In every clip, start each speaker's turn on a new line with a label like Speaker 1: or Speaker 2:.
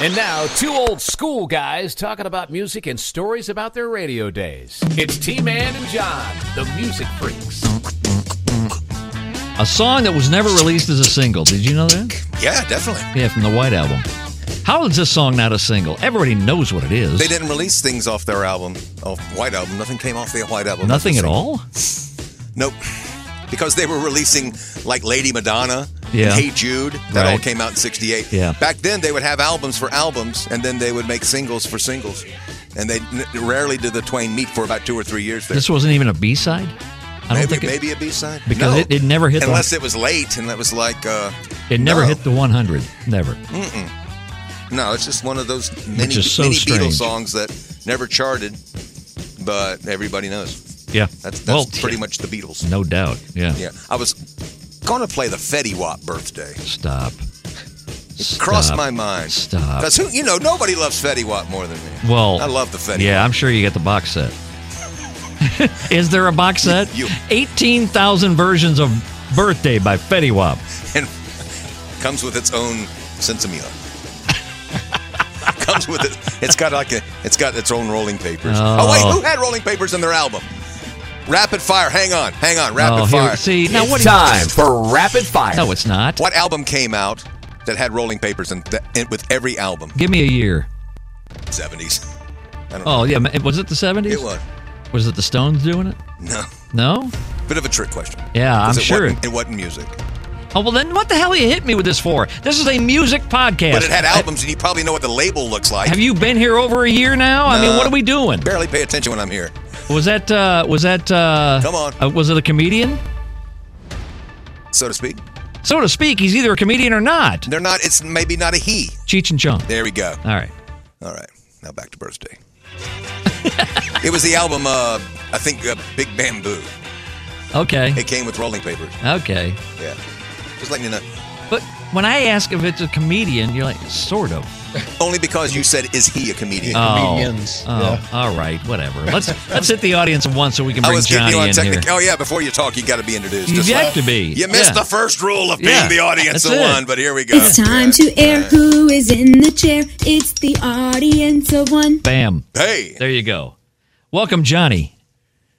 Speaker 1: And now, two old school guys talking about music and stories about their radio days. It's T Man and John, the music freaks.
Speaker 2: A song that was never released as a single. Did you know that?
Speaker 3: Yeah, definitely.
Speaker 2: Yeah, from the White Album. How is this song not a single? Everybody knows what it is.
Speaker 3: They didn't release things off their album, off White Album. Nothing came off the White Album.
Speaker 2: Nothing at
Speaker 3: Nothing.
Speaker 2: all?
Speaker 3: Nope. Because they were releasing like Lady Madonna,
Speaker 2: Yeah.
Speaker 3: and Hey Jude. That all
Speaker 2: Right.
Speaker 3: came out in '68.
Speaker 2: Yeah.
Speaker 3: Back then, they would have albums for albums, and then they would make singles for singles. And they n- rarely did the Twain meet for about two or three years. There.
Speaker 2: This wasn't even a B side? I
Speaker 3: maybe,
Speaker 2: don't think it,
Speaker 3: maybe a B-side.
Speaker 2: because
Speaker 3: No.
Speaker 2: it, it never hit
Speaker 3: Unless it was late, and that was like, uh,
Speaker 2: the it never
Speaker 3: no. Mm.
Speaker 2: hit the 100. Never.
Speaker 3: no, it's just one of those many,
Speaker 2: is so
Speaker 3: many
Speaker 2: strange.
Speaker 3: Beatles songs that never charted, but everybody knows.
Speaker 2: Yeah.
Speaker 3: That's, that's
Speaker 2: well,
Speaker 3: pretty
Speaker 2: yeah,
Speaker 3: much the Beatles.
Speaker 2: No doubt. Yeah.
Speaker 3: Yeah, I was going to play the Fetty Wap birthday.
Speaker 2: Stop.
Speaker 3: Crossed
Speaker 2: Stop.
Speaker 3: my mind.
Speaker 2: Stop.
Speaker 3: Because who, you know, nobody loves Fetty Wap more than me.
Speaker 2: Well,
Speaker 3: I love the Fetty.
Speaker 2: Yeah,
Speaker 3: Wap.
Speaker 2: I'm sure you get the box set. Is there a box set?
Speaker 3: You-
Speaker 2: 18,000 versions of Birthday by Fetty Wap.
Speaker 3: and comes with its own sense of humor. comes with it. It's got like a. It's got its own rolling papers. Oh, wait, who had rolling papers in their album? Rapid fire. Hang on, hang on. Rapid
Speaker 2: oh, here-
Speaker 3: fire.
Speaker 2: see, now
Speaker 1: it's
Speaker 2: what do you-
Speaker 1: time for Rapid Fire.
Speaker 2: No, it's not.
Speaker 3: What album came out that had rolling papers in, in, with every album?
Speaker 2: Give me a year.
Speaker 3: Seventies.
Speaker 2: Oh, yeah. ma- Was it the 70s?
Speaker 3: It was
Speaker 2: Was it the Stones doing it?
Speaker 3: no.
Speaker 2: No?
Speaker 3: Bit of a trick question.
Speaker 2: Yeah, Uh, I'm
Speaker 3: Because it
Speaker 2: sure.
Speaker 3: Wasn't, it wasn't music,
Speaker 2: Oh, well, then what the hell you hit me with this for? This is a music podcast.
Speaker 3: but it had albums, and you probably know what the label looks like.
Speaker 2: Have you been here over a year now? I mean,
Speaker 3: No.
Speaker 2: what are we doing?
Speaker 3: barely pay attention when I'm here?
Speaker 2: Was that, uh, was that, uh,
Speaker 3: Come on.
Speaker 2: uh, was it a comedian?
Speaker 3: So to speak.
Speaker 2: So to speak, he's either a comedian or not.
Speaker 3: They're not. It's maybe not a he.
Speaker 2: Cheech and Chong.
Speaker 3: There we go.
Speaker 2: All right.
Speaker 3: All right. Now back to birthday. it was the album. Uh, I think uh, Big Bamboo.
Speaker 2: Okay.
Speaker 3: It came with rolling papers.
Speaker 2: Okay.
Speaker 3: Yeah. Just letting you know.
Speaker 2: But when I ask if it's a comedian, you're like, sort of.
Speaker 3: Only because you said, "Is he a comedian?"
Speaker 4: comedians.
Speaker 2: Oh, all right, whatever. Let's let's hit the audience once so we can
Speaker 3: I
Speaker 2: bring
Speaker 3: was getting
Speaker 2: Johnny
Speaker 3: you on
Speaker 2: in
Speaker 3: technic.
Speaker 2: here.
Speaker 3: Oh yeah. Before you talk, you got to be introduced.
Speaker 2: You
Speaker 3: Just
Speaker 2: have
Speaker 3: like-
Speaker 2: to be.
Speaker 3: You missed
Speaker 2: Yeah.
Speaker 3: the first rule of being
Speaker 2: Yeah.
Speaker 3: the audience
Speaker 2: That's it.
Speaker 3: of one, but here we go.
Speaker 5: It's time to air who is in the chair. It's the audience of one.
Speaker 2: Bam.
Speaker 3: Hey,
Speaker 2: There you go. Welcome, Johnny.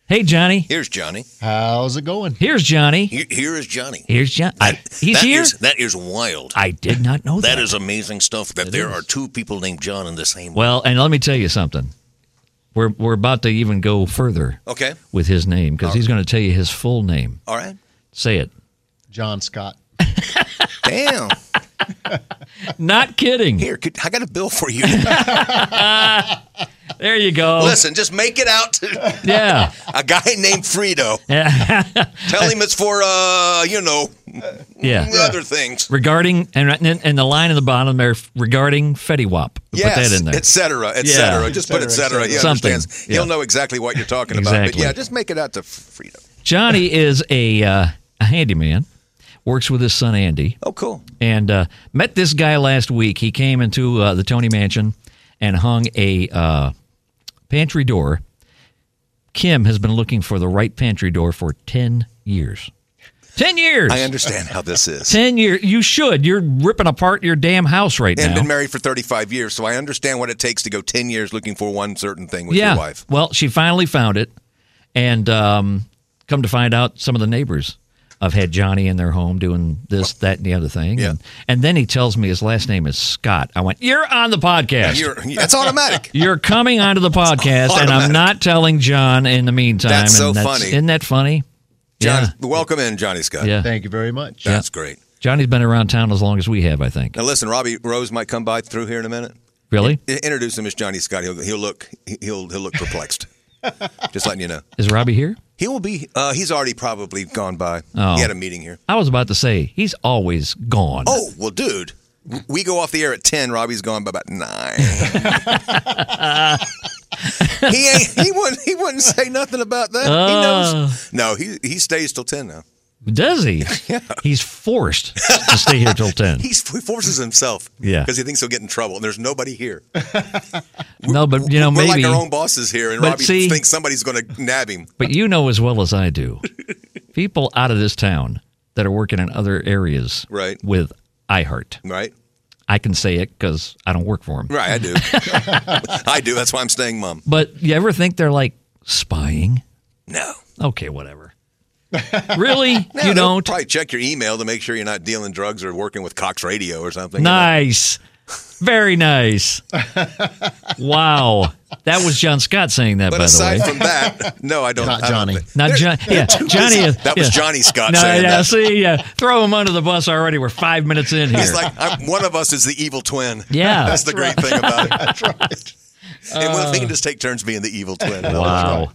Speaker 2: Hey, Johnny.
Speaker 3: here's Johnny.
Speaker 4: How's it going?
Speaker 2: Here's Johnny.
Speaker 3: Here, here is Johnny.
Speaker 2: Here's Johnny. He's
Speaker 3: That
Speaker 2: here.
Speaker 3: is- that is wild.
Speaker 2: I did not know that.
Speaker 3: That is amazing stuff that there are two people named John in the same.
Speaker 2: well, and let me tell you something. We're we're about to even go further
Speaker 3: Okay.
Speaker 2: with his name because he's going to tell you his full name.
Speaker 3: All right.
Speaker 2: Say it.
Speaker 4: John Scott.
Speaker 3: Damn.
Speaker 2: Not kidding.
Speaker 3: Here, could, I got a bill for you.
Speaker 2: There you go.
Speaker 3: Listen, just make it out to
Speaker 2: Yeah.
Speaker 3: a guy named Frito. Tell him it's for, uh, you know,
Speaker 2: Yeah.
Speaker 3: other things.
Speaker 2: regarding and and, and the line in the bottom there regarding Fetty Wap. We Put that in there.
Speaker 3: et cetera, et
Speaker 2: Yeah.
Speaker 3: cetera. Just put
Speaker 4: Et
Speaker 3: et
Speaker 4: cetera,
Speaker 3: cetera.
Speaker 4: et
Speaker 3: He
Speaker 2: cetera.
Speaker 3: understands.
Speaker 2: Something.
Speaker 3: He'll
Speaker 2: Yeah.
Speaker 3: know exactly what you're talking about. But
Speaker 2: Exactly.
Speaker 3: yeah, just make it out to Frito.
Speaker 2: Johnny is a uh, a handyman. Works with his son Andy,
Speaker 3: Oh, cool.
Speaker 2: and uh, met this guy last week. He came into uh, the Tony Mansion and hung a uh, pantry door. Kim has been looking for the right pantry door for ten years. Ten years.
Speaker 3: I understand how this is.
Speaker 2: Ten years. You should. You're ripping apart your damn house right
Speaker 3: And
Speaker 2: now.
Speaker 3: been married for 35 years, so I understand what it takes to go 10 years looking for one certain thing with your wife.
Speaker 2: Well, she finally found it, and um, come to find out, some of the neighbors have had Johnny in their home doing this, that, and the other thing.
Speaker 3: Yeah.
Speaker 2: And, and then he tells me his last name is Scott. I went, "You're on the podcast.
Speaker 3: You're, that's automatic.
Speaker 2: You're coming onto the podcast, and I'm
Speaker 3: Automatic.
Speaker 2: not telling John in the meantime.
Speaker 3: That's so
Speaker 2: and
Speaker 3: funny.
Speaker 2: Isn't that funny?
Speaker 3: John, welcome in, Johnny Scott.
Speaker 2: Yeah. yeah.
Speaker 4: Thank you very much.
Speaker 3: That's great.
Speaker 2: Johnny's been around town as long as we have, I think.
Speaker 3: Now listen, Robbie Rose might come by through here in a minute.
Speaker 2: Really?
Speaker 3: I- Introduce him as Johnny Scott. He'll he'll look he'll he'll look perplexed. Just letting you know,
Speaker 2: Is Robbie here?
Speaker 3: he will be. Uh, he's already probably gone by.
Speaker 2: Oh.
Speaker 3: He had a meeting here.
Speaker 2: I was about to say he's always gone.
Speaker 3: Oh well, dude, we go off the air at ten. Robbie's gone by about nine. he ain't, he wouldn't he wouldn't say nothing about that. he
Speaker 2: Oh.
Speaker 3: knows. No, he he stays till ten now.
Speaker 2: Does he? He's forced to stay here till 10.
Speaker 3: He's, he forces himself.
Speaker 2: Yeah.
Speaker 3: because he thinks he'll get in trouble. And there's nobody here.
Speaker 2: No, but you know,
Speaker 3: We're
Speaker 2: maybe.
Speaker 3: like our own bosses here, and
Speaker 2: But
Speaker 3: Robbie
Speaker 2: see-
Speaker 3: thinks somebody's going to nab him.
Speaker 2: but you know as well as I do, people out of this town that are working in other areas
Speaker 3: Right.
Speaker 2: with iHeart.
Speaker 3: Right?
Speaker 2: I can say it because I don't work for him.
Speaker 3: Right, I do. I do. That's why I'm staying mum.
Speaker 2: But you ever think they're like spying?
Speaker 3: No.
Speaker 2: Okay, whatever. really? you
Speaker 3: Yeah, they'll
Speaker 2: don't?
Speaker 3: Probably check your email to make sure you're not dealing drugs or working with Cox Radio or something. you know?
Speaker 2: Nice. Very nice. wow. That was John Scott saying that,
Speaker 3: But
Speaker 2: by the
Speaker 3: aside
Speaker 2: way.
Speaker 3: from that, no, I don't.
Speaker 4: Not
Speaker 3: I don't
Speaker 4: Johnny.
Speaker 3: think-
Speaker 2: Not John. Yeah, Johnny. is-
Speaker 3: That was
Speaker 2: yeah.
Speaker 3: Johnny Scott
Speaker 2: No,
Speaker 3: saying
Speaker 2: yeah,
Speaker 3: that.
Speaker 2: see, yeah. Throw him under the bus already. We're five minutes in here.
Speaker 3: He's like, I'm, one of us is the evil twin.
Speaker 2: Yeah.
Speaker 3: that's the great thing about it. that's right. And well, we can just take turns being the evil twin.
Speaker 2: Uh. wow.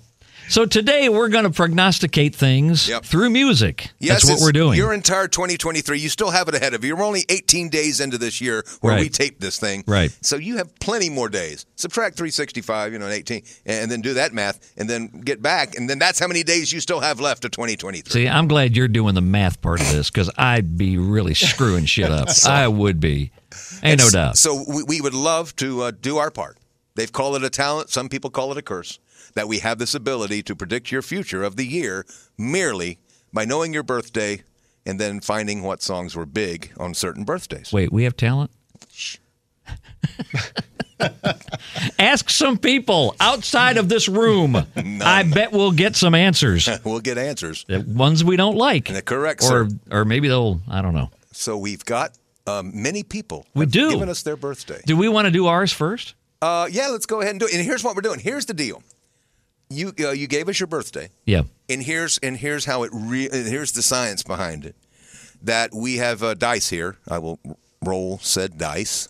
Speaker 2: So today we're going to prognosticate things
Speaker 3: Yep.
Speaker 2: through music.
Speaker 3: Yes,
Speaker 2: That's what
Speaker 3: it's
Speaker 2: we're doing.
Speaker 3: Your entire 2023, you still have it ahead of you. You're only 18 days into this year where we
Speaker 2: Right.
Speaker 3: taped this thing.
Speaker 2: Right.
Speaker 3: So you have plenty more days. Subtract 365, you know, and 18, and then do that math, and then get back, and then that's how many days you still have left of 2023.
Speaker 2: See, I'm glad you're doing the math part of this because I'd be really screwing shit up. I would be. Ain't no doubt.
Speaker 3: So we, we would love to uh, do our part. They've called it a talent. Some people call it a curse that we have this ability to predict your future of the year merely by knowing your birthday and then finding what songs were big on certain birthdays.
Speaker 2: Wait, we have talent? Ask some people outside of this room. I bet we'll get some answers.
Speaker 3: We'll get answers.
Speaker 2: The ones we don't like.
Speaker 3: And it corrects
Speaker 2: Or,
Speaker 3: her.
Speaker 2: or maybe they'll, I don't know.
Speaker 3: So we've got um, many people
Speaker 2: We
Speaker 3: have
Speaker 2: do.
Speaker 3: given us their birthday.
Speaker 2: Do we want to do ours first?
Speaker 3: Uh, yeah, let's go ahead and do it. And here's what we're doing. Here's the deal. You uh, you gave us your birthday.
Speaker 2: Yeah.
Speaker 3: and here's and here's how it re- and here's the science behind it that we have uh, dice here i will r- roll said dice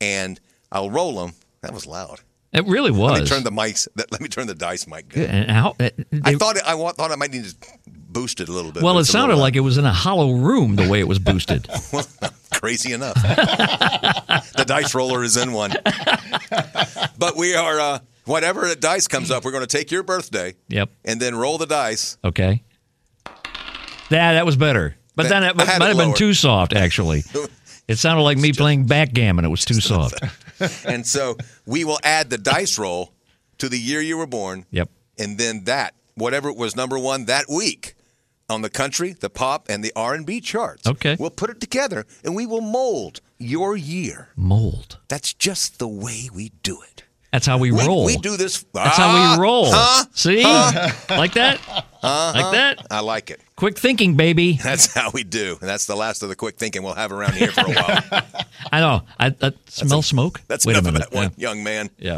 Speaker 3: and i'll roll them that was loud
Speaker 2: It really
Speaker 3: let me
Speaker 2: was.
Speaker 3: turn the mics that, let me turn the dice mic down.
Speaker 2: And how- uh, it-
Speaker 3: i
Speaker 2: it-
Speaker 3: thought it, i wa- thought i might need to boost it a little bit
Speaker 2: well,
Speaker 3: but
Speaker 2: it
Speaker 3: it's a
Speaker 2: sounded
Speaker 3: little
Speaker 2: like it was in a hollow room the way it was boosted.
Speaker 3: crazy enough. the dice roller is in one. But we are uh, whatever the dice comes up, we're going to take your birthday.
Speaker 2: Yep.
Speaker 3: And then roll the dice.
Speaker 2: Okay. Yeah, that was better. But
Speaker 3: That-
Speaker 2: then it
Speaker 3: I had
Speaker 2: might
Speaker 3: it
Speaker 2: have been
Speaker 3: lower.
Speaker 2: too soft, actually. It sounded like me playing backgammon. It was too soft.
Speaker 3: And so we will add the dice roll to the year you were born.
Speaker 2: Yep.
Speaker 3: And then that whatever it was number 1 that week on the country, the pop and the R&B charts.
Speaker 2: Okay.
Speaker 3: We'll put it together and we will mold your year.
Speaker 2: Mold.
Speaker 3: That's just the way we do it.
Speaker 2: That's how we,
Speaker 3: We,
Speaker 2: roll.
Speaker 3: we do this. Ah,
Speaker 2: That's how we roll. See? Like that?
Speaker 3: Uh-huh.
Speaker 2: Like that?
Speaker 3: I like it.
Speaker 2: Quick thinking, baby.
Speaker 3: That's how we do. And that's the last of the quick thinking we'll have around here for a while.
Speaker 2: I know. I, I smell smoke.
Speaker 3: That's
Speaker 2: Wait a
Speaker 3: enough of
Speaker 2: minute.
Speaker 3: that one, young man.
Speaker 2: Yeah.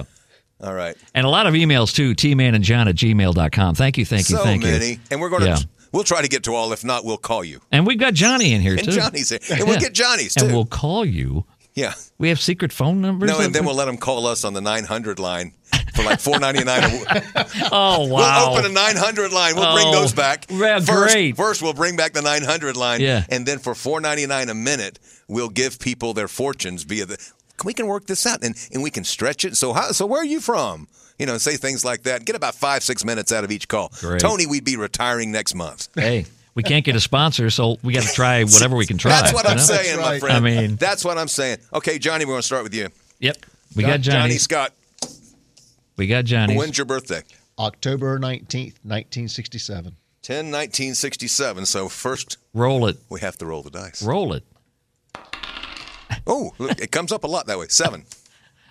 Speaker 2: yeah.
Speaker 3: All right.
Speaker 2: And a lot of emails too, tman and john at gmail.com. Thank you, thank you,
Speaker 3: so
Speaker 2: thank
Speaker 3: many.
Speaker 2: you.
Speaker 3: And we're going to,
Speaker 2: Yeah.
Speaker 3: we'll try to get to all. If not, we'll call you.
Speaker 2: And we've got Johnny in here
Speaker 3: And
Speaker 2: too.
Speaker 3: Johnny's here. And we'll
Speaker 2: Yeah.
Speaker 3: get Johnny's too.
Speaker 2: And we'll call you.
Speaker 3: yeah.
Speaker 2: We have secret phone numbers.
Speaker 3: No, and then
Speaker 2: up
Speaker 3: we'll let them call us on the 900 line for like 499
Speaker 2: there? Oh wow.
Speaker 3: We'll open a 900 line. We'll bring
Speaker 2: Oh,
Speaker 3: those back.
Speaker 2: yeah,
Speaker 3: first,
Speaker 2: great.
Speaker 3: First, we'll bring back the 900 line.
Speaker 2: Yeah.
Speaker 3: And then for 4.99 a minute, we'll give people their fortunes via the. We can work this out and, and we can stretch it. So how, so where are you from? You know, say things like that. Get about five six minutes out of each call.
Speaker 2: Great.
Speaker 3: Tony, we'd be retiring next month.
Speaker 2: hey, we can't get a sponsor, so we got to try whatever we can try.
Speaker 3: That's what
Speaker 2: you
Speaker 3: I'm
Speaker 2: know?
Speaker 3: saying, my
Speaker 4: right.
Speaker 3: friend.
Speaker 2: I mean-
Speaker 3: that's what I'm saying. Okay, Johnny, we're gonna start with you.
Speaker 2: Yep. We got Johnny.
Speaker 3: Scott.
Speaker 2: We got Johnny.
Speaker 3: When's your birthday?
Speaker 4: October 19th, 1967.
Speaker 3: 10 1967. So first
Speaker 2: Roll it.
Speaker 3: we have to roll the dice.
Speaker 2: Roll it.
Speaker 3: Oh, look, it comes up a lot that way. Seven.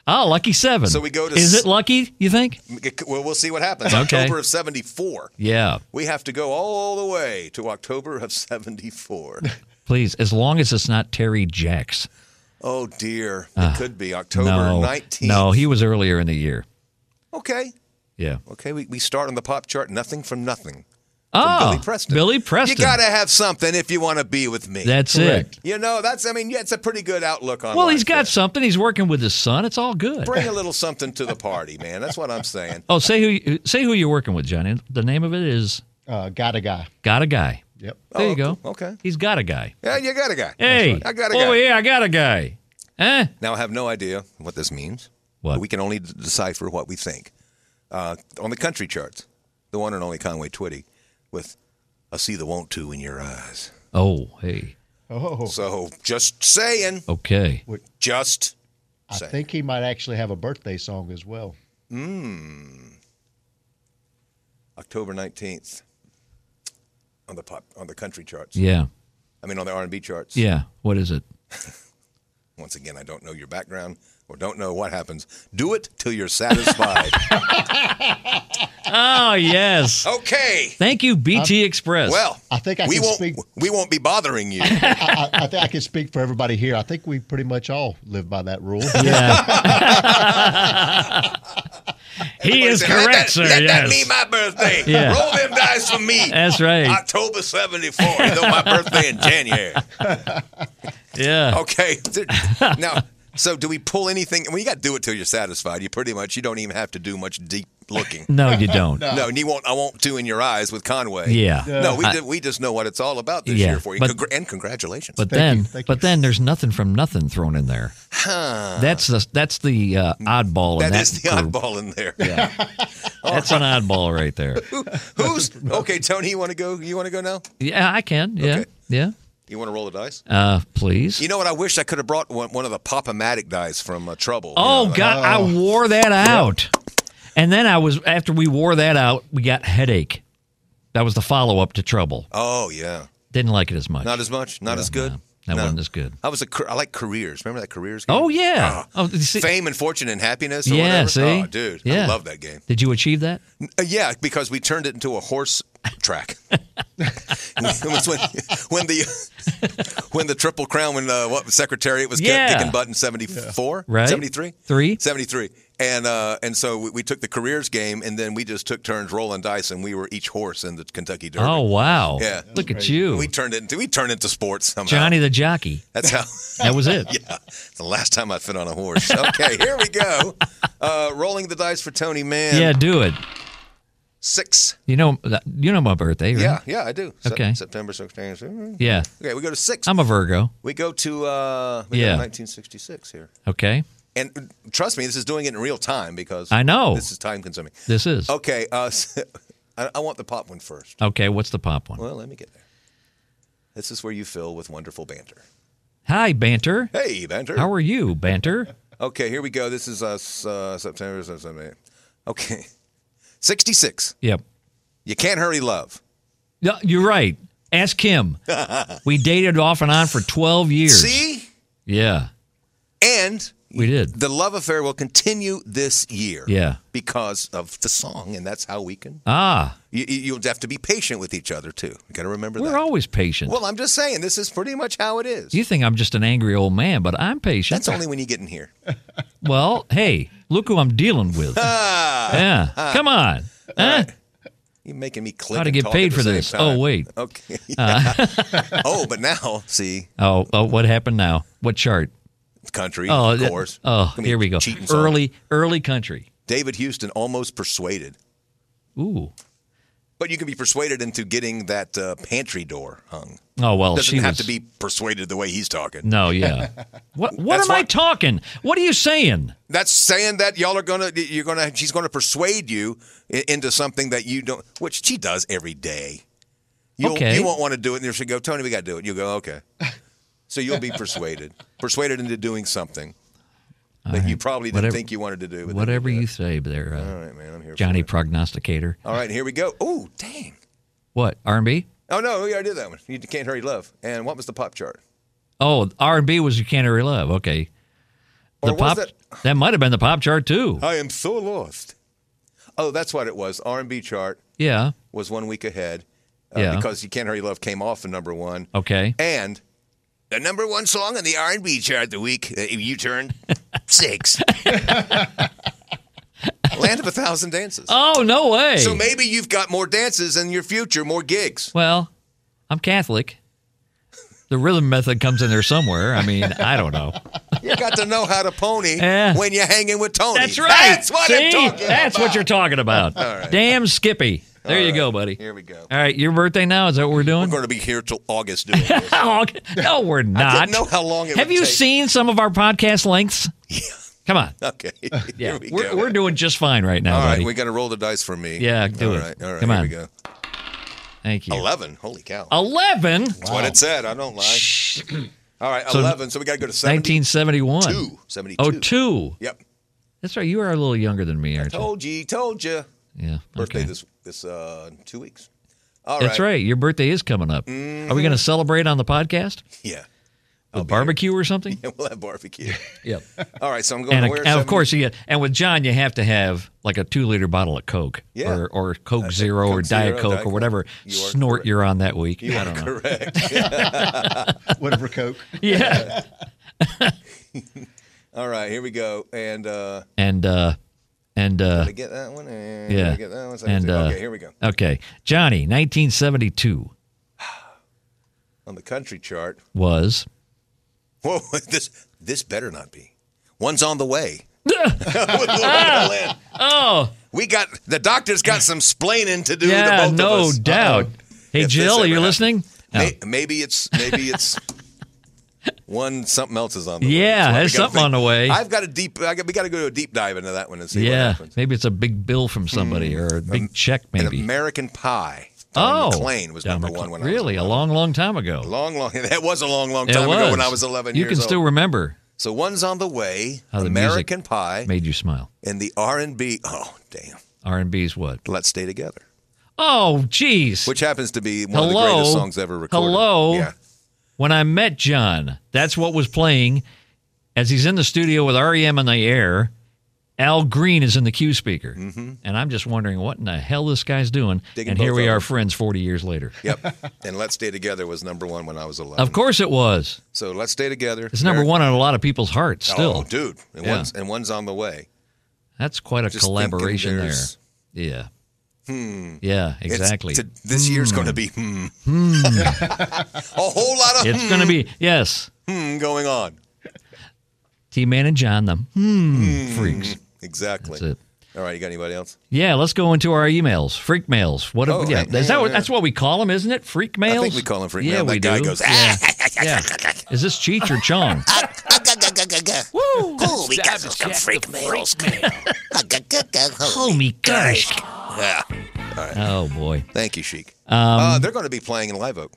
Speaker 2: Oh, lucky seven.
Speaker 3: So we go to
Speaker 2: Is
Speaker 3: s-
Speaker 2: it lucky? You think?
Speaker 3: Well, we'll see what happens.
Speaker 2: Okay.
Speaker 3: October of 74.
Speaker 2: Yeah.
Speaker 3: We have to go all the way to October of 74.
Speaker 2: Please, as long as it's not Terry Jacks.
Speaker 3: oh, dear. it could be October
Speaker 2: Ah, no,
Speaker 3: 19th.
Speaker 2: no, he was earlier in the year.
Speaker 3: Okay.
Speaker 2: Yeah.
Speaker 3: Okay, we, we start on the pop chart, Nothing from Nothing.
Speaker 2: oh,
Speaker 3: Billy Preston.
Speaker 2: Billy Preston.
Speaker 3: You got to have something if you want to be with me.
Speaker 2: That's
Speaker 4: Correct.
Speaker 2: it.
Speaker 3: you know, that's, I mean, yeah, it's a pretty good outlook on
Speaker 2: Well,
Speaker 3: life
Speaker 2: he's got
Speaker 3: there.
Speaker 2: something. He's working with his son. It's all good.
Speaker 3: Bring a little something to the party, man. That's what I'm saying.
Speaker 2: Oh, say who you- say who you're working with, Johnny. The name of it is
Speaker 4: Uh, got a guy.
Speaker 2: Got a Guy.
Speaker 4: Yep.
Speaker 2: There you go.
Speaker 3: okay, okay.
Speaker 2: He's got a guy.
Speaker 3: Yeah, you got a guy.
Speaker 2: Hey,
Speaker 3: oh. I got a
Speaker 2: Oh
Speaker 3: guy.
Speaker 2: yeah, I got a guy. Eh?
Speaker 3: Now, I have no idea what this means.
Speaker 2: What?
Speaker 3: We can only d- decipher what we think. Uh, on the country charts, the one and only Conway Twitty with I see the want to in your eyes.
Speaker 2: Oh, hey.
Speaker 4: Oh,
Speaker 3: So just saying,
Speaker 2: Okay.
Speaker 3: just
Speaker 4: I
Speaker 3: Say.
Speaker 4: think he might actually have a birthday song as well.
Speaker 3: October 19th on the pop on the country charts.
Speaker 2: Yeah.
Speaker 3: I mean on the R&B charts.
Speaker 2: Yeah. What is it?
Speaker 3: Once again, I don't know your background or don't know what happens. Do it till you're satisfied.
Speaker 2: Oh, yes.
Speaker 3: okay.
Speaker 2: Thank you, BT Express.
Speaker 3: Well,
Speaker 4: I think I
Speaker 3: we
Speaker 4: can
Speaker 3: won't
Speaker 4: speak-
Speaker 3: we won't be bothering you.
Speaker 4: I, I, I think I can speak for everybody here. I think we pretty much all live by that rule.
Speaker 2: yeah. he
Speaker 3: Everybody
Speaker 2: is
Speaker 3: said,
Speaker 2: correct,
Speaker 3: let that,
Speaker 2: sir.
Speaker 3: Let
Speaker 2: yes.
Speaker 3: that be my birthday.
Speaker 2: Yeah.
Speaker 3: Roll them dice for me.
Speaker 2: That's right.
Speaker 3: October 74, even though my birthday in January.
Speaker 2: yeah.
Speaker 3: Okay. Now, so do we pull anything? Well, you got to do it till you're satisfied. You pretty much, you don't even have to do much deep looking.
Speaker 2: No, you don't.
Speaker 3: No, and you won't, I won't two in your eyes with Conway.
Speaker 2: Yeah.
Speaker 3: No, we, did, we just know what it's all about this
Speaker 2: Yeah,
Speaker 3: year for you.
Speaker 2: but-
Speaker 3: Congr- and congratulations.
Speaker 2: But
Speaker 4: Thank
Speaker 2: then,
Speaker 4: you, thank
Speaker 2: but
Speaker 4: you.
Speaker 2: then there's nothing from nothing thrown in there. That's the that's the uh, oddball. in
Speaker 3: that
Speaker 2: that
Speaker 3: is the
Speaker 2: group.
Speaker 3: oddball in there.
Speaker 2: That's an oddball right there.
Speaker 3: Who, who's okay? Tony, you want to go? You want to go now?
Speaker 2: Yeah, I can. Yeah,
Speaker 3: Okay.
Speaker 2: yeah.
Speaker 3: You want to roll the dice?
Speaker 2: Uh, please.
Speaker 3: You know what? I wish I could have brought one, one of the Pop-O-Matic dice from uh, Trouble.
Speaker 2: oh
Speaker 3: You know,
Speaker 2: God, I wore that out, and then I was after we wore that out, we got headache. That was the follow up to trouble.
Speaker 3: Oh yeah,
Speaker 2: Didn't like it as much.
Speaker 3: not as much, not as good.
Speaker 2: that
Speaker 3: No.
Speaker 2: wasn't as good.
Speaker 3: I was a car- I like careers. Remember that careers? Game?
Speaker 2: Oh yeah.
Speaker 3: Ah.
Speaker 2: oh, see,
Speaker 3: Fame and fortune and happiness. Or
Speaker 2: yeah.
Speaker 3: whatever?
Speaker 2: See,
Speaker 3: oh, dude,
Speaker 2: yeah.
Speaker 3: I love that game.
Speaker 2: Did you achieve that?
Speaker 3: Uh, yeah, because we turned it into a horse track. it was when, when the when the triple crown when uh, what secretariat was kept
Speaker 2: Yeah.
Speaker 3: kicking butt in 74
Speaker 2: Right.
Speaker 3: 73
Speaker 2: Three?
Speaker 3: 73 and uh, and so we, we took the careers game and then we just took turns rolling dice and we were each horse in the Kentucky Derby
Speaker 2: Oh wow.
Speaker 3: Yeah.
Speaker 2: Look at you,
Speaker 3: we turned it into we turned it into sports somehow
Speaker 2: Johnny the jockey.
Speaker 3: that's how
Speaker 2: That was it.
Speaker 3: yeah the last time I've been on a horse okay here we go uh, rolling the dice for Tony man
Speaker 2: Yeah, do it.
Speaker 3: six
Speaker 2: You know, you know my birthday, right?
Speaker 3: yeah yeah I do Sep-
Speaker 2: Okay.
Speaker 3: September 16th
Speaker 2: Yeah.
Speaker 3: Okay, we go to 6
Speaker 2: I'm a Virgo.
Speaker 3: we go to uh, we
Speaker 2: Yeah.
Speaker 3: go to 1966 here,
Speaker 2: Okay.
Speaker 3: and uh, trust me, this is doing it in real time because
Speaker 2: I know.
Speaker 3: this is time consuming.
Speaker 2: This is.
Speaker 3: Okay, uh, I, I want the pop one first.
Speaker 2: Okay. What's the pop one?
Speaker 3: Well, let me get there. This is where you fill with wonderful banter.
Speaker 2: Hi, Banter.
Speaker 3: Hey, banter.
Speaker 2: How are you, Banter?
Speaker 3: okay, here we go. This is us uh, September. September. Okay, 66.
Speaker 2: Yep.
Speaker 3: You can't hurry love.
Speaker 2: No, you're right. Ask him. we dated off and on for 12 years.
Speaker 3: See,
Speaker 2: Yeah.
Speaker 3: and
Speaker 2: We did.
Speaker 3: the love affair will continue this year.
Speaker 2: Yeah.
Speaker 3: because of the song, and that's how we can
Speaker 2: Ah,
Speaker 3: You, you- you'll have to be patient with each other too. You got to remember
Speaker 2: we're
Speaker 3: that.
Speaker 2: always patient.
Speaker 3: well, I'm just saying this is pretty much how it is.
Speaker 2: you think I'm just an angry old man, but I'm patient.
Speaker 3: That's only when you get in here.
Speaker 2: Well, hey, look who I'm dealing with.
Speaker 3: Ah.
Speaker 2: yeah. Come on. Huh?
Speaker 3: You're making me click.
Speaker 2: Ought to
Speaker 3: and
Speaker 2: get
Speaker 3: talk
Speaker 2: paid
Speaker 3: at the
Speaker 2: for
Speaker 3: same
Speaker 2: this.
Speaker 3: time.
Speaker 2: Oh, wait. Uh,
Speaker 3: Okay. oh, but now see
Speaker 2: Oh, oh, what happened now? What chart?
Speaker 3: country.
Speaker 2: Oh,
Speaker 3: of
Speaker 2: that-
Speaker 3: course.
Speaker 2: oh,
Speaker 3: I mean,
Speaker 2: here we go.
Speaker 3: cheating song.
Speaker 2: Early, early country.
Speaker 3: David Houston almost persuaded,
Speaker 2: Ooh.
Speaker 3: but you can be persuaded into getting that uh, pantry door hung.
Speaker 2: Oh well,
Speaker 3: Doesn't
Speaker 2: she was,
Speaker 3: have to be persuaded the way he's talking.
Speaker 2: No, yeah. What what
Speaker 3: That's
Speaker 2: am I
Speaker 3: why-
Speaker 2: talking? What are you saying?
Speaker 3: That's saying that y'all are gonna, you're gonna, she's gonna persuade you i- into something that you don't, which she does every day. You'll,
Speaker 2: Okay.
Speaker 3: You won't want to do it, and she'll go, Tony, we got to do it. You'll go, okay. So you'll be persuaded, persuaded into doing something that you probably didn't
Speaker 2: Whatever-
Speaker 3: think you wanted to do. but then
Speaker 2: Whatever
Speaker 3: did.
Speaker 2: you say there, uh,
Speaker 3: All right, man, I'm here.
Speaker 2: Johnny
Speaker 3: For it.
Speaker 2: Prognosticator.
Speaker 3: All right, here we go. Oh, dang.
Speaker 2: What R&B?
Speaker 3: Oh no, we already did that one. You can't hurry love. And what was the pop chart?
Speaker 2: Oh, R&B was you can't hurry love. Okay.
Speaker 3: Or
Speaker 2: The
Speaker 3: was
Speaker 2: pop
Speaker 3: it-
Speaker 2: that might have been the pop chart too.
Speaker 3: I am so lost. Oh, that's what it was. R&B chart
Speaker 2: Yeah.
Speaker 3: was one week ahead. uh,
Speaker 2: Yeah.
Speaker 3: Because you can't hurry love came off of number one.
Speaker 2: Okay.
Speaker 3: and the number one song on the R&B chart the week that you turned six. Land of a Thousand Dances.
Speaker 2: Oh no way.
Speaker 3: So maybe you've got more dances in your future, more gigs.
Speaker 2: well, I'm Catholic. The rhythm method comes in there somewhere. I mean, I don't know.
Speaker 3: You got to know how to pony
Speaker 2: Yeah.
Speaker 3: when you're hanging with Tony.
Speaker 2: That's right.
Speaker 3: That's what
Speaker 2: See?
Speaker 3: I'm talking
Speaker 2: That's
Speaker 3: about.
Speaker 2: what you're talking about. Damn Skippy. There you go, buddy.
Speaker 3: Here we go.
Speaker 2: All right, your birthday now is that what we're doing?
Speaker 3: We're going to be here till August doing this.
Speaker 2: Oh, no, we're not.
Speaker 3: I didn't know how long it
Speaker 2: Have
Speaker 3: would
Speaker 2: you
Speaker 3: take.
Speaker 2: seen some of our podcast lengths? Yeah. Come on.
Speaker 3: Okay.
Speaker 2: Yeah,
Speaker 3: Here we
Speaker 2: we are
Speaker 3: go.
Speaker 2: we're doing just fine right now,
Speaker 3: All right,
Speaker 2: buddy.
Speaker 3: we got to roll the dice for me.
Speaker 2: Yeah, do
Speaker 3: All
Speaker 2: it.
Speaker 3: right, all right.
Speaker 2: Come on.
Speaker 3: here
Speaker 2: Oh.
Speaker 3: we go.
Speaker 2: Thank you.
Speaker 3: 11. Holy cow.
Speaker 2: Eleven.
Speaker 3: That's what it said. I don't lie. All right, 11. So we got to go to 17.
Speaker 2: 1971.
Speaker 3: Two. 72.
Speaker 2: Oh, two.
Speaker 3: Yep.
Speaker 2: That's right. You are a little younger than me, aren't you?
Speaker 3: Told you, told you.
Speaker 2: Yeah.
Speaker 3: Birthday
Speaker 2: okay.
Speaker 3: this this uh two weeks. All right. Mm-hmm.
Speaker 2: That's right. Your birthday is coming up. Are we going to celebrate on the podcast?
Speaker 3: Yeah.
Speaker 2: With barbecue or something?
Speaker 3: And we'll have barbecue.
Speaker 2: Yep.
Speaker 3: All right, so I'm going
Speaker 2: and,
Speaker 3: to
Speaker 2: a,
Speaker 3: wear
Speaker 2: and of
Speaker 3: seven-
Speaker 2: course, you get, and with John, you have to have like a two liter bottle of Coke
Speaker 3: Yeah.
Speaker 2: or, or Coke
Speaker 3: That's it.
Speaker 2: Zero or
Speaker 3: Coke
Speaker 2: Diet
Speaker 3: Zero,
Speaker 2: Coke
Speaker 3: Diet
Speaker 2: or
Speaker 3: Coke.
Speaker 2: whatever
Speaker 3: You are
Speaker 2: snort
Speaker 3: correct.
Speaker 2: you're on that week.
Speaker 3: You
Speaker 2: I
Speaker 3: are
Speaker 2: don't know.
Speaker 3: correct.
Speaker 4: Whatever Coke.
Speaker 2: Yeah.
Speaker 3: All right, here we go. And uh,
Speaker 2: and, uh, and, uh,
Speaker 3: did I get that one. And
Speaker 2: yeah.
Speaker 3: did I get that one. So I
Speaker 2: and,
Speaker 3: have to-
Speaker 2: uh,
Speaker 3: okay, here we go.
Speaker 2: Okay. Johnny, 1972
Speaker 3: On the country chart.
Speaker 2: was.
Speaker 3: Whoa, this this better not be. One's on the way. With Loretta Lynn.
Speaker 2: Ah. Oh,
Speaker 3: We got the doctor's got some splaining to do. to
Speaker 2: yeah,
Speaker 3: both
Speaker 2: no
Speaker 3: of us.
Speaker 2: doubt. Hey,
Speaker 3: If this
Speaker 2: Jill,
Speaker 3: ever
Speaker 2: are you
Speaker 3: happened.
Speaker 2: listening? Oh. No.
Speaker 3: May- maybe it's maybe it's one something else is on the way.
Speaker 2: Yeah,
Speaker 3: That's what
Speaker 2: there's
Speaker 3: we gotta
Speaker 2: something on the way.
Speaker 3: I've got a deep. I got, we got to go to a deep dive into that one and see what
Speaker 2: yeah.
Speaker 3: happens. Hmm.
Speaker 2: Maybe it's a big bill from somebody or a big check,
Speaker 3: An
Speaker 2: maybe.
Speaker 3: American Pie.
Speaker 2: oh.
Speaker 3: Tom McLean was
Speaker 2: Don
Speaker 3: number
Speaker 2: McLean.
Speaker 3: one when
Speaker 2: Really?
Speaker 3: I
Speaker 2: a long, long time ago.
Speaker 3: was long, long. That was a long, long
Speaker 2: It
Speaker 3: time ago when I
Speaker 2: was.
Speaker 3: was 11
Speaker 2: You
Speaker 3: years
Speaker 2: can
Speaker 3: old.
Speaker 2: still remember.
Speaker 3: so one's on the way,
Speaker 2: How the
Speaker 3: American
Speaker 2: music
Speaker 3: Pie,
Speaker 2: Made you smile.
Speaker 3: and the R and B. Oh, damn!
Speaker 2: R&B's what?
Speaker 3: Let's stay together,
Speaker 2: Oh, jeez.
Speaker 3: which happens to be one of the
Speaker 2: Hello?
Speaker 3: greatest songs ever recorded.
Speaker 2: Hello?
Speaker 3: Yeah.
Speaker 2: When I met John, that's what was playing as he's in the studio with REM on the air. Al Green is in the cue speaker. Mm-hmm. And I'm just wondering what in the hell this guy's doing.
Speaker 3: Digging
Speaker 2: and here
Speaker 3: both
Speaker 2: we
Speaker 3: of
Speaker 2: are,
Speaker 3: them.
Speaker 2: friends 40 years later.
Speaker 3: Yep. and Let's Stay Together was number one when I was 11.
Speaker 2: Of course it was.
Speaker 3: So Let's Stay Together.
Speaker 2: It's number
Speaker 3: Ameri-
Speaker 2: one on a lot of people's hearts still.
Speaker 3: Oh, dude. And,
Speaker 2: Yeah.
Speaker 3: one's, and one's on the way.
Speaker 2: That's quite a
Speaker 3: Just
Speaker 2: collaboration
Speaker 3: thinking
Speaker 2: there.
Speaker 3: there's- Hmm.
Speaker 2: Yeah. Yeah,
Speaker 3: It's-
Speaker 2: exactly.
Speaker 3: to- this year's going to be hmm. a whole lot of
Speaker 2: it's going to be, yes.
Speaker 3: hmm going on.
Speaker 2: T Man and John, the hmm freaks.
Speaker 3: Exactly.
Speaker 2: That's it.
Speaker 3: All right, you got anybody else?
Speaker 2: Yeah, let's go into our emails. Freak mails. What?
Speaker 3: Oh,
Speaker 2: yeah,
Speaker 3: right.
Speaker 2: is that
Speaker 3: Yeah,
Speaker 2: what,
Speaker 3: yeah.
Speaker 2: that's what we call them, isn't it? Freak mails.
Speaker 3: I think we call him freak
Speaker 2: yeah,
Speaker 3: mail.
Speaker 2: We
Speaker 3: that guy
Speaker 2: do.
Speaker 3: goes,
Speaker 2: Yeah.
Speaker 3: ah,
Speaker 2: yeah. Is this Cheech or Chong?
Speaker 6: Woo! Cool, Oh, we got some freak mails.
Speaker 2: oh me gosh!
Speaker 3: ah.
Speaker 2: Oh boy,
Speaker 3: Thank you, Sheik.
Speaker 2: Um,
Speaker 3: uh, they're going to be playing in Live Oak.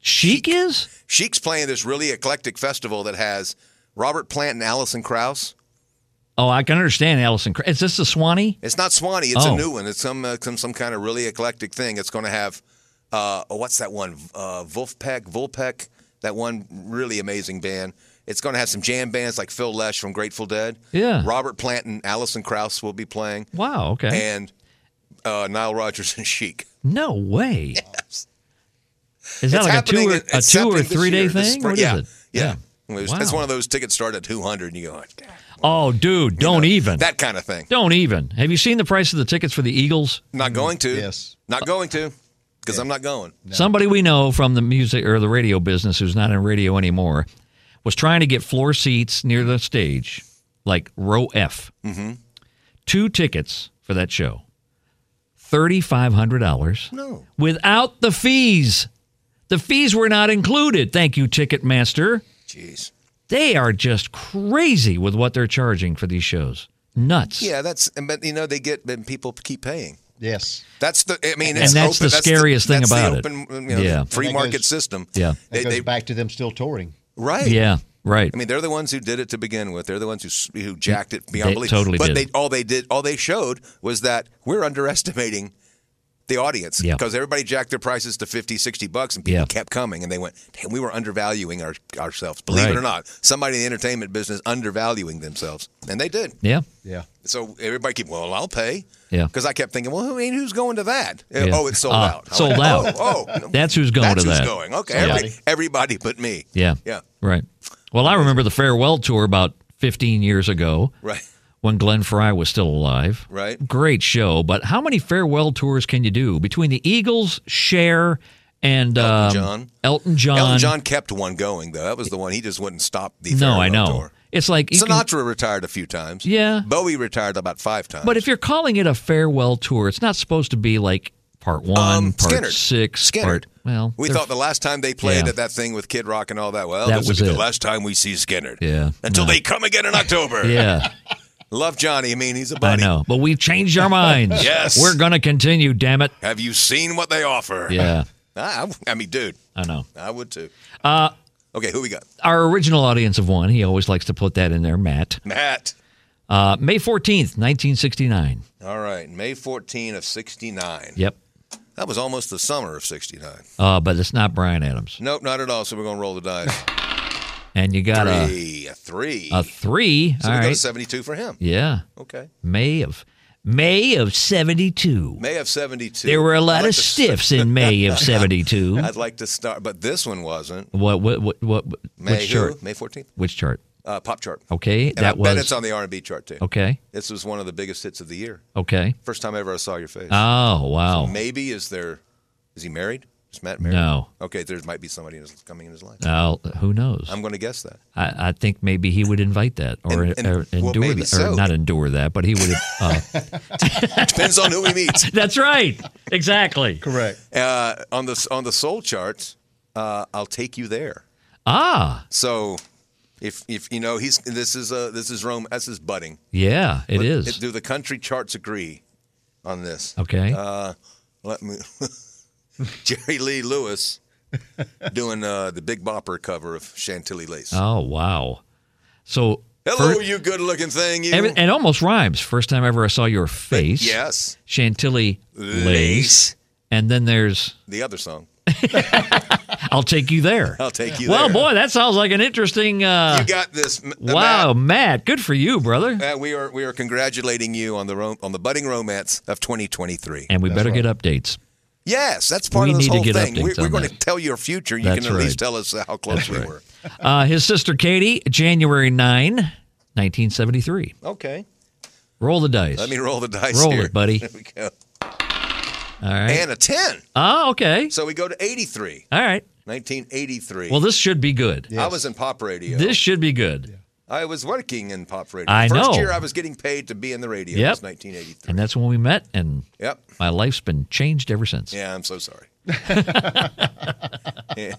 Speaker 2: Chic is.
Speaker 3: Sheik's playing this really eclectic festival that has Robert Plant and Allison Krauss.
Speaker 2: Oh, I can understand Allison. Cra- Is this the Swanee?
Speaker 3: It's not Swanee. It's
Speaker 2: Oh.
Speaker 3: a new one. It's some uh, some some kind of really eclectic thing. It's going to have uh, oh, what's that one? Uh, Wolfpack, Volpec. That one really amazing band. It's going to have some jam bands like Phil Lesh from Grateful Dead.
Speaker 2: Yeah.
Speaker 3: Robert Plant and Allison Krauss will be playing,
Speaker 2: Wow. Okay.
Speaker 3: and uh, Nile Rodgers and Chic.
Speaker 2: no way. Is that
Speaker 3: It's
Speaker 2: like a
Speaker 3: happening
Speaker 2: two or
Speaker 3: in-
Speaker 2: a
Speaker 3: it's
Speaker 2: two or
Speaker 3: happening this
Speaker 2: three day
Speaker 3: year, this
Speaker 2: thing? What
Speaker 3: spring.
Speaker 2: is
Speaker 3: yeah.
Speaker 2: it?
Speaker 3: Yeah. It was- It's
Speaker 2: Wow.
Speaker 3: one of those tickets start at 200 and you go,
Speaker 2: Oh, dude, don't even.
Speaker 3: that kind of thing.
Speaker 2: Don't even. Have you seen the price of the tickets for the Eagles?
Speaker 3: Not going to.
Speaker 4: Yes.
Speaker 2: Uh,
Speaker 3: Not going to because I'm not going.
Speaker 2: Somebody we know from the music or the radio business who's not in radio anymore was trying to get floor seats near the stage, like row F. Mm-hmm. Two tickets for that show, $3,500. No. Without the fees. The fees were not included. Thank you, Ticketmaster.
Speaker 3: Jeez.
Speaker 2: They are just crazy with what they're charging for these shows. Nuts.
Speaker 3: Yeah, that's, and but you know, they get, and people keep paying.
Speaker 4: Yes.
Speaker 3: That's the. I mean,
Speaker 2: And
Speaker 3: it's
Speaker 2: that's
Speaker 3: open-
Speaker 2: the scariest thing
Speaker 3: that's the
Speaker 2: about it.
Speaker 3: open, you know,
Speaker 2: Yeah.
Speaker 3: free
Speaker 4: That
Speaker 3: market
Speaker 4: goes-
Speaker 3: system.
Speaker 2: Yeah.
Speaker 4: That
Speaker 3: they,
Speaker 4: goes
Speaker 3: they-
Speaker 4: back to them still touring.
Speaker 3: right.
Speaker 2: Yeah, right.
Speaker 3: I mean, they're the ones who did it to begin with. They're the ones who s- who jacked it beyond
Speaker 2: They
Speaker 3: belief.
Speaker 2: totally
Speaker 3: but
Speaker 2: did.
Speaker 3: they all they did, all they showed was that we're underestimating the audience
Speaker 2: Yeah.
Speaker 3: because everybody jacked their prices to 50, 60 bucks, and people
Speaker 2: Yeah.
Speaker 3: kept coming, and they went, "Damn, we were undervaluing our, ourselves." Believe
Speaker 2: Right.
Speaker 3: it or not, somebody in the entertainment business undervaluing themselves, and they did.
Speaker 2: yeah.
Speaker 4: Yeah.
Speaker 3: So everybody keep, well, I'll pay.
Speaker 2: Yeah.
Speaker 3: Because I kept thinking, well, who, I mean, who's going to that? Uh,
Speaker 2: Yeah.
Speaker 3: Oh, it's sold
Speaker 2: Ah,
Speaker 3: out. I'm
Speaker 2: sold
Speaker 3: like,
Speaker 2: out.
Speaker 3: Oh, oh, no.
Speaker 2: That's who's going
Speaker 3: That's
Speaker 2: to
Speaker 3: who's
Speaker 2: that.
Speaker 3: going. Okay,
Speaker 4: Somebody.
Speaker 3: every- everybody but me.
Speaker 2: Yeah.
Speaker 3: Yeah.
Speaker 2: Right. Well, I remember the farewell tour about 15 years ago
Speaker 3: Right.
Speaker 2: when Glenn Fry was still alive.
Speaker 3: Right.
Speaker 2: Great show, but how many farewell tours can you do between the Eagles, Cher, and um,
Speaker 3: John.
Speaker 2: Elton John?
Speaker 3: Elton John kept one going though. That was the one he just wouldn't stop. The
Speaker 2: No,
Speaker 3: farewell
Speaker 2: I know.
Speaker 3: Tour.
Speaker 2: It's like you can-
Speaker 3: Sinatra retired a few times.
Speaker 2: Yeah.
Speaker 3: Bowie retired about five times.
Speaker 2: but if you're calling it a farewell tour, it's not supposed to be like part one,
Speaker 3: Um,
Speaker 2: part
Speaker 3: Skinner.
Speaker 2: six,
Speaker 3: Skinner.
Speaker 2: part well.
Speaker 3: we
Speaker 2: they're-
Speaker 3: thought the last time they played
Speaker 2: Yeah.
Speaker 3: at that thing with Kid Rock and all that, well,
Speaker 2: That
Speaker 3: this
Speaker 2: was
Speaker 3: will be
Speaker 2: it.
Speaker 3: the last time we see Skinner.
Speaker 2: Yeah.
Speaker 3: Until
Speaker 2: No.
Speaker 3: they come again in October.
Speaker 2: yeah,
Speaker 3: Love Johnny. I mean, he's a
Speaker 2: I
Speaker 3: buddy.
Speaker 2: know, but we've changed our minds.
Speaker 3: Yes.
Speaker 2: we're going to continue. Damn it!
Speaker 3: Have you seen what they offer?
Speaker 2: Yeah,
Speaker 3: I, I, I mean, dude,
Speaker 2: I know.
Speaker 3: I would too.
Speaker 2: Uh,
Speaker 3: okay, who we got?
Speaker 2: our original audience of one. He always likes to put that in there, Matt.
Speaker 3: Matt.
Speaker 2: Uh, May 14th, 1969.
Speaker 3: All right, May 14 of 69.
Speaker 2: Yep.
Speaker 3: That was almost the summer of 69.
Speaker 2: Uh, but it's not Brian Adams.
Speaker 3: Nope, not at all, so we're going to roll the dice.
Speaker 2: and you got a
Speaker 3: Three, a three.
Speaker 2: a three.
Speaker 3: so
Speaker 2: All
Speaker 3: we go to
Speaker 2: right,
Speaker 3: 72 for him.
Speaker 2: yeah,
Speaker 3: Okay.
Speaker 2: May of May of seventy two.
Speaker 3: May of 72.
Speaker 2: There were a lot
Speaker 3: I'd like
Speaker 2: of
Speaker 3: to-
Speaker 2: stiffs in May of seventy two.
Speaker 3: I'd like to start, but this one wasn't.
Speaker 2: What what what what?
Speaker 3: May,
Speaker 2: which
Speaker 3: who?
Speaker 2: chart?
Speaker 3: May 14th?
Speaker 2: Which chart?
Speaker 3: Uh, pop chart.
Speaker 2: Okay,
Speaker 3: And
Speaker 2: that
Speaker 3: I
Speaker 2: was
Speaker 3: bet it's on the R&B chart, too.
Speaker 2: okay.
Speaker 3: This was one of the biggest hits of the year.
Speaker 2: Okay.
Speaker 3: First time ever I saw your face.
Speaker 2: Oh wow.
Speaker 3: Maybe is there, is he married? Is Matt married?
Speaker 2: no.
Speaker 3: Okay, there might be somebody in his, coming in his life.
Speaker 2: I'll, who knows?
Speaker 3: I'm going to guess that.
Speaker 2: I, I think maybe he would invite that or,
Speaker 3: And- and-
Speaker 2: or
Speaker 3: well,
Speaker 2: endure
Speaker 3: maybe
Speaker 2: that, or
Speaker 3: so.
Speaker 2: not endure that, but he would. Uh,
Speaker 3: Depends on who he meets.
Speaker 2: that's right. Exactly.
Speaker 4: Correct.
Speaker 3: Uh, on the on the soul charts, uh, I'll take you there.
Speaker 2: Ah,
Speaker 3: So, if if you know he's this is uh this is Rome. That's his budding.
Speaker 2: yeah, it
Speaker 3: Let-
Speaker 2: is.
Speaker 3: Do the country charts agree on this?
Speaker 2: okay.
Speaker 3: Uh, let me. Jerry Lee Lewis doing uh, the Big Bopper cover of Chantilly Lace.
Speaker 2: oh wow. So
Speaker 3: Hello,
Speaker 2: fir-
Speaker 3: you good-looking thing. You.
Speaker 2: every- it almost rhymes. First time ever I saw your face.
Speaker 3: yes,
Speaker 2: Chantilly lace.
Speaker 3: Lace.
Speaker 2: And then there's
Speaker 3: the other song.
Speaker 2: I'll take you there.
Speaker 3: I'll take you
Speaker 2: well,
Speaker 3: there.
Speaker 2: boy, that sounds like an interesting. Uh,
Speaker 3: you got this. M-
Speaker 2: wow, Matt, good for you, brother.
Speaker 3: Matt, uh, we are we are congratulating you on the rom- on the budding romance of 2023.
Speaker 2: And we better get updates.
Speaker 3: Yes, that's part
Speaker 2: We
Speaker 3: of this
Speaker 2: need to
Speaker 3: whole
Speaker 2: get
Speaker 3: thing.
Speaker 2: updates
Speaker 3: We're, we're
Speaker 2: on
Speaker 3: going to
Speaker 2: that.
Speaker 3: tell your future. You
Speaker 2: That's
Speaker 3: can at least
Speaker 2: right.
Speaker 3: tell us how close we were.
Speaker 2: Uh, his sister Katie, January 9, 1973.
Speaker 3: Okay,
Speaker 2: Roll the dice.
Speaker 3: let me roll the dice.
Speaker 2: Roll
Speaker 3: here.
Speaker 2: it, buddy.
Speaker 3: There we go.
Speaker 2: All right.
Speaker 3: And a ten.
Speaker 2: oh, okay.
Speaker 3: So we go to 83,
Speaker 2: All right.
Speaker 3: 1983.
Speaker 2: Well, this should be good.
Speaker 3: I was in pop radio.
Speaker 2: This should be good.
Speaker 3: I was working in pop radio.
Speaker 2: I
Speaker 3: First
Speaker 2: know.
Speaker 3: year I was getting paid to be in the radio. It
Speaker 2: Yep.
Speaker 3: was 1983.
Speaker 2: And that's when we met, and
Speaker 3: Yep.
Speaker 2: my life's been changed ever since.
Speaker 3: Yeah, I'm so sorry. Yeah,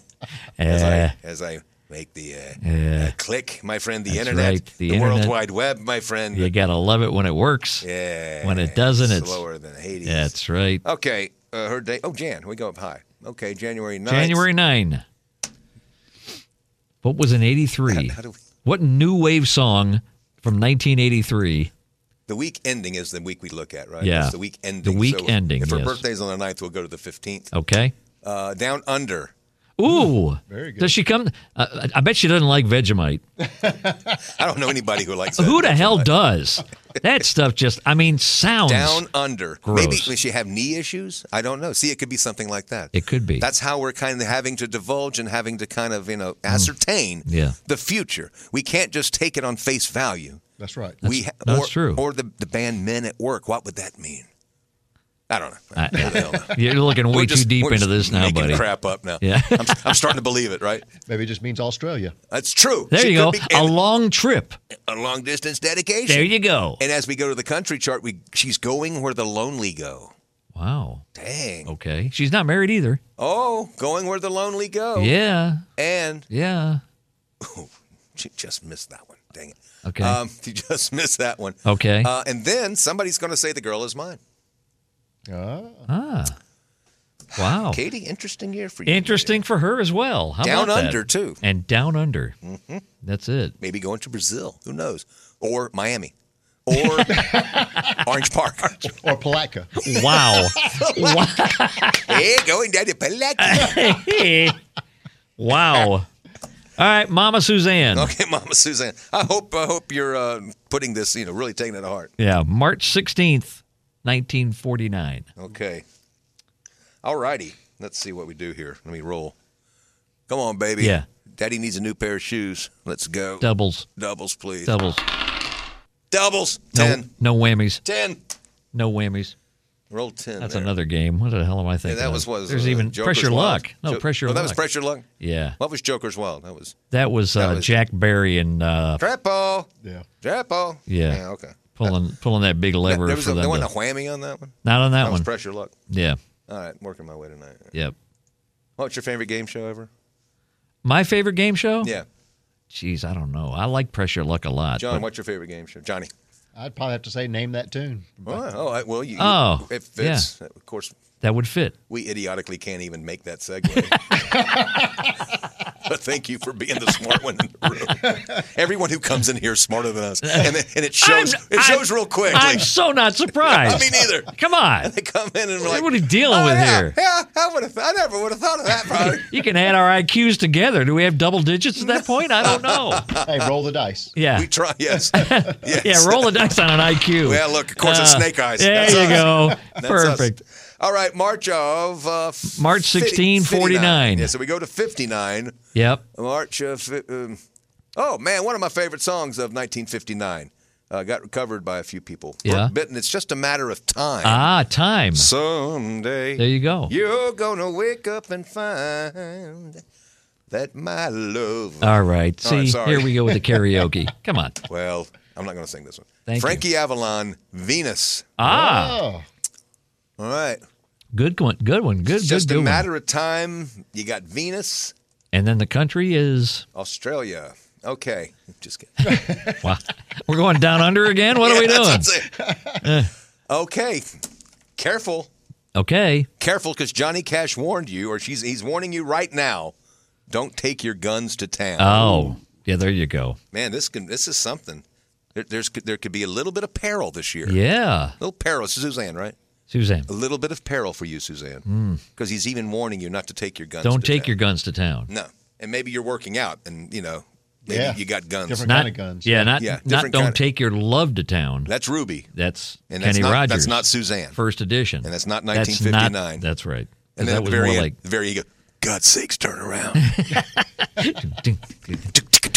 Speaker 3: as,
Speaker 2: Uh,
Speaker 3: I, as I make the uh,
Speaker 2: Yeah.
Speaker 3: uh, click, my friend, the
Speaker 2: That's
Speaker 3: internet,
Speaker 2: right, the
Speaker 3: the, World
Speaker 2: internet.
Speaker 3: Wide Web, my friend.
Speaker 2: you got to love it when it works.
Speaker 3: Yeah.
Speaker 2: When it doesn't, it's-
Speaker 3: slower than Hades.
Speaker 2: That's right.
Speaker 3: Okay, uh, her date. Oh, Jan. We go up high. Okay, January 9th.
Speaker 2: January 9. What was in 83?
Speaker 3: How, how do we,
Speaker 2: What new wave song from 1983?
Speaker 3: the week ending is the week we look at, right?
Speaker 2: Yeah.
Speaker 3: It's the week
Speaker 2: The
Speaker 3: ending.
Speaker 2: week
Speaker 3: So
Speaker 2: ending,
Speaker 3: If her
Speaker 2: yes.
Speaker 3: birthday's on the 9th, we'll go to the 15th.
Speaker 2: Okay.
Speaker 3: Uh, down under.
Speaker 2: Ooh.
Speaker 4: very good.
Speaker 2: Does she come? Uh, I- I bet she doesn't like Vegemite.
Speaker 3: I don't know anybody who likes that.
Speaker 2: Who the hell does? That stuff just, I mean, sounds.
Speaker 3: Down under. Maybe
Speaker 2: Gross.
Speaker 3: does she have knee issues? I don't know. See, it could be something like that.
Speaker 2: It could be.
Speaker 3: That's how we're kind of having to divulge and having to kind of, you know, ascertain
Speaker 2: Mm. Yeah.
Speaker 3: the future. We can't just take it on face value.
Speaker 4: That's right.
Speaker 3: we ha-
Speaker 2: that's
Speaker 3: or,
Speaker 2: true.
Speaker 3: Or the, the band Men at Work. What would that mean? I don't know.
Speaker 2: I-
Speaker 3: Who the hell knows?
Speaker 2: uh, You're looking way
Speaker 3: We're
Speaker 2: too
Speaker 3: just-
Speaker 2: deep
Speaker 3: we're
Speaker 2: into
Speaker 3: just
Speaker 2: this now,
Speaker 3: making
Speaker 2: buddy.
Speaker 3: Crap up now.
Speaker 2: Yeah.
Speaker 3: I'm, I'm starting to believe it. Right?
Speaker 4: Maybe it just means Australia.
Speaker 3: That's true.
Speaker 2: There
Speaker 3: She
Speaker 2: you go.
Speaker 3: could be-
Speaker 2: a
Speaker 3: and
Speaker 2: long trip.
Speaker 3: a long distance dedication.
Speaker 2: There you go.
Speaker 3: And as we go to the country chart, we she's going where the lonely go.
Speaker 2: Wow.
Speaker 3: Dang.
Speaker 2: Okay. She's not married either.
Speaker 3: Oh, going where the lonely go.
Speaker 2: Yeah.
Speaker 3: And
Speaker 2: Yeah.
Speaker 3: she just missed that one. Dang it.
Speaker 2: Okay.
Speaker 3: Um, you just missed that one.
Speaker 2: okay.
Speaker 3: Uh, and then somebody's going to say the girl is mine.
Speaker 4: Ah.
Speaker 2: ah. Wow.
Speaker 3: Katie, interesting year for you.
Speaker 2: Interesting for her as well. How
Speaker 3: Down
Speaker 2: about that?
Speaker 3: under, Mm-hmm. too.
Speaker 2: And down under. That's it.
Speaker 3: maybe going to Brazil. Who knows? Or Miami. Or Orange Park.
Speaker 4: Or Palaka.
Speaker 2: Wow.
Speaker 3: hey, going down to Pelaki.
Speaker 2: wow. All right, Mama Suzanne.
Speaker 3: Okay, Mama Suzanne. I hope I hope you're uh, putting this, you know, really taking it to heart.
Speaker 2: Yeah, March 16th, 1949.
Speaker 3: Okay. All righty. Let's see what we do here. Let me roll. Come on, baby.
Speaker 2: Yeah.
Speaker 3: Daddy needs a new pair of shoes. Let's go.
Speaker 2: Doubles.
Speaker 3: Doubles, please.
Speaker 2: Doubles.
Speaker 3: Doubles.
Speaker 2: No,
Speaker 3: Ten.
Speaker 2: no whammies.
Speaker 3: Ten.
Speaker 2: No whammies.
Speaker 3: Roll ten.
Speaker 2: That's
Speaker 3: there.
Speaker 2: another game. What the hell am I
Speaker 3: Yeah,
Speaker 2: thinking?
Speaker 3: that
Speaker 2: of?
Speaker 3: was was
Speaker 2: There's
Speaker 3: uh,
Speaker 2: even
Speaker 3: Joker's
Speaker 2: pressure
Speaker 3: Wild.
Speaker 2: luck. No
Speaker 3: Jo-
Speaker 2: pressure
Speaker 3: Oh,
Speaker 2: luck.
Speaker 3: that was pressure luck.
Speaker 2: Yeah,
Speaker 3: What was Joker's Wild? That was
Speaker 2: that was, uh,
Speaker 3: that was-
Speaker 2: Jack Barry and uh,
Speaker 3: Trappo.
Speaker 4: Yeah.
Speaker 3: Trappo.
Speaker 2: Yeah.
Speaker 3: Yeah. Okay.
Speaker 2: pulling pulling that big lever
Speaker 3: there was
Speaker 2: for
Speaker 3: a,
Speaker 2: them.
Speaker 3: there
Speaker 2: to-
Speaker 3: wasn't a whammy on that one.
Speaker 2: not on that,
Speaker 3: That was
Speaker 2: one.
Speaker 3: pressure luck.
Speaker 2: Yeah,
Speaker 3: All right, working my way tonight.
Speaker 2: yep.
Speaker 3: What's your favorite game show ever?
Speaker 2: My favorite game show?
Speaker 3: Yeah,
Speaker 2: Jeez, I don't know. I like pressure luck a lot.
Speaker 3: John.
Speaker 2: but-
Speaker 3: What's your favorite game show, Johnny?
Speaker 4: I'd probably have to say name that tune.
Speaker 3: Oh, all right, well, you, you-
Speaker 2: Oh,
Speaker 3: it fits. Of course,
Speaker 2: that would fit.
Speaker 3: we idiotically can't even make that segue. But thank you for being the smart one in the room. Everyone who comes in here is smarter than us, and it, and it shows.
Speaker 2: I'm-
Speaker 3: it shows
Speaker 2: I'm-
Speaker 3: real quick.
Speaker 2: I'm
Speaker 3: like,
Speaker 2: so not surprised.
Speaker 3: me neither.
Speaker 2: Come on.
Speaker 3: they come in and we're like,
Speaker 2: What are you dealing
Speaker 3: "Oh,
Speaker 2: with
Speaker 3: yeah,
Speaker 2: here?
Speaker 3: Yeah, I would have. I never would have thought of that. Probably.
Speaker 2: You can add our IQs together. Do we have double digits at that point? I don't know.
Speaker 4: Hey,
Speaker 3: uh,
Speaker 4: roll the dice.
Speaker 2: Yeah.
Speaker 3: We try. Yes. yes.
Speaker 2: Yeah, roll Uh, the dice on an IQ.
Speaker 3: Yeah, look, of course, it's snake eyes.
Speaker 2: There
Speaker 3: That's
Speaker 2: you
Speaker 3: us.
Speaker 2: go.
Speaker 3: That's us.
Speaker 2: Perfect.
Speaker 3: All right, March of uh, f-
Speaker 2: March 16, 49.
Speaker 3: Yeah, so we go to 59.
Speaker 2: Yep.
Speaker 3: March of. fi- Um, oh, man, one of my favorite songs of 1959. Uh, got covered by a few people.
Speaker 2: Yeah.
Speaker 3: Brooke Benton, it's just a matter of time.
Speaker 2: Ah, time.
Speaker 3: Someday.
Speaker 2: There you go.
Speaker 3: You're gonna wake up and find that my love.
Speaker 2: All right.
Speaker 3: All right,
Speaker 2: See,
Speaker 3: sorry.
Speaker 2: here we go with the karaoke. Come on.
Speaker 3: well, I'm not gonna sing this one.
Speaker 2: Thank you.
Speaker 3: Frankie Avalon, Venus.
Speaker 2: Ah,
Speaker 4: Oh,
Speaker 3: All right.
Speaker 2: good one. Good one. Good,
Speaker 3: Just
Speaker 2: good, good
Speaker 3: a
Speaker 2: one.
Speaker 3: matter of time. You got Venus,
Speaker 2: And then the country is,
Speaker 3: Australia. Okay, just kidding.
Speaker 2: wow. We're going down under again? What are we
Speaker 3: Yeah,
Speaker 2: doing? Eh.
Speaker 3: that's what I'm saying. okay, careful,
Speaker 2: Okay.
Speaker 3: careful, because Johnny Cash warned you, or she's he's warning you right now. Don't take your guns to town.
Speaker 2: Oh, yeah, there you go.
Speaker 3: Man, this can this is something. There, there's there could be a little bit of peril this year.
Speaker 2: Yeah.
Speaker 3: little peril, Suzanne, right?
Speaker 2: Suzanne,
Speaker 3: A little bit of peril for you, Suzanne, because he's even warning you not to take your guns.
Speaker 2: Hmm. don't
Speaker 3: to
Speaker 2: take
Speaker 3: town.
Speaker 2: your guns to town.
Speaker 3: no, and maybe you're working out, and you know, maybe
Speaker 4: Yeah.
Speaker 3: you got guns.
Speaker 4: Different-
Speaker 2: Not,
Speaker 4: kind of guns.
Speaker 2: Yeah, not,
Speaker 3: Yeah,
Speaker 2: not
Speaker 3: different
Speaker 2: don't
Speaker 3: kind of-
Speaker 2: take your love to town.
Speaker 3: That's Ruby,
Speaker 2: That's
Speaker 3: and that's
Speaker 2: Kenny
Speaker 3: not
Speaker 2: Rogers.
Speaker 3: that's not Suzanne.
Speaker 2: first edition.
Speaker 3: And that's not
Speaker 2: That's
Speaker 3: 1959.
Speaker 2: That's, right.
Speaker 3: and then
Speaker 2: that
Speaker 3: at the
Speaker 2: was
Speaker 3: very
Speaker 2: more
Speaker 3: end,
Speaker 2: like.
Speaker 3: the very ego. God's sakes, turn around.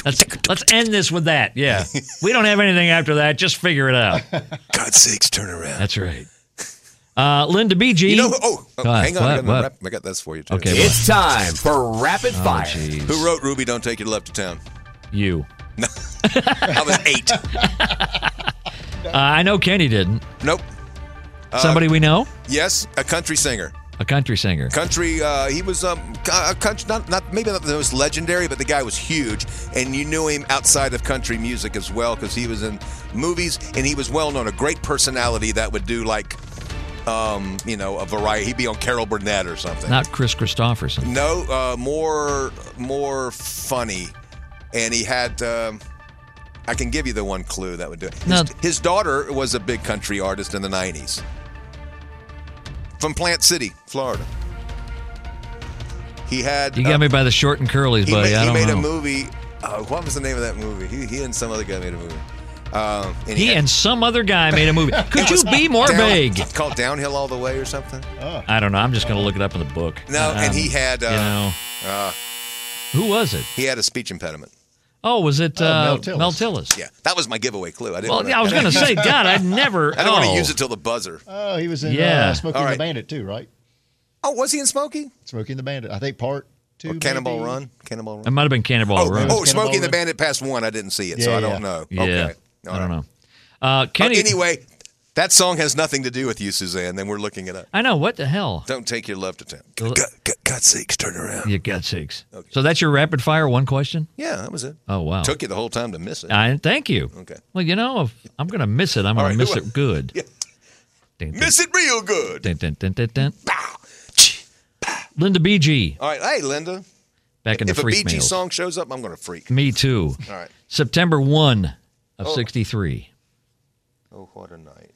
Speaker 2: Let's, let's end this with that. Yeah. we don't have anything after that. Just figure it out.
Speaker 3: God's sakes, turn around.
Speaker 2: That's right. Uh, Linda BG.
Speaker 3: you know, who- oh, oh,
Speaker 2: God,
Speaker 3: hang on, I
Speaker 2: what-
Speaker 3: got, my
Speaker 2: what?
Speaker 3: rap- I got this for you too.
Speaker 2: Okay,
Speaker 1: It's time for rapid
Speaker 6: Oh,
Speaker 1: fire.
Speaker 2: Jeez.
Speaker 3: Who wrote Ruby? Don't take your love to town.
Speaker 2: you.
Speaker 3: I was eight.
Speaker 2: Uh, I know Kenny didn't.
Speaker 3: nope. Uh,
Speaker 2: Somebody we know?
Speaker 3: Yes, a country singer.
Speaker 2: A country singer.
Speaker 3: country. Uh, he was um, co- a country, not, not maybe not the most legendary, but the guy was huge, and you knew him outside of country music as well because he was in movies and he was well known. A great personality that would do like, um, you know, a variety. He'd be on Carol Burnett or something.
Speaker 2: Not Chris Christopherson.
Speaker 3: no, uh, more more funny, and he had. Um, I can give you the one clue that would do it. His,
Speaker 2: No.
Speaker 3: his daughter was a big country artist in the '90s, from Plant City, Florida. He had.
Speaker 2: You got
Speaker 3: uh,
Speaker 2: me by the short and curlies,
Speaker 3: He,
Speaker 2: buddy.
Speaker 3: made,
Speaker 2: I
Speaker 3: he
Speaker 2: don't
Speaker 3: made
Speaker 2: know.
Speaker 3: a movie. Uh, what was the name of that movie? He, he and some other guy made a movie. Um, and
Speaker 2: He
Speaker 3: had-
Speaker 2: and some other guy made a movie. Could you be more
Speaker 3: Down-
Speaker 2: vague?
Speaker 3: It's called Downhill All the Way or something.
Speaker 2: I don't know. I'm just going to look it up in the book.
Speaker 3: No, and he
Speaker 2: Um,
Speaker 3: had uh,
Speaker 2: you know, who was it?
Speaker 3: he had a speech impediment.
Speaker 2: Oh, was it uh,
Speaker 4: Mel
Speaker 2: Mel,
Speaker 4: Tillis.
Speaker 2: Tillis?
Speaker 3: Yeah, that was my giveaway clue. I didn't.
Speaker 2: Well,
Speaker 3: wanna-
Speaker 2: yeah, I was going to say, God, I'd never.
Speaker 3: I don't
Speaker 2: oh.
Speaker 3: want to use it till the buzzer.
Speaker 4: oh, he was in
Speaker 2: Yeah.
Speaker 4: uh, Smoking
Speaker 3: All right.
Speaker 4: the Bandit too, right?
Speaker 3: Oh, was he in Smokey?
Speaker 4: Smoking the Bandit. I think part two.
Speaker 3: Or Cannonball
Speaker 4: maybe?
Speaker 3: Run? Cannonball Run.
Speaker 2: It might have been Cannonball
Speaker 3: oh,
Speaker 2: Run.
Speaker 3: oh, Smokey
Speaker 4: Cannonball
Speaker 3: and the
Speaker 4: Run.
Speaker 3: Bandit passed one. I didn't see it, so
Speaker 4: Yeah,
Speaker 3: I
Speaker 4: yeah.
Speaker 3: don't know.
Speaker 2: yeah,
Speaker 3: Okay. All
Speaker 2: I
Speaker 3: right.
Speaker 2: don't know. Uh,
Speaker 3: Oh,
Speaker 2: Kenny,
Speaker 3: anyway, that song has nothing to do with you, Suzanne. Then we're looking it up.
Speaker 2: I know what the hell.
Speaker 3: Don't take your love to town. God, God, God's sakes, turn around. Yeah,
Speaker 2: You got six. So that's your rapid fire one question.
Speaker 3: that was it.
Speaker 2: Oh wow.
Speaker 3: Took you the whole time to miss it.
Speaker 2: I thank you.
Speaker 3: Okay.
Speaker 2: Well, you know, if I'm gonna miss it, I'm gonna
Speaker 3: right,
Speaker 2: miss
Speaker 3: who-
Speaker 2: it good.
Speaker 3: Yeah.
Speaker 2: Dun, dun,
Speaker 3: miss it real good.
Speaker 2: dun, dun, dun, dun, dun.
Speaker 3: Bow. Ch-
Speaker 2: Linda BG
Speaker 3: All right. Hey, Linda.
Speaker 2: back in
Speaker 3: If
Speaker 2: the
Speaker 3: a
Speaker 2: freak
Speaker 3: BG
Speaker 2: mail.
Speaker 3: song shows up, I'm going to freak.
Speaker 2: Me too.
Speaker 3: All right.
Speaker 2: September one of '63.
Speaker 3: Oh, what a night.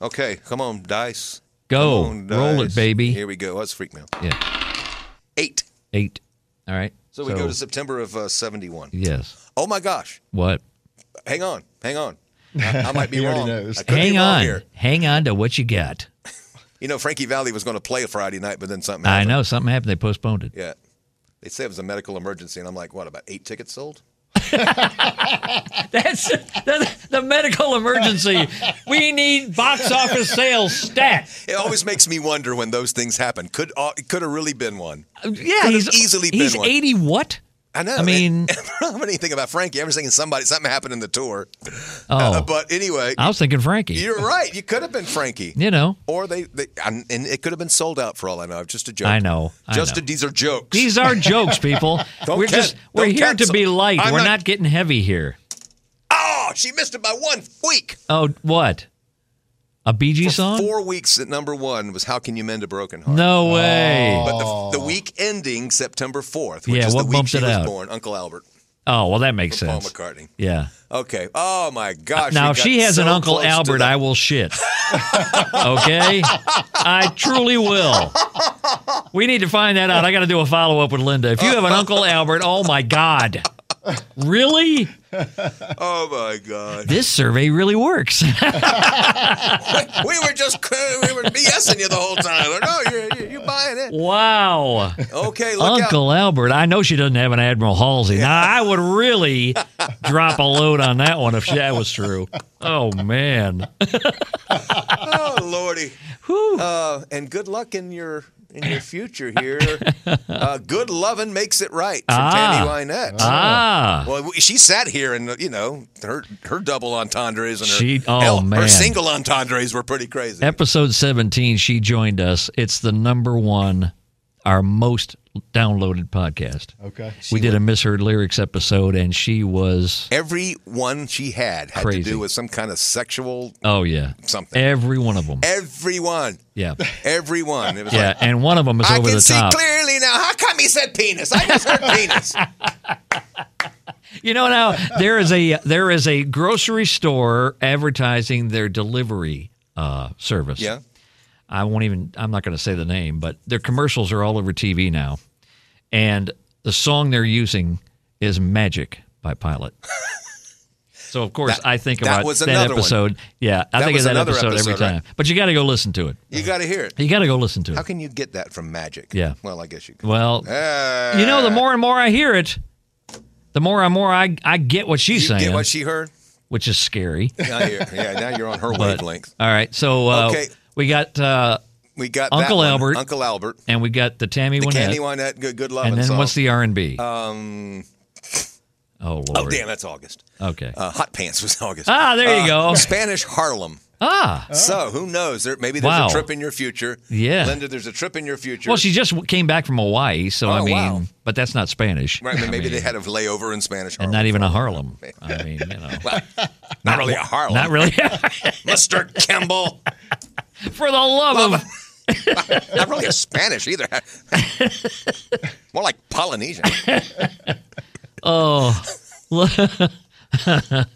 Speaker 3: Okay, come on, dice.
Speaker 2: Go.
Speaker 3: Come on,
Speaker 2: Roll
Speaker 3: dice.
Speaker 2: it, baby.
Speaker 3: Here we go. What's freak mail?
Speaker 2: Yeah.
Speaker 3: Eight.
Speaker 2: Eight. All right.
Speaker 3: So we go to September of uh, 71.
Speaker 2: yes.
Speaker 3: Oh my gosh.
Speaker 2: What?
Speaker 3: Hang on. Hang on. I, I might be
Speaker 4: He already
Speaker 3: wrong.
Speaker 4: knows.
Speaker 3: I could be
Speaker 2: Hang
Speaker 3: wrong
Speaker 2: on.
Speaker 3: Here.
Speaker 2: Hang on to what you got.
Speaker 3: You know, Frankie Valley was going to play Friday night, but then something
Speaker 2: I
Speaker 3: happened.
Speaker 2: know something happened. They postponed it.
Speaker 3: Yeah. They say it was a medical emergency, and I'm like, what, about eight tickets sold?
Speaker 2: That's, that's the medical emergency. We need box office sales stat.
Speaker 3: It always makes me wonder when those things happen. Could uh, it could have really been one?
Speaker 2: Yeah,
Speaker 3: Could have
Speaker 2: he's
Speaker 3: easily been
Speaker 2: he's
Speaker 3: one.
Speaker 2: eighty. What?
Speaker 3: I know.
Speaker 2: I mean-
Speaker 3: I don't know anything about Frankie. I'm just thinking somebody something happened in the tour.
Speaker 2: Oh,
Speaker 3: Uh, but anyway,
Speaker 2: I was thinking Frankie.
Speaker 3: you're right. You could have been Frankie.
Speaker 2: You know,
Speaker 3: Or they, they and, and it could have been sold out for all I know. Just a joke.
Speaker 2: I know, I
Speaker 3: just
Speaker 2: know.
Speaker 3: A, these are jokes.
Speaker 2: these are jokes, people.
Speaker 3: Don't
Speaker 2: we're
Speaker 3: cat-
Speaker 2: just we're
Speaker 3: don't
Speaker 2: here to
Speaker 3: cancel.
Speaker 2: be light.
Speaker 3: I'm
Speaker 2: we're not,
Speaker 3: not-
Speaker 2: getting heavy here.
Speaker 3: oh, she missed it by one week.
Speaker 2: Oh, what? A BG song?
Speaker 3: Four weeks at number one was "How Can You Mend a Broken Heart."
Speaker 2: no way.
Speaker 3: But the, the week ending September 4th, which
Speaker 2: Yeah,
Speaker 3: is
Speaker 2: what
Speaker 3: the week
Speaker 2: bumped
Speaker 3: she
Speaker 2: it
Speaker 3: was
Speaker 2: out?
Speaker 3: born, Uncle Albert,
Speaker 2: Oh, well, that makes
Speaker 3: Paul
Speaker 2: sense.
Speaker 3: McCartney.
Speaker 2: Yeah.
Speaker 3: Okay. Oh my gosh.
Speaker 2: now,
Speaker 3: we
Speaker 2: if
Speaker 3: got
Speaker 2: she has an
Speaker 3: so
Speaker 2: Uncle
Speaker 3: close to
Speaker 2: Albert,
Speaker 3: that.
Speaker 2: I will shit. okay? I truly will. We need to find that out. I got to do a follow up with Linda. If you have an Uncle Albert, oh my God. Really?
Speaker 3: Oh my god.
Speaker 2: This survey really works.
Speaker 3: we were just we were BSing you the whole time. No, you're you're- you're buying it.
Speaker 2: wow.
Speaker 3: Okay. Look out.
Speaker 2: Uncle Albert, I know she doesn't have an Admiral Halsey. Now, I would really drop a load on that one if that was true. Oh, man.
Speaker 3: Oh lordy. Uh, and good luck in your in your future here. Uh, good lovin' makes it right from Tammy Wynette.
Speaker 2: Ah.
Speaker 3: Well, she sat here and you know her her double entendres and her
Speaker 2: She- oh,
Speaker 3: hell, her
Speaker 2: man.
Speaker 3: single entendres were pretty crazy.
Speaker 2: Episode 17, she joined us. It's the number one, our most downloaded podcast.
Speaker 4: Okay.
Speaker 2: we did a Misheard Lyrics episode, and she was,
Speaker 3: Every one she had had
Speaker 2: Crazy.
Speaker 3: to do with some kind of sexual
Speaker 2: oh, yeah.
Speaker 3: something.
Speaker 2: Every one of them.
Speaker 3: Everyone,
Speaker 2: Yeah.
Speaker 3: everyone. It was
Speaker 2: Yeah.
Speaker 3: like
Speaker 2: And one of them is
Speaker 3: I
Speaker 2: over
Speaker 3: can
Speaker 2: the
Speaker 3: see
Speaker 2: top.
Speaker 3: clearly now. How come he said penis? I just heard penis.
Speaker 2: You know now there is a there is a grocery store advertising their delivery uh, service.
Speaker 3: Yeah.
Speaker 2: I won't even I'm not going to say the name, but their commercials are all over TV now. And the song they're using is Magic by Pilot. So of course I think
Speaker 3: that
Speaker 2: about
Speaker 3: was
Speaker 2: that
Speaker 3: another one.
Speaker 2: episode. Yeah, I
Speaker 3: That
Speaker 2: think of
Speaker 3: was
Speaker 2: that
Speaker 3: another
Speaker 2: episode, every
Speaker 3: episode,
Speaker 2: time.
Speaker 3: right?
Speaker 2: But you got to go listen to it.
Speaker 3: You got to hear it.
Speaker 2: You got to go listen to it.
Speaker 3: How can you get that from magic?
Speaker 2: Yeah.
Speaker 3: Well, I guess you can.
Speaker 2: Well,
Speaker 3: Uh,
Speaker 2: you know the more and more I hear it, the more and more I I get what she's
Speaker 3: you
Speaker 2: saying,
Speaker 3: get what she heard.
Speaker 2: which is scary.
Speaker 3: Now you're, yeah. Now you're on her
Speaker 2: But-
Speaker 3: wavelength.
Speaker 2: All right, so uh,
Speaker 3: Okay.
Speaker 2: we got uh,
Speaker 3: We got that
Speaker 2: Uncle
Speaker 3: one.
Speaker 2: Albert.
Speaker 3: Uncle Albert.
Speaker 2: and we got the Tammy
Speaker 3: The
Speaker 2: Wynette,
Speaker 3: Candy Wynette. Good, good loving
Speaker 2: and then
Speaker 3: song.
Speaker 2: what's the R and B? Um. Oh lord.
Speaker 3: oh damn, that's August.
Speaker 2: Okay.
Speaker 3: Uh, Hot Pants was August.
Speaker 2: ah, there you go.
Speaker 3: Spanish Harlem.
Speaker 2: Ah.
Speaker 3: So who knows? There maybe there's
Speaker 2: Wow.
Speaker 3: a trip in your future.
Speaker 2: Yeah.
Speaker 3: Linda, there's a trip in your future.
Speaker 2: Well, she just w- came back from Hawaii, so I
Speaker 3: Oh,
Speaker 2: mean,
Speaker 3: wow.
Speaker 2: but that's not Spanish.
Speaker 3: right,
Speaker 2: I
Speaker 3: but maybe
Speaker 2: mean,
Speaker 3: they had a layover in Spanish Harlem.
Speaker 2: and not even a Harlem. I mean, you know,
Speaker 3: Not really a Harlem.
Speaker 2: not really.
Speaker 3: Mr. Kimball.
Speaker 2: For the love of
Speaker 3: not really a Spanish either. More like Polynesian.
Speaker 2: Oh. Li-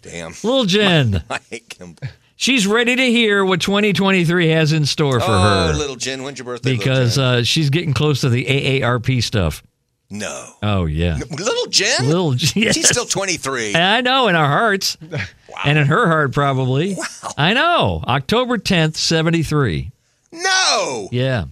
Speaker 3: Damn.
Speaker 2: Little Jen,
Speaker 3: I hate Kimball.
Speaker 2: she's ready to hear what 2023 has in store for
Speaker 3: oh,
Speaker 2: her
Speaker 3: little Jen, when's your birthday? little
Speaker 2: because
Speaker 3: Jen?
Speaker 2: uh, she's getting close to the AARP stuff.
Speaker 3: no.
Speaker 2: Oh yeah,
Speaker 3: Little Jen?
Speaker 2: little yes.
Speaker 3: She's still 23.
Speaker 2: And I know in our hearts, and in her heart probably. I know. October 10th, 73.
Speaker 3: No.
Speaker 2: Yeah,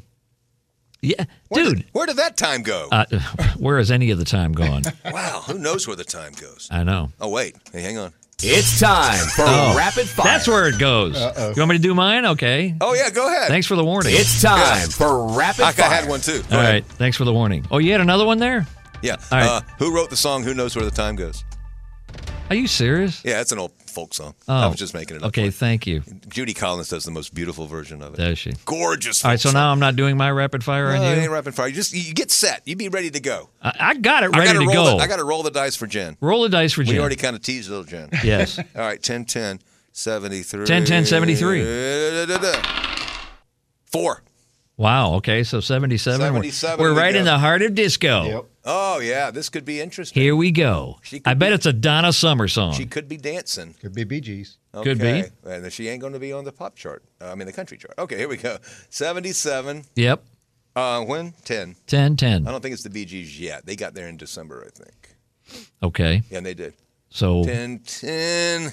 Speaker 2: yeah, dude.
Speaker 3: Where did that time go?
Speaker 2: Uh, where has any of the time gone?
Speaker 3: wow. Who knows where the time goes?
Speaker 2: I know.
Speaker 3: Oh, wait. Hey, hang on.
Speaker 1: It's time for
Speaker 6: Oh.
Speaker 1: rapid fire.
Speaker 2: That's where it goes. You want me to do mine? Okay.
Speaker 3: Oh, yeah, go ahead.
Speaker 2: Thanks for the warning.
Speaker 1: It's time for rapid
Speaker 3: I, I
Speaker 1: fire.
Speaker 3: had one too. Go
Speaker 2: All
Speaker 3: ahead.
Speaker 2: right. Thanks for the warning. Oh, you had another one there?
Speaker 3: Yeah.
Speaker 2: All right.
Speaker 3: Uh, who wrote the song "Who Knows Where the Time Goes"?
Speaker 2: Are you serious?
Speaker 3: Yeah, it's an old folk song. I
Speaker 2: Oh.
Speaker 3: was just making it up.
Speaker 2: Okay. Thank you.
Speaker 3: Judy Collins does the most beautiful version of it.
Speaker 2: Does she?
Speaker 3: Gorgeous.
Speaker 2: All right.
Speaker 3: folk
Speaker 2: So
Speaker 3: song.
Speaker 2: now I'm not doing my rapid fire on
Speaker 3: No, it ain't
Speaker 2: you.
Speaker 3: rapid fire. You just you get set. You be ready to go.
Speaker 2: I, I got it
Speaker 3: I
Speaker 2: ready
Speaker 3: gotta
Speaker 2: to
Speaker 3: roll
Speaker 2: go.
Speaker 3: The, I got to roll the dice for Jen.
Speaker 2: Roll the dice for
Speaker 3: We
Speaker 2: Jen.
Speaker 3: already kind of teased little Jen.
Speaker 2: Yes.
Speaker 3: All right, 10, 10, 73.
Speaker 2: 10, 10, 73.
Speaker 3: Da, da, da, da. Four.
Speaker 2: Wow. Okay. So 77. We're-
Speaker 3: 77
Speaker 2: We're,
Speaker 3: we
Speaker 2: right in
Speaker 3: go.
Speaker 2: the heart of disco.
Speaker 4: Yep.
Speaker 3: Oh yeah, this could be interesting.
Speaker 2: Here we go.
Speaker 3: She could
Speaker 2: I bet it's a Donna Summer song.
Speaker 3: She could be dancing.
Speaker 4: Could be BGs.
Speaker 3: Okay.
Speaker 2: Could be.
Speaker 3: And then she ain't going to be on the pop chart. Uh, I mean, the country chart. Okay, here we go. 77.
Speaker 2: yep.
Speaker 3: Uh, when? 10.
Speaker 2: 10 10.
Speaker 3: I don't think it's the BGs yet. They got there in December, I think.
Speaker 2: Okay.
Speaker 3: Yeah, they did.
Speaker 2: So
Speaker 3: 10, 10.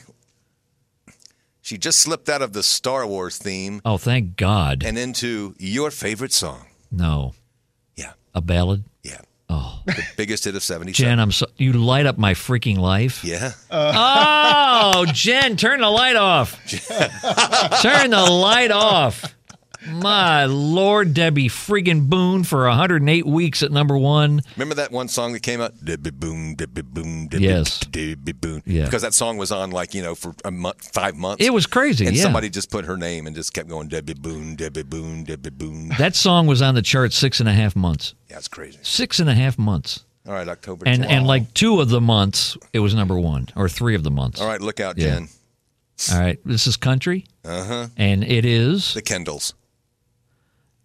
Speaker 3: She just slipped out of the Star Wars theme
Speaker 2: Oh, thank God.
Speaker 3: and into your favorite song.
Speaker 2: no.
Speaker 3: Yeah,
Speaker 2: A ballad.
Speaker 3: yeah.
Speaker 2: Oh,
Speaker 3: The biggest hit of 77.
Speaker 2: Jen, I'm so you light up my freaking life.
Speaker 3: Yeah.
Speaker 2: Oh, Jen, turn the light off. turn the light off. My Lord, Debbie friggin' Boone for 108 weeks at number one.
Speaker 3: Remember that one song that came out? Dibby boom, dibby boom, dibby
Speaker 2: Yes.
Speaker 3: dibby boom.
Speaker 2: Yeah.
Speaker 3: Because that song was on like, you know, for a month, five months.
Speaker 2: It was crazy.
Speaker 3: And
Speaker 2: yeah.
Speaker 3: somebody just put her name and just kept going, Debbie Boone, Debbie Boone, Debbie Boone.
Speaker 2: that song was on the chart six and a half months.
Speaker 3: Yeah, it's crazy.
Speaker 2: Six and a half months.
Speaker 3: All right, October
Speaker 2: And
Speaker 3: 10th.
Speaker 2: and like two of the months, it was number one, or three of the months.
Speaker 3: All right, look out,
Speaker 2: Yeah.
Speaker 3: Jen.
Speaker 2: All right. This is country. Uh
Speaker 3: Uh-huh.
Speaker 2: huh. And it is
Speaker 3: The Kendalls.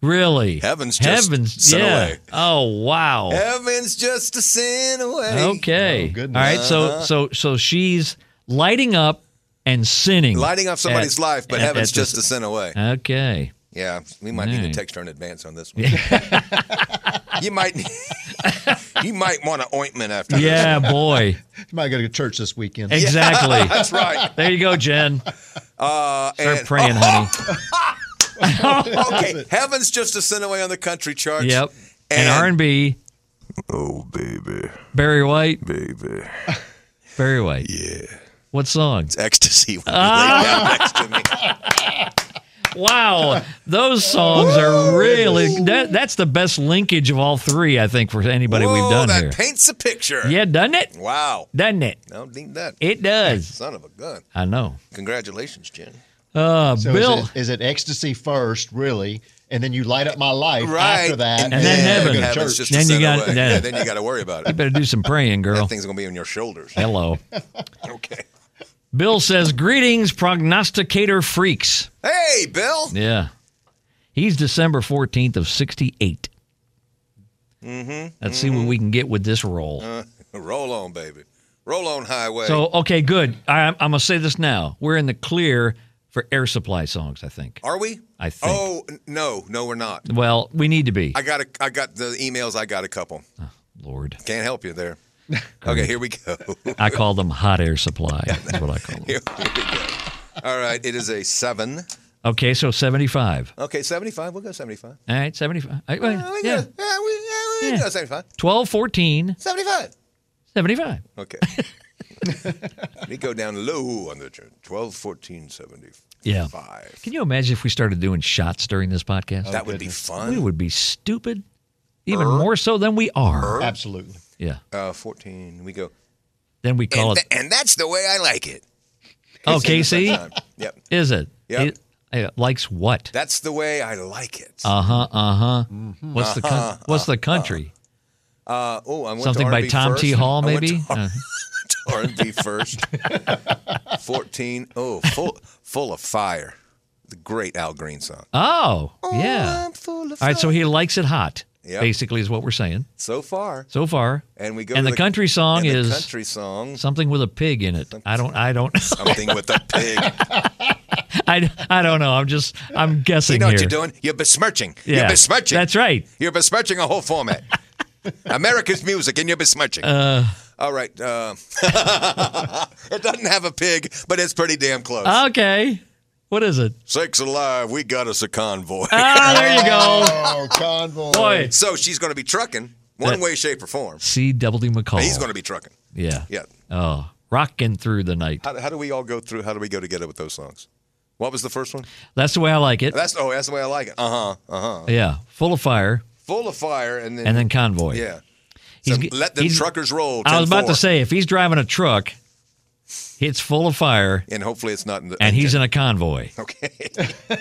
Speaker 2: really
Speaker 3: Heaven's just
Speaker 2: heavens.
Speaker 3: sent
Speaker 2: yeah.
Speaker 3: away.
Speaker 2: Oh wow.
Speaker 3: Heaven's just a sin away.
Speaker 2: Okay.
Speaker 4: Oh, goodness.
Speaker 2: All right.
Speaker 3: Uh-huh.
Speaker 2: So so so she's lighting up and sinning.
Speaker 3: Lighting up somebody's
Speaker 2: at-
Speaker 3: life, but
Speaker 2: at-
Speaker 3: heaven's
Speaker 2: at
Speaker 3: just
Speaker 2: this-
Speaker 3: a sin away.
Speaker 2: Okay.
Speaker 3: Yeah, we might need
Speaker 2: Alright.
Speaker 3: to text her in advance on this one. you might, you might want an ointment after this.
Speaker 2: Yeah, boy.
Speaker 4: You might go to church this weekend.
Speaker 2: Exactly.
Speaker 3: That's right.
Speaker 2: There you go, Jen.
Speaker 3: Uh,
Speaker 2: Start
Speaker 3: and- oh,
Speaker 2: praying, honey.
Speaker 3: okay, heaven's just a sin away on the country charts.
Speaker 2: Yep. And, R and B.
Speaker 3: Oh baby,
Speaker 2: Barry White.
Speaker 3: baby,
Speaker 2: Barry White.
Speaker 3: yeah.
Speaker 2: What song?
Speaker 3: It's ecstasy when you lay down next to me.
Speaker 2: Wow, those songs are really that, that's the best linkage of all three, I think, for anybody
Speaker 3: Whoa,
Speaker 2: we've done
Speaker 3: that
Speaker 2: here.
Speaker 3: paints a picture.
Speaker 2: yeah, doesn't it?
Speaker 3: Wow.
Speaker 2: Doesn't it?
Speaker 3: I don't need that.
Speaker 2: It does.
Speaker 3: Son of a gun.
Speaker 2: I know.
Speaker 3: Congratulations, Jen.
Speaker 2: Uh,
Speaker 4: So
Speaker 2: Bill,
Speaker 4: Is, it, is it ecstasy first, really, and then you light up my life
Speaker 3: Right.
Speaker 4: after that,
Speaker 2: And then
Speaker 4: you
Speaker 2: heaven.
Speaker 4: go to
Speaker 3: Heaven's
Speaker 4: church.
Speaker 3: just a
Speaker 2: Then you
Speaker 3: sin
Speaker 2: got-
Speaker 3: away.
Speaker 2: yeah.
Speaker 3: Yeah, then you got to worry about it.
Speaker 2: better do some praying, girl.
Speaker 3: That thing's gonna be on your shoulders.
Speaker 2: Hello.
Speaker 3: Okay.
Speaker 2: Bill says, "Greetings, prognosticator freaks."
Speaker 3: Hey, Bill.
Speaker 2: Yeah, he's December fourteenth of sixty-eight. Mm-hmm, Let's see what we can get with this roll.
Speaker 3: Roll on, baby. Roll on highway.
Speaker 2: so, okay, good. I, I'm gonna say this now. We're in the clear for air supply songs. I think.
Speaker 3: Are we?
Speaker 2: I think.
Speaker 3: Oh n- no, no, we're not.
Speaker 2: Well, we need to be.
Speaker 3: I got a, I got the emails. I got a couple.
Speaker 2: Lord.
Speaker 3: Can't help you there. Okay, here we go.
Speaker 2: I call them hot air supply. That's what I call them.
Speaker 3: All right, it is a seven.
Speaker 2: Okay, so 75.
Speaker 3: Okay, seventy-five. We'll go seventy-five.
Speaker 2: All right, 75. All right,
Speaker 3: Yeah, we
Speaker 2: yeah.
Speaker 3: go. Yeah, we, yeah, we
Speaker 2: Yeah.
Speaker 3: go seventy-five.
Speaker 2: 12, 14,
Speaker 3: Seventy-five.
Speaker 2: 75.
Speaker 3: Okay. we go down low on the chart. 12, 14, 75.
Speaker 2: Yeah. Can you imagine if we started doing shots during this podcast?
Speaker 3: that would be
Speaker 2: we
Speaker 3: fun.
Speaker 2: would be stupid, even more so than we are.
Speaker 4: Absolutely.
Speaker 2: Yeah.
Speaker 3: Uh, 14. We go.
Speaker 2: Then we call
Speaker 3: And,
Speaker 2: it.
Speaker 3: tha- and that's the way I like it.
Speaker 2: Oh, Casey?
Speaker 3: Time. Yep.
Speaker 2: Is it?
Speaker 3: Yep.
Speaker 2: It- it likes what?
Speaker 3: That's the way I like it.
Speaker 2: Uh huh. Uh huh.
Speaker 3: Mm-hmm.
Speaker 2: What's the coun- What's the country?
Speaker 3: Uh, oh, I went Uh-huh, to
Speaker 2: Something by
Speaker 3: R&B
Speaker 2: Tom T.
Speaker 3: first.
Speaker 2: Hall,
Speaker 3: I went
Speaker 2: maybe.
Speaker 3: to
Speaker 2: Uh,
Speaker 3: R and B first. Fourteen. Oh, full full of fire. The great Al Green song.
Speaker 2: oh, yeah.
Speaker 3: I'm full of
Speaker 2: All right, so he likes it hot.
Speaker 3: Yep.
Speaker 2: Basically, is what we're saying
Speaker 3: so far,
Speaker 2: so far.
Speaker 3: and we go.
Speaker 2: And
Speaker 3: to
Speaker 2: the country song
Speaker 3: and the
Speaker 2: is-
Speaker 3: country song.
Speaker 2: Something with a pig in it. I don't. I don't.
Speaker 3: Something with a pig.
Speaker 2: I, I don't know. I'm just. I'm guessing
Speaker 3: You know
Speaker 2: here.
Speaker 3: what you're doing? You're besmirching.
Speaker 2: Yeah,
Speaker 3: You're besmirching.
Speaker 2: That's right.
Speaker 3: You're besmirching a whole format. America's music, and you're besmirching. All right. Uh, it doesn't have a pig, but it's pretty damn close.
Speaker 2: Uh. Okay. What is it?
Speaker 3: Sakes alive, we got us a convoy.
Speaker 2: Ah, there you go.
Speaker 4: Oh, convoy.
Speaker 2: Boy.
Speaker 3: So she's going to be trucking
Speaker 2: That-
Speaker 3: one way, shape, or form.
Speaker 2: C. Double D. McCall.
Speaker 3: He's going to be trucking.
Speaker 2: Yeah.
Speaker 3: Yeah. Uh,
Speaker 2: Oh, rocking through the night.
Speaker 3: How, how do we all go through? How do we go together with those songs? What was the first one?
Speaker 2: That's the way I like it.
Speaker 3: That's oh, that's the way I like it. Uh huh. Uh huh.
Speaker 2: Yeah. Full of fire,
Speaker 3: Full of fire, and then,
Speaker 2: and then convoy.
Speaker 3: yeah.
Speaker 2: He's
Speaker 3: So
Speaker 2: g-
Speaker 3: let the
Speaker 2: he's-
Speaker 3: truckers roll.
Speaker 2: I was about to
Speaker 3: 10-4.
Speaker 2: say if he's driving a truck, it's full of fire,
Speaker 3: and hopefully it's not in the.
Speaker 2: and he's in a convoy.
Speaker 3: okay.
Speaker 2: Oh,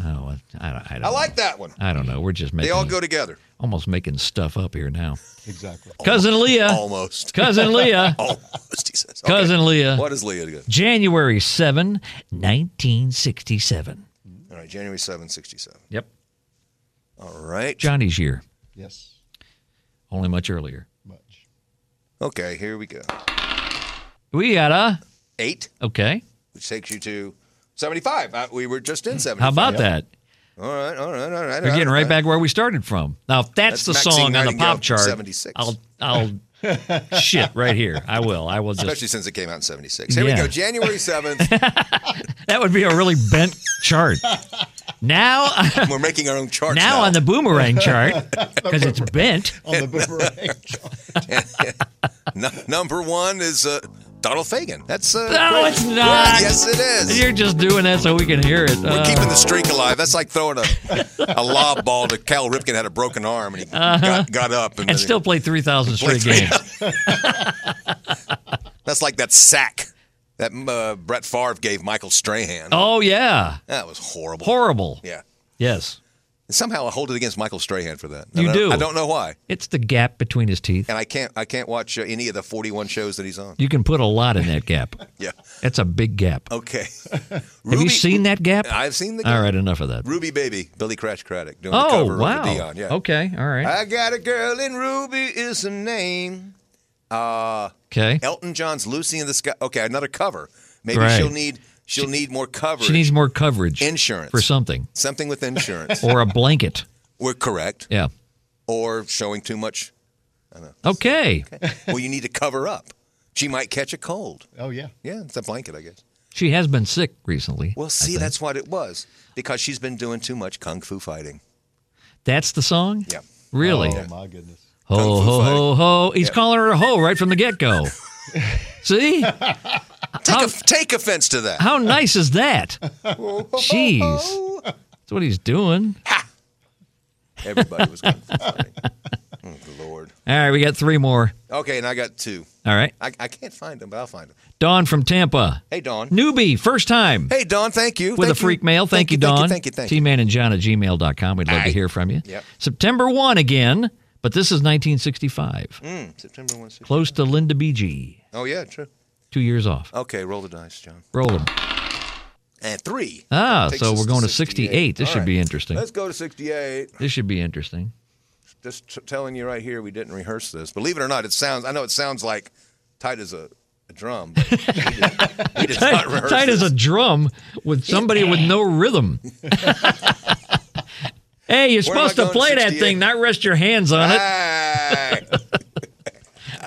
Speaker 2: I, I don't. I, don't
Speaker 3: I like that one.
Speaker 2: I don't know. We're just making
Speaker 3: They all go together.
Speaker 2: almost making stuff up here now.
Speaker 4: Exactly.
Speaker 2: Cousin
Speaker 3: Oh.
Speaker 2: Leah.
Speaker 3: Almost.
Speaker 2: Cousin Leah.
Speaker 3: Almost. He says. Okay.
Speaker 2: Cousin Leah.
Speaker 3: What is Leah? doing?
Speaker 2: January 7, 1967.
Speaker 3: All right, January seven sixty seven.
Speaker 2: Yep.
Speaker 3: All right.
Speaker 2: Johnny's year,
Speaker 4: Yes.
Speaker 2: only much earlier.
Speaker 4: Much.
Speaker 3: Okay, here we go.
Speaker 2: We got a.
Speaker 3: Eight,
Speaker 2: Okay.
Speaker 3: which takes you to seventy five. Uh, we were just in seventy.
Speaker 2: How about that?
Speaker 3: All right, all right, all right.
Speaker 2: We're getting right back where we started from. Now, if that's,
Speaker 3: That's
Speaker 2: the
Speaker 3: Maxine
Speaker 2: song on the
Speaker 3: Nightingale
Speaker 2: pop chart,
Speaker 3: 76.
Speaker 2: I'll, I'll shit right here. I will. I will just.
Speaker 3: Especially since it came out in seventy six. Here
Speaker 2: Yeah.
Speaker 3: we go. January seventh.
Speaker 2: That would be a really bent chart. Now,
Speaker 3: we're making our own charts.
Speaker 2: now on the boomerang chart because it's bent.
Speaker 4: On the boomerang.
Speaker 3: N- number one is uh, Donald Fagan. That's uh,
Speaker 2: No,
Speaker 3: great.
Speaker 2: it's not.
Speaker 3: Yes, it is.
Speaker 2: You're just doing that so we can hear it.
Speaker 3: We're
Speaker 2: Uh,
Speaker 3: keeping the streak alive. That's like throwing a, a lob ball to Cal Ripken had a broken arm and he got, got up and, then
Speaker 2: Uh-huh. and
Speaker 3: he-
Speaker 2: still play 3,000
Speaker 3: Play
Speaker 2: straight
Speaker 3: three-
Speaker 2: games.
Speaker 3: That's like that sack that uh, Brett Favre gave Michael Strahan.
Speaker 2: Oh, yeah.
Speaker 3: That was horrible.
Speaker 2: Horrible.
Speaker 3: Yeah.
Speaker 2: Yes.
Speaker 3: Somehow I hold it against Michael Strahan for that.
Speaker 2: You
Speaker 3: I
Speaker 2: do.
Speaker 3: I don't know why.
Speaker 2: It's the gap between his teeth.
Speaker 3: And I can't. I can't watch uh, any of the 41 shows that he's on.
Speaker 2: You can put a lot in that gap.
Speaker 3: Yeah.
Speaker 2: That's a big gap.
Speaker 3: Okay.
Speaker 2: Have you seen that gap?
Speaker 3: I've seen the.
Speaker 2: All right, enough of that.
Speaker 3: Ruby Baby, Billy Crash Craddock doing the
Speaker 2: Oh
Speaker 3: cover of the
Speaker 2: wow.
Speaker 3: Dion. Yeah.
Speaker 2: Okay. All right.
Speaker 3: I got a girl in Ruby is the name.
Speaker 2: Okay.
Speaker 3: Elton John's Lucy in the Sky. Okay, another cover. Maybe
Speaker 2: Right.
Speaker 3: she'll need she'll need more coverage.
Speaker 2: She needs more coverage.
Speaker 3: Insurance.
Speaker 2: for something
Speaker 3: something with insurance.
Speaker 2: or a blanket.
Speaker 3: We're correct.
Speaker 2: Yeah.
Speaker 3: Or showing too much.
Speaker 2: Okay.
Speaker 3: Well, you need to cover up. She might catch a cold.
Speaker 4: Oh yeah.
Speaker 3: Yeah, it's a blanket, I guess.
Speaker 2: She has been sick recently.
Speaker 3: Well, see, that's what it was because she's been doing too much kung fu fighting.
Speaker 2: That's the song?
Speaker 3: Yeah.
Speaker 2: Really?
Speaker 4: Oh my goodness.
Speaker 2: Ho,
Speaker 3: Kung Fu
Speaker 2: ho, ho, ho. He's calling her a ho right from the get go. See?
Speaker 3: Take, off- take offense to that.
Speaker 2: Uh, How nice is that? Jeez. That's what he's doing.
Speaker 3: Everybody was kung fu fighting. Oh, good Lord.
Speaker 2: All right, we got three more.
Speaker 3: Okay, and I got two.
Speaker 2: All right.
Speaker 3: I, I can't find them, but I'll find them.
Speaker 2: Dawn from Tampa.
Speaker 3: Hey, Dawn.
Speaker 2: Newbie, first time.
Speaker 3: Hey, Dawn, thank you.
Speaker 2: With
Speaker 3: Thank
Speaker 2: a freak
Speaker 3: you.
Speaker 2: mail. Thank, you, Dawn.
Speaker 3: Thank you, thank you.
Speaker 2: T-Man and John at gmail.com. We'd love to
Speaker 3: Aye.
Speaker 2: hear from you.
Speaker 3: Yep.
Speaker 2: September 1 again, but this is 1965.
Speaker 3: Mm, September 1. six-
Speaker 2: Close to Linda BG.
Speaker 3: Oh, yeah, true.
Speaker 2: Two years off.
Speaker 3: Okay, roll the dice, John.
Speaker 2: Roll 'em.
Speaker 3: And three.
Speaker 2: Ah,
Speaker 3: Takes
Speaker 2: so
Speaker 3: us
Speaker 2: we're going to
Speaker 3: 68.
Speaker 2: 68. This
Speaker 3: All
Speaker 2: should
Speaker 3: right.
Speaker 2: be interesting.
Speaker 3: Let's go to 68.
Speaker 2: This should be interesting.
Speaker 3: Just t- telling you right here, we didn't rehearse this. Believe it or not, it sounds, I know it sounds like tight as a, a drum, but we did, we did not rehearse
Speaker 2: Tight as
Speaker 3: this.
Speaker 2: a drum with somebody with no rhythm. hey, you're
Speaker 3: Where am I
Speaker 2: supposed to
Speaker 3: going,
Speaker 2: play that
Speaker 3: 68?
Speaker 2: thing, not rest your hands on it.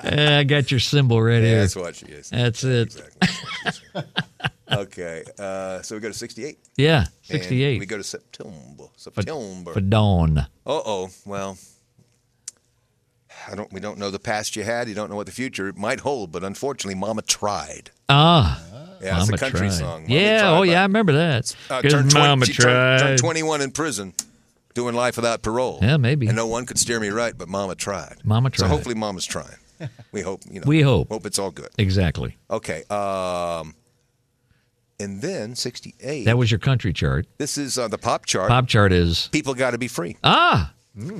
Speaker 3: Ah,
Speaker 2: Eh, I got your cymbal right here.
Speaker 3: that's what she is.
Speaker 2: That's it.
Speaker 3: Exactly. okay, uh, so we go to 68.
Speaker 2: Yeah,
Speaker 3: and
Speaker 2: 68.
Speaker 3: We go to September. September.
Speaker 2: for dawn.
Speaker 3: Uh oh. Well, I don't. We don't know the past you had. You don't know what the future might hold. But unfortunately, Mama tried.
Speaker 2: Ah,
Speaker 3: Yeah,
Speaker 2: Mama
Speaker 3: it's a country
Speaker 2: tried.
Speaker 3: song. Mama
Speaker 2: yeah,
Speaker 3: Tried
Speaker 2: oh
Speaker 3: by-
Speaker 2: yeah, I remember that.
Speaker 3: Uh,
Speaker 2: 'Cause
Speaker 3: turned, 20,
Speaker 2: Mama
Speaker 3: she turned,
Speaker 2: tried.
Speaker 3: turned 21 in prison, doing life without parole.
Speaker 2: Yeah, maybe.
Speaker 3: And no one could steer me right, but Mama tried.
Speaker 2: Mama
Speaker 3: So
Speaker 2: tried.
Speaker 3: hopefully, Mama's trying. We hope. You know.
Speaker 2: We hope.
Speaker 3: Hope it's all good.
Speaker 2: Exactly.
Speaker 3: Okay. Um, and then 68.
Speaker 2: That was your country chart.
Speaker 3: this is uh, the pop chart.
Speaker 2: Pop chart is
Speaker 3: People got to be free. Mm.
Speaker 2: ah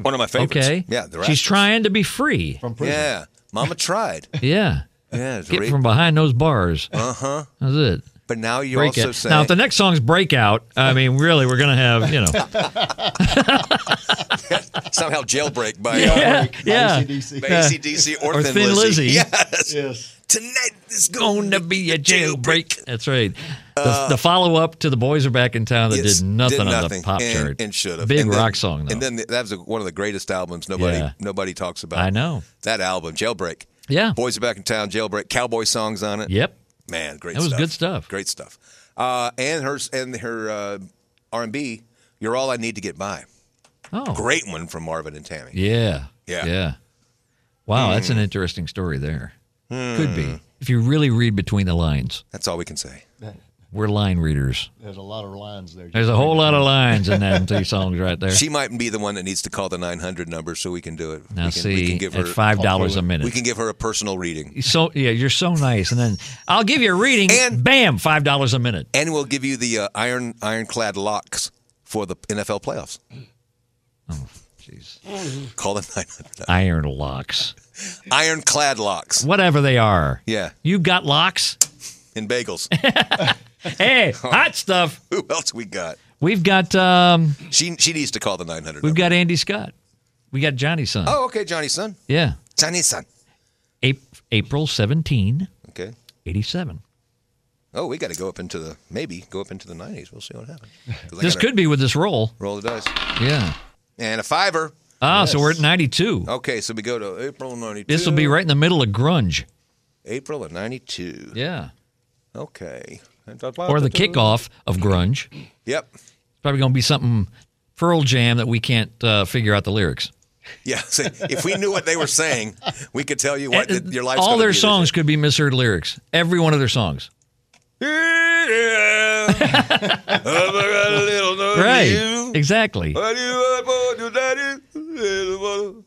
Speaker 3: One of my favorites.
Speaker 2: okay.
Speaker 3: Oh, Yeah,
Speaker 2: she's
Speaker 3: the Rascals. Oh.
Speaker 2: trying to be free.
Speaker 4: From prison.
Speaker 3: Yeah, Mama tried.
Speaker 2: Yeah,
Speaker 3: Yeah, it's
Speaker 2: get
Speaker 3: rape.
Speaker 2: from behind those bars. Uh huh. That's it.
Speaker 3: But now you're
Speaker 2: Break
Speaker 3: Uh-huh. also
Speaker 2: it.
Speaker 3: saying
Speaker 2: Now, if the next song's "Breakout," I mean, really, we're gonna have you know,
Speaker 3: somehow jailbreak by, uh,
Speaker 4: Yeah.
Speaker 2: Yeah, yeah.
Speaker 4: ACDC.
Speaker 3: by ACDC or,
Speaker 2: Or
Speaker 3: Thin,
Speaker 2: Thin
Speaker 3: Lizzy.
Speaker 2: Lizzy.
Speaker 3: Yes.
Speaker 4: Yes.
Speaker 3: Tonight is going
Speaker 2: gonna
Speaker 3: to
Speaker 2: be a jailbreak. That's right. The,
Speaker 3: Uh,
Speaker 2: the follow-up to "The Boys Are Back in Town" that did nothing, on the pop
Speaker 3: and,
Speaker 2: chart
Speaker 3: and should have
Speaker 2: Big
Speaker 3: And then-
Speaker 2: rock song though.
Speaker 3: And then the, that was one of the greatest albums. Nobody
Speaker 2: Yeah.
Speaker 3: nobody talks about.
Speaker 2: I know.
Speaker 3: that album, Jailbreak.
Speaker 2: Yeah.
Speaker 3: Boys are back in town. Jailbreak. Cowboy songs on it.
Speaker 2: Yep.
Speaker 3: Man, great.
Speaker 2: That was
Speaker 3: stuff.
Speaker 2: good stuff.
Speaker 3: Great stuff. Uh, and her and her uh, R and B. You're all I need to get by.
Speaker 2: Oh.
Speaker 3: Great one from Marvin and Tammy.
Speaker 2: Yeah.
Speaker 3: Yeah. Hmm.
Speaker 2: Yeah. Wow, that's an interesting story there. Could be. If you really read between the lines.
Speaker 3: That's all we can say.
Speaker 2: We're line readers.
Speaker 4: There's a lot of lines there.
Speaker 2: There's a whole lot of lines in them two songs right there.
Speaker 3: She might be the one that needs to call the 900 number so we can do it.
Speaker 2: now
Speaker 3: we can,
Speaker 2: see,
Speaker 3: we can give her
Speaker 2: at five dollars a
Speaker 3: we
Speaker 2: minute.
Speaker 3: can give her a personal reading,
Speaker 2: so yeah, you're so nice, and then I'll give you a reading,
Speaker 3: And-
Speaker 2: bam, five dollars a minute.
Speaker 3: and we'll give you the uh, iron ironclad locks for the NFL playoffs.
Speaker 2: Oh, Jeez.
Speaker 3: Call the 900
Speaker 2: Iron locks,
Speaker 3: ironclad locks.
Speaker 2: whatever they are.
Speaker 3: Yeah,
Speaker 2: You got locks?
Speaker 3: in bagels.
Speaker 2: Hey, hot stuff.
Speaker 3: Who else we got?
Speaker 2: We've got um,
Speaker 3: She she needs to call the 900.
Speaker 2: we've
Speaker 3: number.
Speaker 2: got Andy Scott. We got Johnny's son.
Speaker 3: Oh, okay, Johnny son.
Speaker 2: Yeah,
Speaker 3: Johnny son.
Speaker 2: Ap- April 17,
Speaker 3: Okay.
Speaker 2: 87.
Speaker 3: Oh, we got to go up into the maybe go up into the 90s. We'll see what happens. 'Cause I
Speaker 2: This
Speaker 3: gotta
Speaker 2: could be with this roll.
Speaker 3: roll the dice
Speaker 2: Yeah.
Speaker 3: and a fiver.
Speaker 2: Ah, so we're at 92.
Speaker 3: Okay, so we go to April 92.
Speaker 2: This will be right in the middle of grunge.
Speaker 3: April of 92.
Speaker 2: Yeah.
Speaker 3: Okay.
Speaker 2: Or the kickoff of grunge.
Speaker 3: Yep.
Speaker 2: Probably going to be something Pearl Jam that we can't uh, figure out the lyrics.
Speaker 3: Yeah. See, if we knew what they were saying, we could tell you what
Speaker 2: Uh,
Speaker 3: your life's
Speaker 2: All
Speaker 3: gonna
Speaker 2: their
Speaker 3: be
Speaker 2: songs could be misheard lyrics. Every one of their songs.
Speaker 3: Yeah. I've got a little note for
Speaker 2: Right.
Speaker 3: you.
Speaker 2: Exactly.
Speaker 3: What do you want for your daddy? Little boy.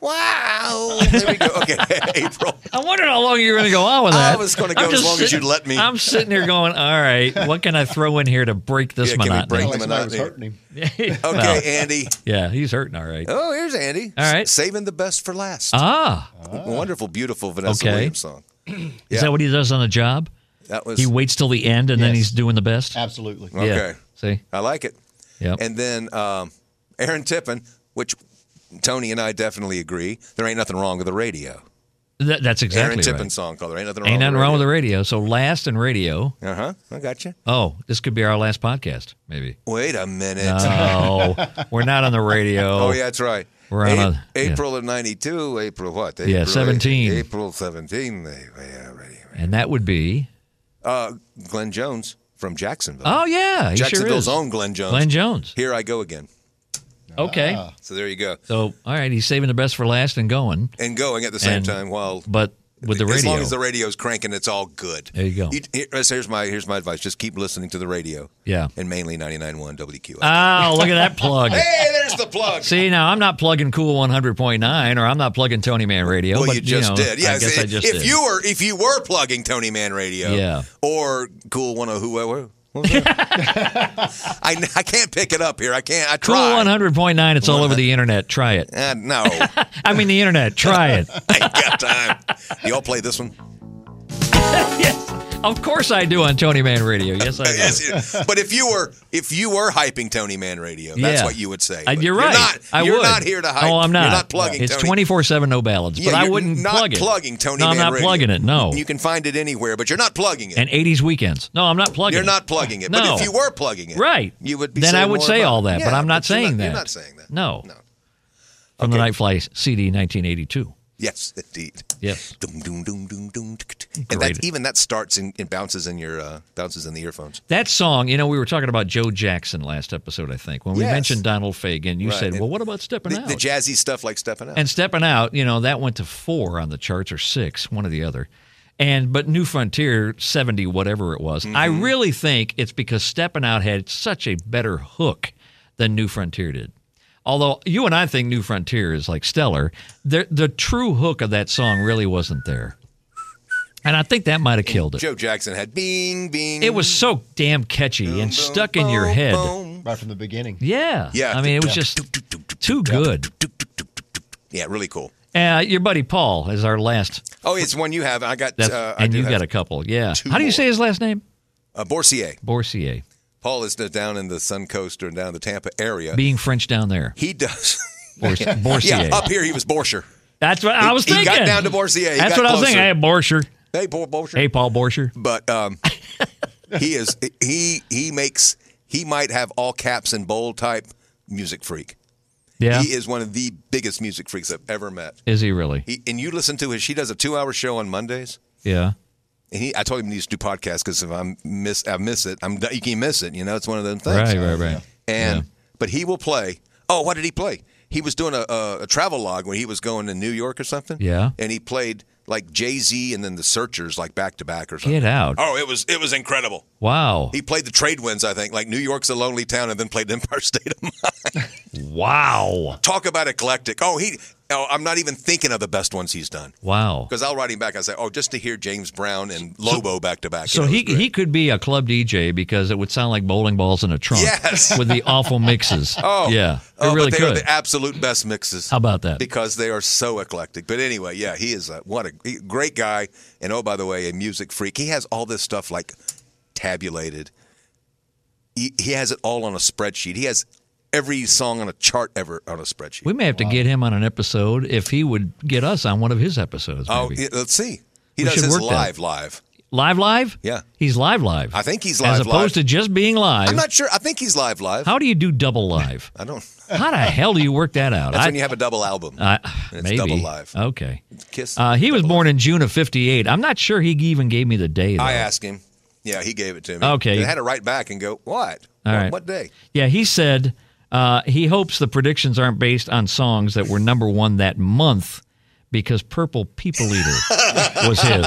Speaker 3: Wow. There we go. Okay, April.
Speaker 2: I wondered how long you were going to go on with
Speaker 3: I
Speaker 2: that.
Speaker 3: was gonna go
Speaker 2: I'm
Speaker 3: as
Speaker 2: just
Speaker 3: long as
Speaker 2: sitting-
Speaker 3: you'd let me.
Speaker 2: I'm sitting here going, all right, what can I throw in here to break this
Speaker 3: Yeah, can we
Speaker 2: monotony?
Speaker 3: break
Speaker 4: Like
Speaker 3: I'm
Speaker 4: somebody was
Speaker 3: not-
Speaker 4: hurting him.
Speaker 3: Okay, Andy.
Speaker 2: yeah, he's hurting all right.
Speaker 3: Oh, here's Andy.
Speaker 2: All right.
Speaker 3: Saving the best for last.
Speaker 2: Ah,
Speaker 3: Wonderful, beautiful Vanessa
Speaker 2: Okay.
Speaker 3: Williams song.
Speaker 2: is that what he does on the job?
Speaker 3: That was
Speaker 2: He waits till the end and then
Speaker 4: Yes.
Speaker 2: he's doing the best?
Speaker 4: Absolutely.
Speaker 3: okay.
Speaker 2: Yeah. See?
Speaker 3: I like it.
Speaker 2: Yep.
Speaker 3: And then um, Aaron Tippin, which Tony and I definitely agree, there ain't nothing wrong with the radio.
Speaker 2: Th- that's exactly
Speaker 3: Aaron
Speaker 2: right.
Speaker 3: Tippin song called "There Ain't Nothing Wrong."
Speaker 2: Ain't nothing wrong with the
Speaker 3: radio.
Speaker 2: radio. So last and radio.
Speaker 3: Uh huh. I got you.
Speaker 2: Oh, this could be our last podcast, maybe.
Speaker 3: Wait a minute.
Speaker 2: Oh, we're not on the radio.
Speaker 3: oh yeah, that's right.
Speaker 2: We're on a- yeah.
Speaker 3: April of '92. April what? April,
Speaker 2: Yeah, 17.
Speaker 3: April 17. they- yeah, radio.
Speaker 2: And that would be.
Speaker 3: Uh, Glenn Jones from Jacksonville.
Speaker 2: Oh yeah, he sure
Speaker 3: Jacksonville's
Speaker 2: is.
Speaker 3: own Glenn Jones.
Speaker 2: Glenn Jones.
Speaker 3: Here I go again.
Speaker 2: Okay.
Speaker 3: So there you go.
Speaker 2: So all right, he's saving the best for last and going,
Speaker 3: And going at the same
Speaker 2: And-
Speaker 3: time while
Speaker 2: but with the radio.
Speaker 3: As long as the radio's cranking, it's all good.
Speaker 2: There you go.
Speaker 3: here- so here's my here's my advice. Just keep listening to the radio.
Speaker 2: Yeah.
Speaker 3: And mainly 99.1 WQI.
Speaker 2: oh, look at that plug.
Speaker 3: hey, there's the plug.
Speaker 2: See now, I'm not plugging Cool 100.9, or I'm not plugging Tony Man Radio.
Speaker 3: well,
Speaker 2: but,
Speaker 3: you just
Speaker 2: know,
Speaker 3: did. Yeah,
Speaker 2: I guess
Speaker 3: see,
Speaker 2: I just
Speaker 3: if
Speaker 2: did.
Speaker 3: you were if you were plugging Tony Man Radio,
Speaker 2: Yeah.
Speaker 3: or Cool One or whoever. what was that? I, I can't pick it up here. I can't. I
Speaker 2: Cool
Speaker 3: try.
Speaker 2: 100.9, it's all over the internet. Try it.
Speaker 3: Uh, no, I
Speaker 2: I mean, the internet. Try it.
Speaker 3: ain't got time. Y'all play this one.
Speaker 2: Of course, I do on Tony Man Radio. Yes, I do.
Speaker 3: Yes, but if you were if you were hyping Tony Man Radio, that's
Speaker 2: Yeah.
Speaker 3: what you would say.
Speaker 2: I-
Speaker 3: But
Speaker 2: Uh, you're right.
Speaker 3: not,
Speaker 2: I
Speaker 3: you're
Speaker 2: would.
Speaker 3: not here to hype.
Speaker 2: Oh, I'm not.
Speaker 3: You're not plugging.
Speaker 2: It's
Speaker 3: Tony.
Speaker 2: 24 seven no ballads,
Speaker 3: Yeah,
Speaker 2: but I
Speaker 3: you're
Speaker 2: wouldn't
Speaker 3: not
Speaker 2: plug it.
Speaker 3: plugging Tony
Speaker 2: No,
Speaker 3: Man
Speaker 2: I'm not
Speaker 3: Radio.
Speaker 2: plugging it. No.
Speaker 3: you can find it anywhere, but you're not plugging it.
Speaker 2: and 80s weekends. No, I'm not plugging.
Speaker 3: you're
Speaker 2: it.
Speaker 3: not plugging it.
Speaker 2: No.
Speaker 3: But if you were plugging it,
Speaker 2: right,
Speaker 3: you would. Be
Speaker 2: then I
Speaker 3: saying
Speaker 2: would
Speaker 3: more
Speaker 2: say
Speaker 3: about
Speaker 2: all
Speaker 3: it.
Speaker 2: that, but
Speaker 3: Yeah,
Speaker 2: I'm not
Speaker 3: you're
Speaker 2: saying that.
Speaker 3: You're not saying that.
Speaker 2: No.
Speaker 3: No.
Speaker 2: From the Nightfly CD, 1982.
Speaker 3: Yes, indeed.
Speaker 2: Yes.
Speaker 3: Dum, dum, dum, dum, dum, tick, tick. And
Speaker 2: Great.
Speaker 3: that even that starts and and bounces in your uh, bounces in the earphones.
Speaker 2: That song, you know, we were talking about Joe Jackson last episode, I think. When we
Speaker 3: Yes.
Speaker 2: mentioned Donald Fagen, you
Speaker 3: Right.
Speaker 2: said,
Speaker 3: And
Speaker 2: well, what about stepping
Speaker 3: The,
Speaker 2: out?
Speaker 3: the jazzy stuff like stepping out.
Speaker 2: and stepping out, you know, that went to four on the charts or six, one or the other. And but New Frontier, 70, whatever it was. I really think it's because stepping out had such a better hook than New Frontier did. Although you and I think New Frontier is like stellar, the, the true hook of that song really wasn't there. And I think that might have killed it.
Speaker 3: Joe Jackson had bing bing.
Speaker 2: It was so damn catchy and stuck in your head.
Speaker 4: Right from the beginning.
Speaker 2: Yeah.
Speaker 3: Yeah.
Speaker 2: I mean, it was just too good.
Speaker 3: Yeah, really cool.
Speaker 2: Uh, your buddy Paul is our last
Speaker 3: Oh, it's one you have. I got.
Speaker 2: That's,
Speaker 3: uh, I
Speaker 2: and
Speaker 3: do
Speaker 2: you've
Speaker 3: have,
Speaker 2: got a couple, yeah.
Speaker 3: two
Speaker 2: How do you
Speaker 3: more.
Speaker 2: say his last name?
Speaker 3: uh, Borsier.
Speaker 2: Borsier.
Speaker 3: Paul is down in the Sun Coast or down in the Tampa area.
Speaker 2: Being French down there,
Speaker 3: he does.
Speaker 2: Bors- Borsier.
Speaker 3: yeah, up here he was Borscher.
Speaker 2: That's what I
Speaker 3: He-
Speaker 2: was
Speaker 3: he got
Speaker 2: thinking.
Speaker 3: down to Borsier. He
Speaker 2: That's
Speaker 3: got
Speaker 2: what I was thinking. Hey,
Speaker 3: closer.
Speaker 2: Borscher.
Speaker 3: Hey, Bo- Borscher.
Speaker 2: Hey, Paul Borscher.
Speaker 3: but um, he is he he makes he might have all caps and bold type music freak.
Speaker 2: Yeah.
Speaker 3: He is one of the biggest music freaks I've ever met.
Speaker 2: is he really?
Speaker 3: He, and you listen to his. She does a two hour show on Mondays.
Speaker 2: Yeah.
Speaker 3: And he, I told him he needs to do podcasts because if I miss, I miss it. I'm you can miss it. You know, it's one of those things.
Speaker 2: Right, right, right.
Speaker 3: And but he will play. Oh, what did he play? He was doing a, a, a travel log when he was going to New York or something.
Speaker 2: Yeah.
Speaker 3: And he played like Jay Z and then the Searchers like back to back or something.
Speaker 2: Get out.
Speaker 3: Oh, it was it was incredible.
Speaker 2: Wow.
Speaker 3: He played the trade winds, I think, like New York's a lonely town, and then played Empire State of Mind.
Speaker 2: Wow.
Speaker 3: Talk about eclectic. Oh, he. Oh, I'm not even thinking of the best ones he's done.
Speaker 2: Wow.
Speaker 3: Because I'll write him back. I say, oh, just to hear James Brown and Lobo back to back.
Speaker 2: So
Speaker 3: you know,
Speaker 2: he
Speaker 3: it was great.
Speaker 2: he could be a club DJ because it would sound like bowling balls in a trunk
Speaker 3: Yes.
Speaker 2: with the awful mixes.
Speaker 3: Oh,
Speaker 2: yeah.
Speaker 3: Oh,
Speaker 2: it really
Speaker 3: but they are
Speaker 2: could.
Speaker 3: the absolute best mixes.
Speaker 2: How about that?
Speaker 3: Because they are so eclectic. But anyway, yeah, he is a, what a he- great guy. And oh, by the way, a music freak. He has all this stuff like tabulated. He, he has it all on a spreadsheet. He has every song on a chart ever on a spreadsheet.
Speaker 2: We may have to get him on an episode if he would get us on one of his episodes.
Speaker 3: oh,
Speaker 2: maybe.
Speaker 3: yeah, let's see. He
Speaker 2: We
Speaker 3: does
Speaker 2: should
Speaker 3: his
Speaker 2: work that.
Speaker 3: live, live.
Speaker 2: Live, live?
Speaker 3: Yeah.
Speaker 2: He's live, live.
Speaker 3: I think he's
Speaker 2: As
Speaker 3: live,
Speaker 2: opposed to
Speaker 3: live.
Speaker 2: just being live.
Speaker 3: I'm not sure. I think he's live, live.
Speaker 2: How do you do double live?
Speaker 3: I don't.
Speaker 2: How the hell do you work that out?
Speaker 3: That's
Speaker 2: I,
Speaker 3: when you have a double album.
Speaker 2: I-
Speaker 3: it's
Speaker 2: maybe.
Speaker 3: double live.
Speaker 2: Okay.
Speaker 3: Kiss.
Speaker 2: Uh, he was born in June of 58. I'm not sure he even gave me the day. Though.
Speaker 3: I asked him. Yeah, he gave it to me.
Speaker 2: Okay.
Speaker 3: And I had to write back and go, what?
Speaker 2: All
Speaker 3: what,
Speaker 2: right.
Speaker 3: what day?
Speaker 2: yeah, he said uh, he hopes the predictions aren't based on songs that were number one that month because Purple People Eater was his.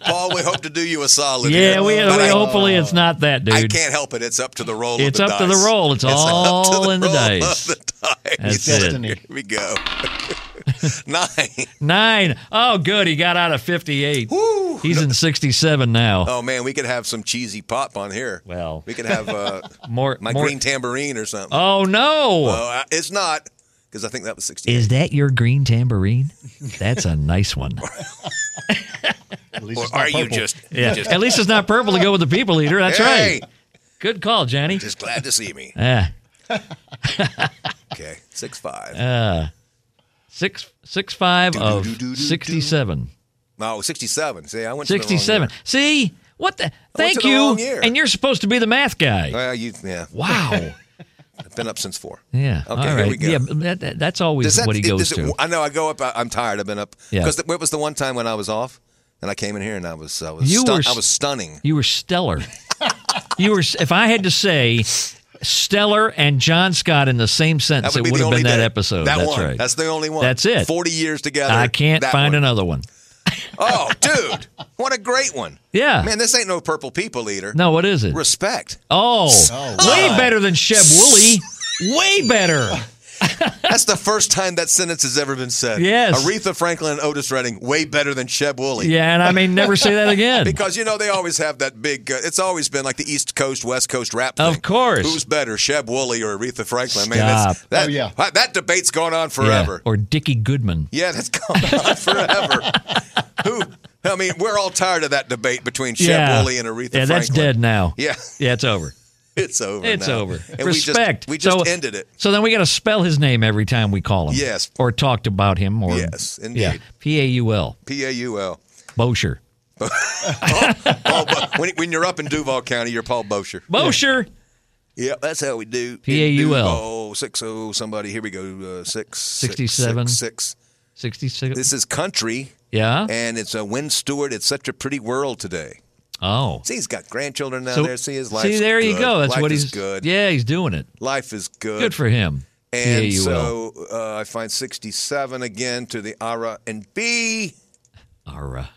Speaker 3: Paul, really hope to do you a solid.
Speaker 2: Yeah,
Speaker 3: here,
Speaker 2: we,
Speaker 3: but
Speaker 2: we
Speaker 3: I-
Speaker 2: hopefully it's not that, dude.
Speaker 3: I can't help it. It's up to the roll.
Speaker 2: It's
Speaker 3: of the
Speaker 2: up to the
Speaker 3: dice.
Speaker 2: roll. It's
Speaker 3: up to
Speaker 2: all in the
Speaker 3: roll of
Speaker 2: dice.
Speaker 3: the dice.
Speaker 2: That's it.
Speaker 4: Destiny.
Speaker 3: Here we go. Nine.
Speaker 2: Nine. Oh, good. He got out of 58.
Speaker 3: Woo.
Speaker 2: He's in 67 now.
Speaker 3: Oh man, we could have some cheesy pop on here.
Speaker 2: Well.
Speaker 3: we could have uh,
Speaker 2: more.
Speaker 3: my
Speaker 2: more-
Speaker 3: green tambourine or something.
Speaker 2: Oh, no.
Speaker 3: Oh, uh, it's not because I think that was sixty.
Speaker 2: Is that your green tambourine? That's a nice one.
Speaker 4: At least
Speaker 3: Or
Speaker 4: it's not
Speaker 3: are you
Speaker 4: purple.
Speaker 3: just?
Speaker 2: Yeah. At least it's not purple to go with the people eater. That's
Speaker 3: hey,
Speaker 2: right. Good call, Johnny.
Speaker 3: just glad to see me.
Speaker 2: Ah,
Speaker 3: Okay, six five.
Speaker 2: Uh, six six five of
Speaker 3: Do-do-do-do-do-do.
Speaker 2: sixty seven.
Speaker 3: no, sixty-seven. See, I went to the wrong
Speaker 2: Sixty seven.
Speaker 3: year.
Speaker 2: See what the? Thank
Speaker 3: the
Speaker 2: you.
Speaker 3: wrong year.
Speaker 2: And you're supposed to be the math guy.
Speaker 3: Well, you yeah,
Speaker 2: Wow.
Speaker 3: I've been up since four.
Speaker 2: Yeah.
Speaker 3: Okay,
Speaker 2: all
Speaker 3: here
Speaker 2: right.
Speaker 3: we go.
Speaker 2: Yeah, but that, that- that's always what he goes
Speaker 3: does it-
Speaker 2: to.
Speaker 3: I know. I go up. I, I'm tired. I've been up.
Speaker 2: Yeah.
Speaker 3: Because it was the one time when I was off, and I came in here and I was I was
Speaker 2: You
Speaker 3: stun-
Speaker 2: were
Speaker 3: I was stunning.
Speaker 2: You were stellar. you were. If I had to say stellar and John Scott in the same
Speaker 3: That
Speaker 2: sentence,
Speaker 3: would
Speaker 2: it
Speaker 3: be
Speaker 2: would
Speaker 3: the
Speaker 2: have
Speaker 3: only
Speaker 2: been that
Speaker 3: day.
Speaker 2: episode.
Speaker 3: That
Speaker 2: that's
Speaker 3: one.
Speaker 2: right.
Speaker 3: That's the only one.
Speaker 2: That's it.
Speaker 3: Forty years together.
Speaker 2: I can't
Speaker 3: that
Speaker 2: find
Speaker 3: one.
Speaker 2: another one.
Speaker 3: Oh, dude, what a great one.
Speaker 2: Yeah.
Speaker 3: Man, this ain't no purple people eater.
Speaker 2: No, what is it?
Speaker 3: Respect.
Speaker 2: Oh,
Speaker 4: Oh,
Speaker 2: way better than Sheb Woolley. Way better.
Speaker 3: That's the first time that sentence has ever been said.
Speaker 2: Yes.
Speaker 3: Aretha Franklin and Otis Redding, way better than Sheb Woolley.
Speaker 2: Yeah, and I may never say that again.
Speaker 3: Because you know they always have that big. Uh, it's always been like the East Coast West Coast rap.
Speaker 2: Of
Speaker 3: thing.
Speaker 2: course.
Speaker 3: who's better, Sheb Woolley or Aretha Franklin? I mean,
Speaker 2: Stop.
Speaker 3: that's, that,
Speaker 4: Oh, yeah.
Speaker 3: uh, that debate's gone on
Speaker 2: Yeah,
Speaker 3: forever. Yeah,
Speaker 2: Or Dickie Goodman.
Speaker 3: that's gone on forever. Who? I mean, we're all tired of that debate between Sheb
Speaker 2: yeah.
Speaker 3: Woolley and Aretha.
Speaker 2: Yeah, that's
Speaker 3: Franklin.
Speaker 2: dead now.
Speaker 3: Yeah,
Speaker 2: Yeah, it's over.
Speaker 3: it's over.
Speaker 2: It's
Speaker 3: now.
Speaker 2: over.
Speaker 3: And
Speaker 2: Respect.
Speaker 3: We just, we just
Speaker 2: So-
Speaker 3: ended it.
Speaker 2: So then we got to spell his name every time we call him.
Speaker 3: Yes.
Speaker 2: Or talked about him. Or
Speaker 3: Yes, indeed.
Speaker 2: Yeah. P A U L.
Speaker 3: P A U L.
Speaker 2: Bosher.
Speaker 3: Paul Bo- when, when you're up in Duval County, you're Paul Bosher.
Speaker 2: Bosher.
Speaker 3: Yep, that's how we do.
Speaker 2: P.A.U.L..
Speaker 3: Oh, six oh somebody. Here we go. Uh, six six,
Speaker 2: 67.
Speaker 3: six, six.
Speaker 2: Sixty six.
Speaker 3: This is country,
Speaker 2: Yeah.
Speaker 3: and it's a Win Stewart. It's such a pretty world today.
Speaker 2: Oh.
Speaker 3: See, he's got grandchildren down
Speaker 2: So-
Speaker 3: there. See his life.
Speaker 2: See, there you go. That's
Speaker 3: life
Speaker 2: what
Speaker 3: is
Speaker 2: he's
Speaker 3: good.
Speaker 2: Yeah, he's doing it.
Speaker 3: Life is good.
Speaker 2: Good for him.
Speaker 3: And
Speaker 2: P A U L.
Speaker 3: so uh, I find sixty-seven again to the Ara and B.
Speaker 2: Ara.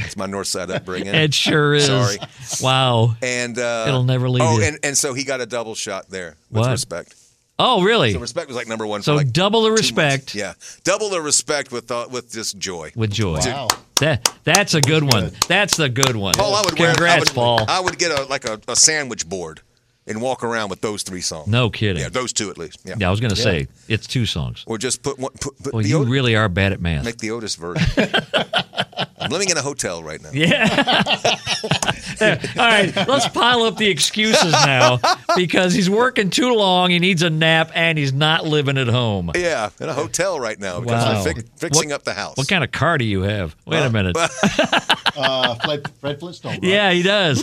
Speaker 3: It's my North Side upbringing.
Speaker 2: It sure is.
Speaker 3: Sorry.
Speaker 2: Wow.
Speaker 3: and uh,
Speaker 2: It'll never leave
Speaker 3: Oh,
Speaker 2: you.
Speaker 3: and, and so he got a double shot there with
Speaker 2: What?
Speaker 3: respect.
Speaker 2: Oh, really?
Speaker 3: So respect was like number one.
Speaker 2: So
Speaker 3: for like
Speaker 2: double the
Speaker 3: two months.
Speaker 2: respect
Speaker 3: Yeah, double the respect with uh, with just joy.
Speaker 2: with joy.
Speaker 4: Wow.
Speaker 2: That that's a good one. That's the good one.
Speaker 3: Paul, I would
Speaker 2: Congrats,
Speaker 3: wear. I would,
Speaker 2: Paul.
Speaker 3: I would get a like a, a sandwich board and walk around with those three songs.
Speaker 2: no kidding.
Speaker 3: Yeah,
Speaker 2: Yeah,
Speaker 3: those two at least. Yeah.
Speaker 2: I was gonna say it's two songs.
Speaker 3: Or just put one. Put, put
Speaker 2: Well,
Speaker 3: the
Speaker 2: you
Speaker 3: Otis,
Speaker 2: really are bad at math.
Speaker 3: make the Otis version. I'm living in a hotel right now.
Speaker 2: yeah. All right, let's pile up the excuses now because he's working too long, he needs a nap, and he's not living at home.
Speaker 3: Yeah, in a hotel right now because
Speaker 2: Wow.
Speaker 3: we're fi- fixing up the house.
Speaker 2: What kind of car do you have? Wait a minute.
Speaker 4: Uh, Fred, Fred Flintstone. Right?
Speaker 2: Yeah, he does.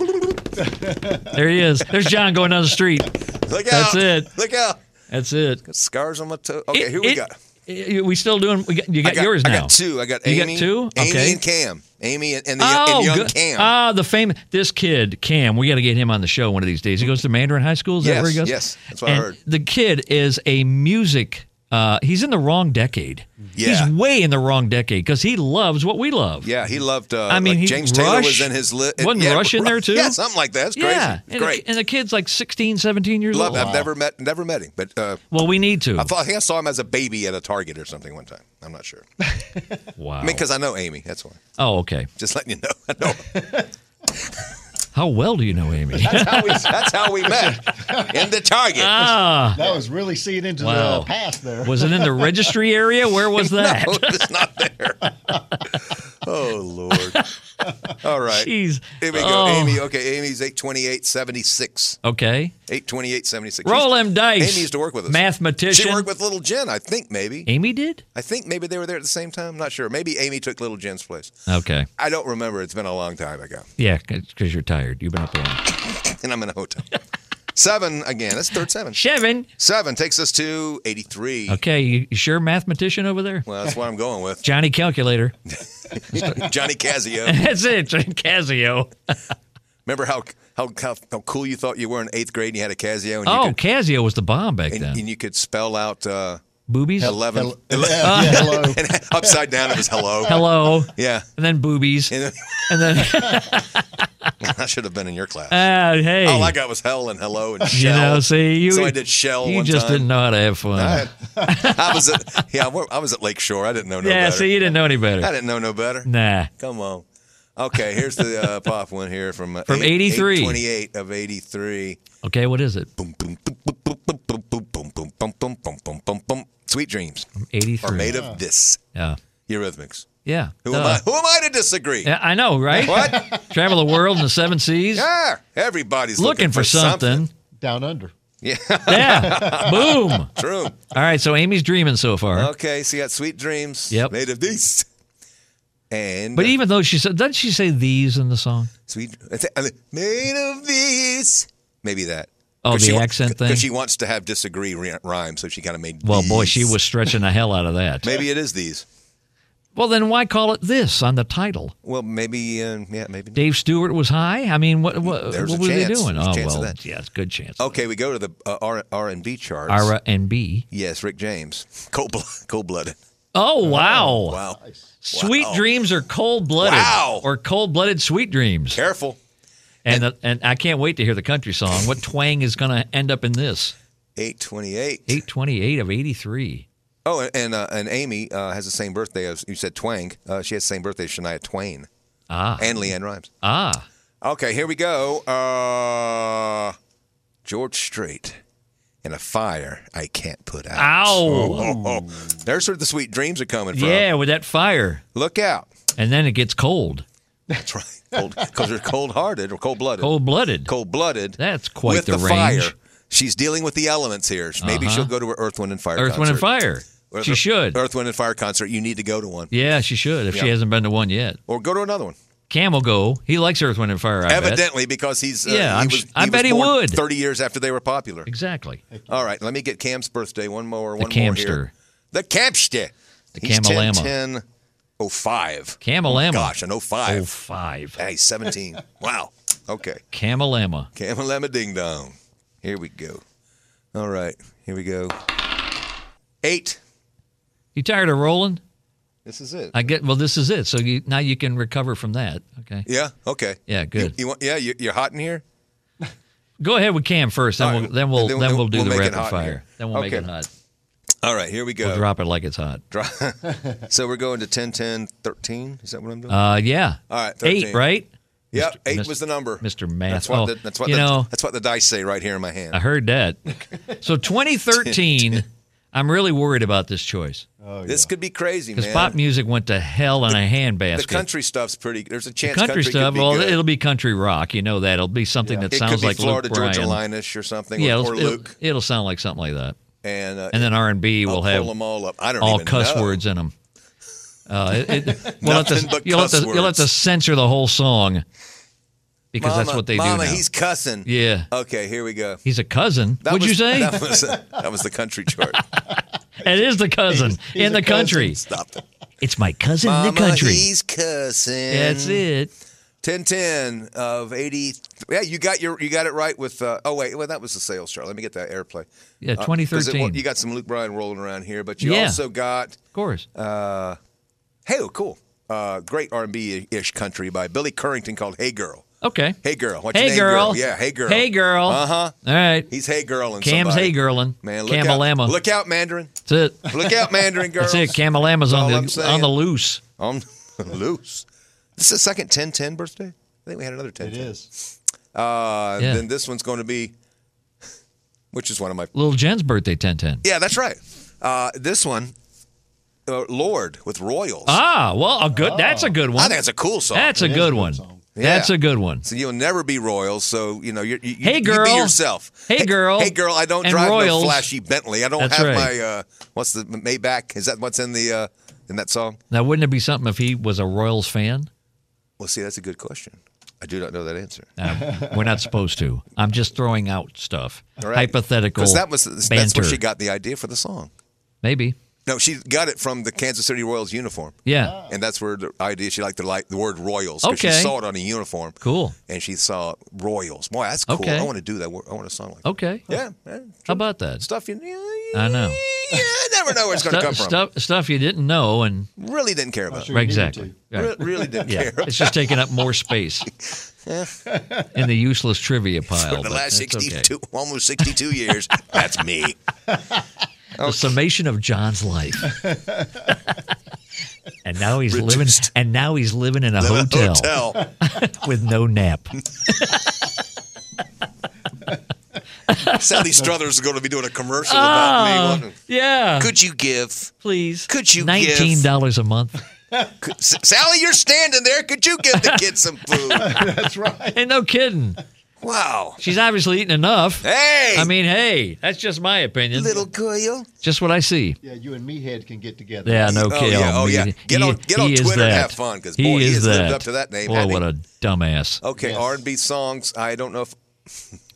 Speaker 2: there he is. There's John going down the street.
Speaker 3: Look out!
Speaker 2: That's it.
Speaker 3: Look out!
Speaker 2: That's it.
Speaker 3: Scars on my toe. Okay,
Speaker 2: It-
Speaker 3: here we
Speaker 2: it-
Speaker 3: got.
Speaker 2: it- we still doing. We got, you got,
Speaker 3: I got
Speaker 2: yours now.
Speaker 3: I got two. I got
Speaker 2: You got
Speaker 3: Amy.
Speaker 2: two? Okay.
Speaker 3: Amy and Cam. Amy and, and the
Speaker 2: Oh,
Speaker 3: and young
Speaker 2: good.
Speaker 3: Cam.
Speaker 2: Ah, the famous this kid Cam. We got to get him on the show one of these days. He goes to Mandarin High School. Is that
Speaker 3: Yes,
Speaker 2: where he goes?
Speaker 3: yes. That's what I
Speaker 2: And
Speaker 3: heard.
Speaker 2: The kid is a music. Uh, he's in the wrong decade.
Speaker 3: Yeah.
Speaker 2: He's way in the wrong decade because he loves what we love.
Speaker 3: Yeah, he loved. Uh,
Speaker 2: I mean,
Speaker 3: like
Speaker 2: he-
Speaker 3: James Taylor
Speaker 2: Rush-
Speaker 3: was in his list.
Speaker 2: wasn't
Speaker 3: yeah,
Speaker 2: Rush in there, too?
Speaker 3: Yeah, something like that. It's crazy.
Speaker 2: Yeah.
Speaker 3: It's
Speaker 2: And,
Speaker 3: great.
Speaker 2: The, and the kid's like 16, 17 years old.
Speaker 3: Love. I've never met, never met him, but uh,
Speaker 2: Well, we need to.
Speaker 3: I, thought, I think I saw him as a baby at a Target or something one time. I'm not sure. I
Speaker 2: wow.
Speaker 3: mean, because I know Amy. That's why.
Speaker 2: oh, okay.
Speaker 3: Just letting you know. I know.
Speaker 2: How well do you know Amy?
Speaker 3: That's how we. That's how we met in the Target.
Speaker 2: Ah.
Speaker 4: That was really seeing into
Speaker 2: Wow.
Speaker 4: the past there.
Speaker 2: was it in the registry area? Where was that?
Speaker 3: no, it's not there. oh Lord. All right.
Speaker 2: Jeez.
Speaker 3: Here we go.
Speaker 2: Oh.
Speaker 3: Amy. Okay. Amy's eight twenty eight seventy six.
Speaker 2: Okay.
Speaker 3: Eight twenty eight seventy six.
Speaker 2: Roll them dice.
Speaker 3: Amy used to work with us.
Speaker 2: Mathematician.
Speaker 3: She worked with Little Jen, I think maybe.
Speaker 2: Amy did?
Speaker 3: I think maybe they were there at the same time. I'm not sure. Maybe Amy took Little Jen's place.
Speaker 2: Okay.
Speaker 3: I don't remember. It's been a long time ago.
Speaker 2: Yeah, because you're tired. You've been up long.
Speaker 3: And I'm in a hotel. seven again. That's third seven.
Speaker 2: Chevin.
Speaker 3: Seven takes us to 83.
Speaker 2: Okay, you, you sure mathematician over there?
Speaker 3: Well, that's what I'm going with.
Speaker 2: Johnny Calculator.
Speaker 3: Johnny Casio.
Speaker 2: That's it, Johnny Casio.
Speaker 3: Remember how, how how how cool you thought you were in eighth grade and you had a Casio and you
Speaker 2: Oh,
Speaker 3: could,
Speaker 2: Casio was the bomb back
Speaker 3: and,
Speaker 2: then.
Speaker 3: and you could spell out uh,
Speaker 2: boobies.
Speaker 3: Eleven.
Speaker 4: Hello.
Speaker 3: Ele-
Speaker 4: Yeah, yeah, hello.
Speaker 3: and upside down it was hello.
Speaker 2: Hello.
Speaker 3: Yeah.
Speaker 2: And then boobies.
Speaker 3: And
Speaker 2: And then,
Speaker 3: I should have been in your class.
Speaker 2: ah, hey.
Speaker 3: All Oh, I got was hell and hello and
Speaker 2: you
Speaker 3: shell.
Speaker 2: know, see, you,
Speaker 3: so I did shell
Speaker 2: you
Speaker 3: one
Speaker 2: just
Speaker 3: time.
Speaker 2: didn't know how to have fun.
Speaker 3: I, I was at, yeah, I wa- I was at Lakeshore. I didn't know no
Speaker 2: yeah,
Speaker 3: better.
Speaker 2: see, you didn't know any
Speaker 3: I
Speaker 2: better.
Speaker 3: didn't know no better.
Speaker 2: Nah.
Speaker 3: Come on. Okay, here's the uh, pop one here from uh,
Speaker 2: From 83.
Speaker 3: 28 of 83.
Speaker 2: Okay, what is it?
Speaker 3: Boom, boom, boom, boom, boom, boom, boom, boom, boom, boom, boom, boom, boom, boom, boom, boom. Sweet dreams are
Speaker 2: 83.
Speaker 3: made of this.
Speaker 2: Yeah.
Speaker 3: Eurythmics.
Speaker 2: Yeah.
Speaker 3: Who
Speaker 2: Duh.
Speaker 3: am I? Who am I to disagree?
Speaker 2: Yeah, I know, right?
Speaker 3: What?
Speaker 2: Travel the world in the seven seas.
Speaker 3: yeah, everybody's
Speaker 2: Looking, for, something.
Speaker 4: Down under.
Speaker 2: Yeah. Boom. All
Speaker 3: True.
Speaker 2: right, so Amy's dreaming so far.
Speaker 3: Okay, so you got sweet dreams.
Speaker 2: Yep.
Speaker 3: Made of these. And
Speaker 2: But even though she said, doesn't she say these in the song?
Speaker 3: Sweet. It's, I mean, made of these. Maybe that.
Speaker 2: Oh,
Speaker 3: 'Cause
Speaker 2: the
Speaker 3: she wa-
Speaker 2: accent thing?
Speaker 3: Because she wants to have disagree ri- rhyme, so she kind of made.
Speaker 2: Well, boy, she
Speaker 3: these.
Speaker 2: was stretching the hell out of that.
Speaker 3: Maybe it is these.
Speaker 2: Well, then why call it this on the title?
Speaker 3: Well, maybe. Uh, yeah, maybe.
Speaker 2: Dave Stewart was high. I mean, what what,
Speaker 3: There's
Speaker 2: what
Speaker 3: a
Speaker 2: were they
Speaker 3: chance.
Speaker 2: doing?
Speaker 3: There's a
Speaker 2: oh
Speaker 3: chance of
Speaker 2: well,
Speaker 3: that.
Speaker 2: yeah, it's a good chance.
Speaker 3: okay, we go to the uh, R R and B charts.
Speaker 2: Ara and B.
Speaker 3: Yes, Rick James, cold cold blooded.
Speaker 2: Oh wow,
Speaker 3: Wow.
Speaker 2: sweet dreams are cold blooded.
Speaker 3: Wow.
Speaker 2: or cold blooded sweet dreams.
Speaker 3: Careful.
Speaker 2: And the, and I can't wait to hear the country song. What twang is going to end up in this?
Speaker 3: Eight twenty eight.
Speaker 2: Eight twenty eight of eighty three.
Speaker 3: Oh, and and, uh, and Amy uh, has the same birthday as you said Twang. Uh, she has the same birthday as Shania Twain. Ah. And Leanne Rhymes.
Speaker 2: Ah,
Speaker 3: Okay, here we go. Uh, George Strait and a fire I can't put out.
Speaker 2: ow,
Speaker 3: There's where the sweet dreams are coming from.
Speaker 2: yeah, with that fire,
Speaker 3: Look out.
Speaker 2: and then it gets cold,
Speaker 3: That's right. Because they're cold hearted or cold blooded.
Speaker 2: cold blooded.
Speaker 3: Cold blooded.
Speaker 2: That's quite
Speaker 3: with
Speaker 2: the
Speaker 3: the,
Speaker 2: range. Uh-huh.
Speaker 3: fire. She's dealing with the elements here. Maybe she'll go to an Earth, Wind, and Fire
Speaker 2: Earth,
Speaker 3: concert.
Speaker 2: wind, and fire.
Speaker 3: Earth-
Speaker 2: She should.
Speaker 3: Earth, Wind, and Fire concert. You need to go to one.
Speaker 2: Yeah, she should. If she
Speaker 3: Yeah.
Speaker 2: hasn't been to one yet,
Speaker 3: Or go to another one.
Speaker 2: Cam will go. He likes Earth, Wind, and Fire. I bet.
Speaker 3: Evidently, because he's. Uh,
Speaker 2: Yeah,
Speaker 3: he
Speaker 2: I'm
Speaker 3: was,
Speaker 2: sh- I
Speaker 3: he
Speaker 2: bet
Speaker 3: was
Speaker 2: he
Speaker 3: born
Speaker 2: would.
Speaker 3: 30 years after they were popular.
Speaker 2: Exactly.
Speaker 3: All right, let me get Cam's birthday. One more,
Speaker 2: The
Speaker 3: one more
Speaker 2: Camster.
Speaker 3: here. The Campster. The
Speaker 2: Camalama.
Speaker 3: 10, 10, 05.
Speaker 2: Camalama.
Speaker 3: Gosh, an 05.
Speaker 2: Oh, five.
Speaker 3: Hey, 17. wow. Okay.
Speaker 2: Camalama.
Speaker 3: Camalama Ding Dong. Here we go. All right, here we go. Eight.
Speaker 2: You tired of rolling?
Speaker 3: This is it.
Speaker 2: I get. Well, this is it. So you, now you can recover from that. Okay.
Speaker 3: yeah, okay.
Speaker 2: Yeah,
Speaker 3: You,
Speaker 2: good.
Speaker 3: you want, yeah, you, you're hot in here?
Speaker 2: Go ahead with Cam first. Then
Speaker 3: All right,
Speaker 2: we'll then we'll
Speaker 3: then
Speaker 2: then,
Speaker 3: we'll-
Speaker 2: we'll do
Speaker 3: we'll
Speaker 2: the
Speaker 3: make it
Speaker 2: rapid
Speaker 3: hot in
Speaker 2: fire.
Speaker 3: here.
Speaker 2: Then we'll make it
Speaker 3: Okay. Uh,
Speaker 2: hot.
Speaker 3: All right, here we go.
Speaker 2: We'll drop it like it's hot.
Speaker 3: Dro- so we're going to 10, 10, 13. Is that what I'm doing?
Speaker 2: Uh, yeah.
Speaker 3: All right,
Speaker 2: Eight,
Speaker 3: 13.
Speaker 2: right?
Speaker 3: yep, eight
Speaker 2: Mr.
Speaker 3: was the number.
Speaker 2: Mr. Math.
Speaker 3: That's what,
Speaker 2: Oh,
Speaker 3: the, that's, what
Speaker 2: you
Speaker 3: the,
Speaker 2: know-
Speaker 3: that's what the dice say right here in my hand.
Speaker 2: I heard that. So 2013. I'm really worried about this choice
Speaker 3: this could be crazy,
Speaker 2: because
Speaker 3: Oh, man.
Speaker 2: pop music went to hell in a handbasket.
Speaker 3: The country stuff's pretty. There's a chance
Speaker 2: country, stuff.
Speaker 3: Could be
Speaker 2: well,
Speaker 3: good.
Speaker 2: it'll be country rock. You know that. It'll be something that
Speaker 3: it
Speaker 2: sounds
Speaker 3: could be
Speaker 2: like
Speaker 3: Florida
Speaker 2: Luke
Speaker 3: Georgia
Speaker 2: Bryan.
Speaker 3: Line-ish or something,
Speaker 2: Yeah,
Speaker 3: or,
Speaker 2: it'll,
Speaker 3: or
Speaker 2: it'll-
Speaker 3: Luke,
Speaker 2: it'll sound like something like that.
Speaker 3: and uh,
Speaker 2: And then R and B will
Speaker 3: I'll
Speaker 2: have
Speaker 3: pull them all up. I don't
Speaker 2: all
Speaker 3: even
Speaker 2: cuss
Speaker 3: know.
Speaker 2: words in them. Uh, it, it, we'll have to,
Speaker 3: Nothing but
Speaker 2: you'll, have
Speaker 3: cuss
Speaker 2: to, you'll have to
Speaker 3: words.
Speaker 2: censor the whole song because
Speaker 3: Mama,
Speaker 2: that's what they do
Speaker 3: Mama,
Speaker 2: now.
Speaker 3: he's cussing.
Speaker 2: yeah,
Speaker 3: Okay, here we go.
Speaker 2: he's a cousin.
Speaker 3: That
Speaker 2: Would
Speaker 3: was-
Speaker 2: you say
Speaker 3: that was, that was the country chart?
Speaker 2: it is the cousin
Speaker 4: he's
Speaker 2: in the
Speaker 4: a cousin.
Speaker 2: country?
Speaker 3: Stop it.
Speaker 2: It's my cousin
Speaker 3: Mama,
Speaker 2: in the country.
Speaker 3: he's cussing.
Speaker 2: That's it.
Speaker 3: Ten ten of eighty. Yeah, you got your you got it right with. Uh, oh wait, well that was the sales chart. Let me get that airplay.
Speaker 2: Yeah,
Speaker 3: Uh, 'cause it wa-
Speaker 2: 2013.
Speaker 3: you got some Luke Bryan rolling around here, but you
Speaker 2: Yeah.
Speaker 3: also got
Speaker 2: Of course.
Speaker 3: uh, hey, oh, cool, uh, great R and B ish country by Billy Currington called Hey Girl.
Speaker 2: okay.
Speaker 3: Hey girl, what's your
Speaker 2: Hey
Speaker 3: name,
Speaker 2: girl.
Speaker 3: Yeah, hey girl.
Speaker 2: Hey girl.
Speaker 3: Uh huh.
Speaker 2: All right.
Speaker 3: He's hey girl and
Speaker 2: Cam's
Speaker 3: somebody.
Speaker 2: hey girlin.
Speaker 3: Man, look
Speaker 2: Camalama.
Speaker 3: out, look out, Mandarin.
Speaker 2: That's it.
Speaker 3: Look out, Mandarin girls.
Speaker 2: That's it. Camalama's on
Speaker 3: all I'm
Speaker 2: the
Speaker 3: saying.
Speaker 2: on the loose.
Speaker 3: I'm loose. This is the second 1010 birthday. I think we had another 10.
Speaker 4: It is.
Speaker 3: Uh,
Speaker 2: Yeah.
Speaker 3: Then this one's going to be, which is one of my.
Speaker 2: Little Jen's birthday 1010.
Speaker 3: Yeah, that's right. Uh, this one, uh, Lord with Royals.
Speaker 2: Ah, well, a good. That's a good one.
Speaker 3: Oh. I think it's a cool song.
Speaker 2: That's a
Speaker 4: It is
Speaker 2: good
Speaker 4: a good
Speaker 2: one.
Speaker 4: song.
Speaker 2: That's
Speaker 3: Yeah.
Speaker 2: a good one.
Speaker 3: so you'll never be Royals. So you know you're, you. you-
Speaker 2: Hey,
Speaker 3: you
Speaker 2: girl.
Speaker 3: be yourself.
Speaker 2: Hey, girl.
Speaker 3: Hey girl. I don't
Speaker 2: And
Speaker 3: drive
Speaker 2: Royals.
Speaker 3: no flashy Bentley. I don't
Speaker 2: That's
Speaker 3: have
Speaker 2: right.
Speaker 3: my uh, what's the Maybach? Is that what's in the uh, in that song?
Speaker 2: Now, wouldn't it be something if he was a Royals fan?
Speaker 3: Well, see, that's a good question. I do not know that answer.
Speaker 2: Uh, we're not supposed to. I'm just throwing out stuff.
Speaker 3: All right.
Speaker 2: Hypothetical.
Speaker 3: Because that was that's
Speaker 2: banter.
Speaker 3: where she got the idea for the song.
Speaker 2: Maybe.
Speaker 3: No, she got it from the Kansas City Royals uniform.
Speaker 2: Yeah.
Speaker 3: And that's where the idea she liked the like the word Royals because she
Speaker 2: Okay.
Speaker 3: saw it on a uniform.
Speaker 2: Cool.
Speaker 3: And she saw Royals. Boy, that's cool.
Speaker 2: Okay.
Speaker 3: I want to do that. I want a song like that.
Speaker 2: Okay.
Speaker 3: Yeah, yeah.
Speaker 2: How about that?
Speaker 3: Stuff you.
Speaker 2: I know.
Speaker 3: Yeah, I never know where it's going to
Speaker 2: Stu-
Speaker 3: come from.
Speaker 2: stuff, stuff you didn't know, and
Speaker 3: Really didn't care about.
Speaker 4: Sure you needed
Speaker 2: exactly.
Speaker 4: to.
Speaker 2: Yeah.
Speaker 3: Re- really didn't
Speaker 2: Yeah,
Speaker 3: care.
Speaker 2: it's just taking up more space in the useless trivia pile.
Speaker 3: For the
Speaker 2: but
Speaker 3: last
Speaker 2: that's okay.
Speaker 3: 62, almost 62 years, that's me.
Speaker 2: the summation of John's life. and now he's living. And now he's living in a hotel,
Speaker 3: Hotel.
Speaker 2: with no nap.
Speaker 3: Sally Struthers is going to be doing a commercial about me.
Speaker 2: Oh.
Speaker 3: Wondering,
Speaker 2: Yeah,
Speaker 3: Could you give?
Speaker 2: please.
Speaker 3: could you give-
Speaker 2: nineteen dollars a month
Speaker 3: could- S- Sally, you're standing there. Could you give the kids some food?
Speaker 4: That's right.
Speaker 2: and no kidding.
Speaker 3: Wow.
Speaker 2: She's obviously eating enough.
Speaker 3: Hey,
Speaker 2: I mean, hey, that's just my opinion.
Speaker 3: little girl.
Speaker 2: just what I see.
Speaker 4: Yeah, you and me head can get together.
Speaker 2: Yeah, no
Speaker 3: Oh,
Speaker 2: kidding.
Speaker 3: yeah, oh, yeah. Get on- get on Twitter and have fun, 'cause, boy, he has lived up to that name,
Speaker 2: Boy,
Speaker 3: hasn't he? Oh.
Speaker 2: what a dumbass.
Speaker 3: Okay,
Speaker 4: Yes.
Speaker 3: R&B songs. I don't know if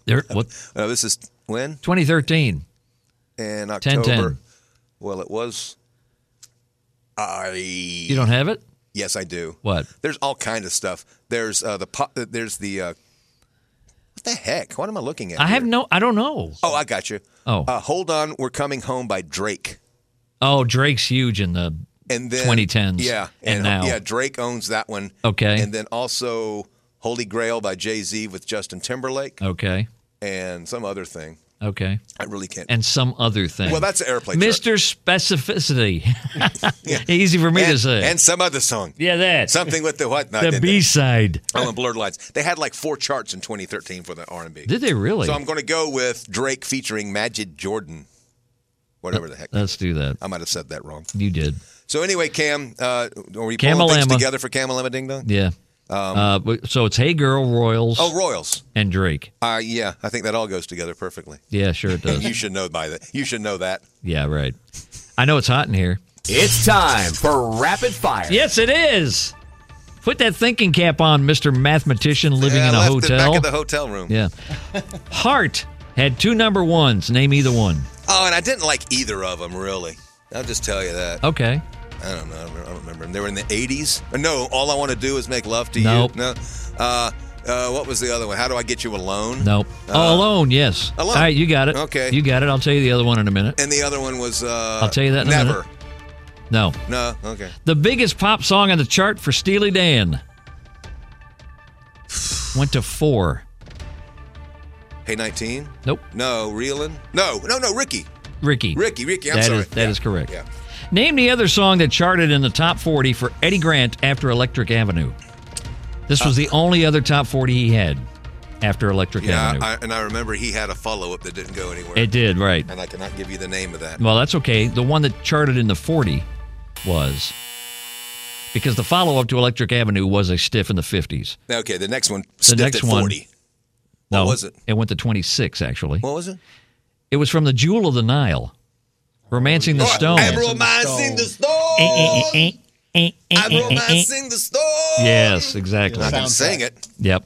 Speaker 2: There, what?
Speaker 3: uh, this is when
Speaker 2: 2013.
Speaker 3: in
Speaker 2: 10,
Speaker 3: October. Well, it was. I
Speaker 2: You don't have it?
Speaker 3: yes, I do.
Speaker 2: What?
Speaker 3: There's all kind of stuff. There's uh, the pop. There's the uh, what the heck? What am I looking at?
Speaker 2: I
Speaker 3: here?
Speaker 2: have no. I don't know.
Speaker 3: Oh, I got you.
Speaker 2: Oh.
Speaker 3: uh, hold on, we're coming home by Drake.
Speaker 2: Oh, Drake's huge in the.
Speaker 3: and then
Speaker 2: 2010s
Speaker 3: Yeah,
Speaker 2: and now.
Speaker 3: yeah, Drake owns that one.
Speaker 2: Okay.
Speaker 3: and then also Holy Grail by Jay Z with Justin Timberlake
Speaker 2: Okay.
Speaker 3: and some other thing.
Speaker 2: Okay.
Speaker 3: I really can't.
Speaker 2: And some other thing.
Speaker 3: well, that's an airplane.
Speaker 2: Mr. Specificity. Easy for me to
Speaker 3: and,
Speaker 2: say.
Speaker 3: and some other song.
Speaker 2: yeah, that.
Speaker 3: something with the what? Not
Speaker 2: the B side.
Speaker 3: Oh, and Blurred Lines. They had like four charts in 2013 for the R and B.
Speaker 2: Did they really?
Speaker 3: So I'm going to go with Drake featuring Majid Jordan, whatever the heck.
Speaker 2: Let's do that.
Speaker 3: I might have said that wrong.
Speaker 2: You did.
Speaker 3: So anyway, Cam, uh, are we pulling things
Speaker 2: Camalama.
Speaker 3: together for Camalama Ding Dong?
Speaker 2: Yeah. uh, but- so it's Hey Girl, Royals,
Speaker 3: Um, Oh, Royals.
Speaker 2: and Drake.
Speaker 3: Uh, yeah, I think that all goes together perfectly.
Speaker 2: Yeah, sure it does.
Speaker 3: You should know by that. You should know that.
Speaker 2: yeah, right. I know it's hot in here.
Speaker 1: It's time for rapid fire.
Speaker 2: Yes, it is. Put that thinking cap on, Mr. Mathematician living
Speaker 3: Yeah,
Speaker 2: in a
Speaker 3: I left it
Speaker 2: hotel.
Speaker 3: back at the hotel room.
Speaker 2: yeah. Heart had two number ones. Name either one.
Speaker 3: Oh, and I didn't like either of them really. I'll just tell you that.
Speaker 2: Okay.
Speaker 3: I don't know. I don't remember. They were in the '80s. No, all I want to do is make love to
Speaker 2: Nope.
Speaker 3: you. No. Uh, uh, what was the other one? How do I get you alone?
Speaker 2: Nope. oh, alone, yes.
Speaker 3: Uh, Alone.
Speaker 2: All right, you got it.
Speaker 3: Okay.
Speaker 2: You got it. I'll tell you the other one in a minute.
Speaker 3: And the other one was. Uh,
Speaker 2: I'll tell you that in a
Speaker 3: never.
Speaker 2: No.
Speaker 3: No. Okay.
Speaker 2: The biggest pop song on the chart for Steely Dan went to four.
Speaker 3: Hey, 19.
Speaker 2: Nope.
Speaker 3: No, reeling. No, no, no. Ricky.
Speaker 2: Ricky.
Speaker 3: Ricky. Ricky. I'm
Speaker 2: That
Speaker 3: sorry.
Speaker 2: is- that
Speaker 3: Yeah,
Speaker 2: is correct.
Speaker 3: Yeah.
Speaker 2: Name the other song that charted in the top 40 for Eddie Grant after Electric Avenue. This was the only other top 40 he had after Electric
Speaker 3: Yeah.
Speaker 2: Avenue.
Speaker 3: I, and I remember he had a follow-up that didn't go anywhere.
Speaker 2: it did, right.
Speaker 3: and I cannot give you the name of that.
Speaker 2: Well, that's okay. The one that charted in the 40 was because the follow up to Electric Avenue was a stiff in the 50s.
Speaker 3: Okay, the next one. Stiff
Speaker 2: next
Speaker 3: at
Speaker 2: one.
Speaker 3: 40. What was it?
Speaker 2: It went to 26, actually.
Speaker 3: What was it?
Speaker 2: It was from The Jewel of the Nile, Romancing
Speaker 3: Oh,
Speaker 2: the Eh, Stone.
Speaker 3: I'm romancing the stone.
Speaker 2: eh,
Speaker 3: I'm romancing the stone.
Speaker 2: Yes, exactly.
Speaker 3: I can
Speaker 4: Soundtrack.
Speaker 3: sing it.
Speaker 2: Yep.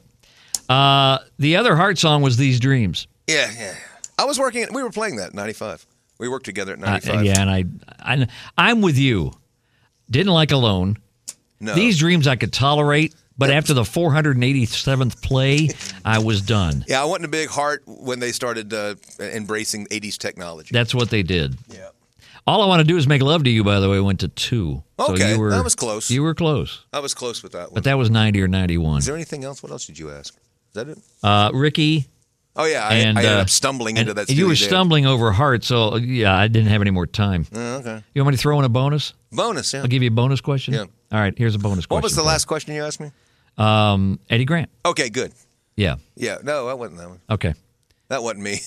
Speaker 2: Uh, the other heart song was These Dreams.
Speaker 3: Yeah, yeah. I was working. We were playing that in '95. We worked together at
Speaker 2: I-
Speaker 3: '95.
Speaker 2: Uh, yeah, and I, I, I'm with you. Didn't like Alone.
Speaker 3: No.
Speaker 2: These dreams I could tolerate, but after the 487th play, I was done.
Speaker 3: yeah, I wasn't a big heart when they started uh, embracing '80s technology.
Speaker 2: That's what they did. Yeah. All I want to do is make love to you. By the way, went to two.
Speaker 3: Okay,
Speaker 2: you were,
Speaker 3: that was close.
Speaker 2: You were close,
Speaker 3: I was close with that one.
Speaker 2: but that was 90 or 91.
Speaker 3: Is there anything else? What else did you ask? Is that it?
Speaker 2: Uh, Ricky
Speaker 3: Oh yeah, I,
Speaker 2: and
Speaker 3: I ended
Speaker 2: uh,
Speaker 3: up stumbling
Speaker 2: and
Speaker 3: into that.
Speaker 2: You were
Speaker 3: Steely Dan.
Speaker 2: stumbling over heart, so yeah, I didn't have any more time.
Speaker 3: Oh,
Speaker 2: okay. You want me to throw in a bonus?
Speaker 3: Bonus. Yeah.
Speaker 2: I'll give you a bonus question.
Speaker 3: Yeah.
Speaker 2: All right. Here's a bonus question.
Speaker 3: What was the
Speaker 2: for you.
Speaker 3: last question you asked me?
Speaker 2: Eddie Grant.
Speaker 3: Okay, good.
Speaker 2: Yeah.
Speaker 3: Yeah. No, that wasn't that one.
Speaker 2: Okay.
Speaker 3: That wasn't me.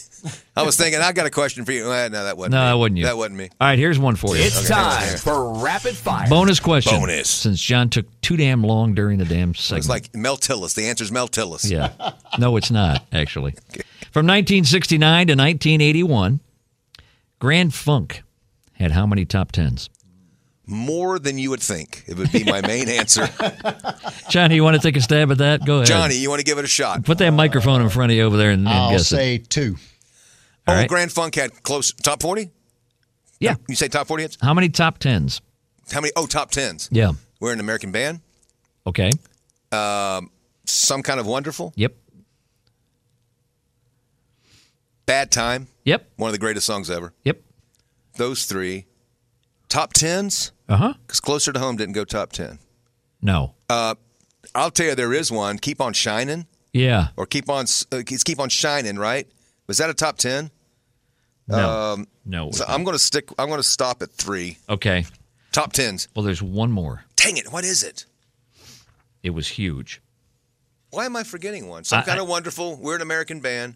Speaker 3: I was thinking, I got a question for you. Eh, No, that wasn't
Speaker 2: No,
Speaker 3: me.
Speaker 2: that wasn't you.
Speaker 3: That wasn't me.
Speaker 2: All right, here's one for you.
Speaker 1: It's time for rapid fire.
Speaker 2: bonus question.
Speaker 3: Bonus.
Speaker 2: Since John took too damn long during the damn segment.
Speaker 3: It's like Mel Tillis. The answer's Mel Tillis.
Speaker 2: yeah. No, it's not actually. From 1969 to 1981, Grand Funk had how many top tens?
Speaker 3: More than you would think. It would be my main answer.
Speaker 2: Johnny, you want to take a stab at that? Go ahead.
Speaker 3: Johnny, you want to give it a shot?
Speaker 2: Put that microphone in front of you over there and, and
Speaker 4: I'll
Speaker 2: guess it.
Speaker 4: say two.
Speaker 3: Oh,
Speaker 2: all right.
Speaker 3: Grand Funk had close top forty.
Speaker 2: Yeah.
Speaker 3: You say top 40 hits?
Speaker 2: How many top tens?
Speaker 3: How many? Oh, top 10s.
Speaker 2: Yeah.
Speaker 3: We're an American band.
Speaker 2: Okay.
Speaker 3: Some kind of wonderful.
Speaker 2: Yep.
Speaker 3: Bad time.
Speaker 2: Yep.
Speaker 3: One of the greatest songs ever.
Speaker 2: Yep.
Speaker 3: Those three. Top 10s?
Speaker 2: Uh huh.
Speaker 3: Because Closer to Home didn't go top 10.
Speaker 2: No.
Speaker 3: Uh, I'll tell you, there is one. Keep on shining,
Speaker 2: yeah.
Speaker 3: or keep on, s- uh, it's keep on shining. Right? Was that a top ten?
Speaker 2: No. no. it
Speaker 3: um, So uh,
Speaker 2: was
Speaker 3: I'm going to stick. I'm going to stop at three
Speaker 2: not. okay.
Speaker 3: top tens.
Speaker 2: Well, there's one more.
Speaker 3: Dang it! What is it?
Speaker 2: It was huge.
Speaker 3: Why am I forgetting one? Some
Speaker 2: I-
Speaker 3: kind
Speaker 2: I-
Speaker 3: of wonderful. We're an American band.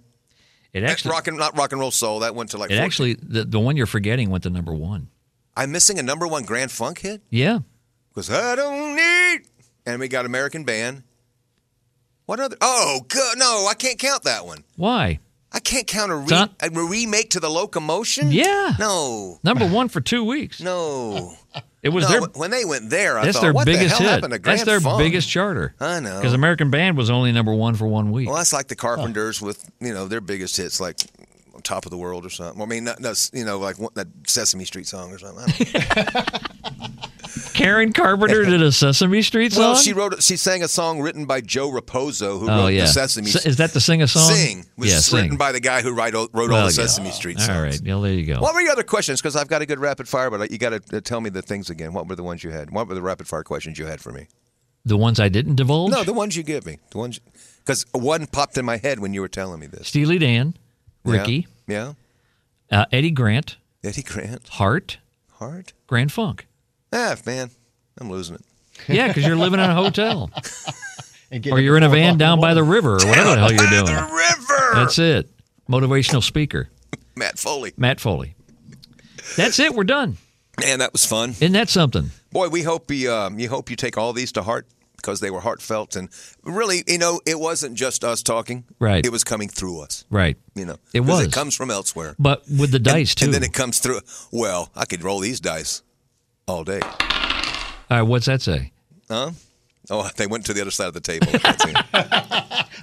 Speaker 2: It
Speaker 3: That's
Speaker 2: actually.
Speaker 3: rock and not rock and roll soul. That went to like.
Speaker 2: It
Speaker 3: 14.
Speaker 2: actually. The, the one you're forgetting went to number one.
Speaker 3: I'm missing a number one grand funk hit
Speaker 2: Yeah.
Speaker 3: because I don't need. And we got American band. What other? Oh, good. No, I can't count that one.
Speaker 2: Why?
Speaker 3: I can't count a, re-
Speaker 2: Tom?
Speaker 3: a remake to the locomotion.
Speaker 2: Yeah.
Speaker 3: No.
Speaker 2: Number one for two weeks.
Speaker 3: No.
Speaker 2: It was
Speaker 3: no,
Speaker 2: their.
Speaker 3: when they went there, I
Speaker 2: That's
Speaker 3: thought,
Speaker 2: their
Speaker 3: what
Speaker 2: biggest
Speaker 3: the hell
Speaker 2: hit.
Speaker 3: happened to Grand
Speaker 2: That's their
Speaker 3: Funk?
Speaker 2: biggest charter.
Speaker 3: I know.
Speaker 2: Because American Band was only number one for one week.
Speaker 3: Well, that's like the Carpenters with you know their biggest hits, like "Top of the World" or something. Well, I mean, not, not, you know, like what, that Sesame Street song or something. I don't know.
Speaker 2: Karen Carpenter did a Sesame Street song.
Speaker 3: well, she wrote, she sang a song written by Joe Raposo, who
Speaker 2: oh
Speaker 3: wrote
Speaker 2: yeah.
Speaker 3: the Sesame
Speaker 2: S- is that the sing a song?
Speaker 3: Sing was
Speaker 2: yeah,
Speaker 3: written
Speaker 2: sing.
Speaker 3: by the guy who write, wrote all
Speaker 2: Well, yeah.
Speaker 3: the Sesame Street songs.
Speaker 2: All right. Yeah, there you go.
Speaker 3: What were your other questions? Because I've got a good rapid fire, but you got to tell me the things again. What were the ones you had? What were the rapid fire questions you had for me?
Speaker 2: The ones I didn't divulge.
Speaker 3: No, the ones you give me. The ones because one popped in my head when you were telling me this.
Speaker 2: Steely Dan,
Speaker 3: Yeah.
Speaker 2: Ricky,
Speaker 3: Yeah.
Speaker 2: uh, Eddie Grant,
Speaker 3: Eddie Grant.
Speaker 2: Hart,
Speaker 3: Hart.
Speaker 2: Grand Funk.
Speaker 3: Ah, man, I'm losing it.
Speaker 2: Yeah, because you're living in a hotel
Speaker 4: And
Speaker 2: or you're in a van down by the river or whatever the hell you're
Speaker 3: By
Speaker 2: doing.
Speaker 3: the river.
Speaker 2: That's it. Motivational speaker,
Speaker 3: Matt Foley.
Speaker 2: Matt Foley. That's it. We're done.
Speaker 3: Man, that was fun.
Speaker 2: Isn't that something?
Speaker 3: Boy, we hope you, um, you hope you take all these to heart because they were heartfelt and really, you know, it wasn't just us talking.
Speaker 2: Right.
Speaker 3: It was coming through us.
Speaker 2: Right.
Speaker 3: You know,
Speaker 2: It
Speaker 3: 'cause
Speaker 2: was.
Speaker 3: It comes from elsewhere.
Speaker 2: But with the dice too.
Speaker 3: And then it comes through. Well, I could roll these dice all day.
Speaker 2: All right. What's that say?
Speaker 3: Huh? Oh, they went to the other side of the table. That's it.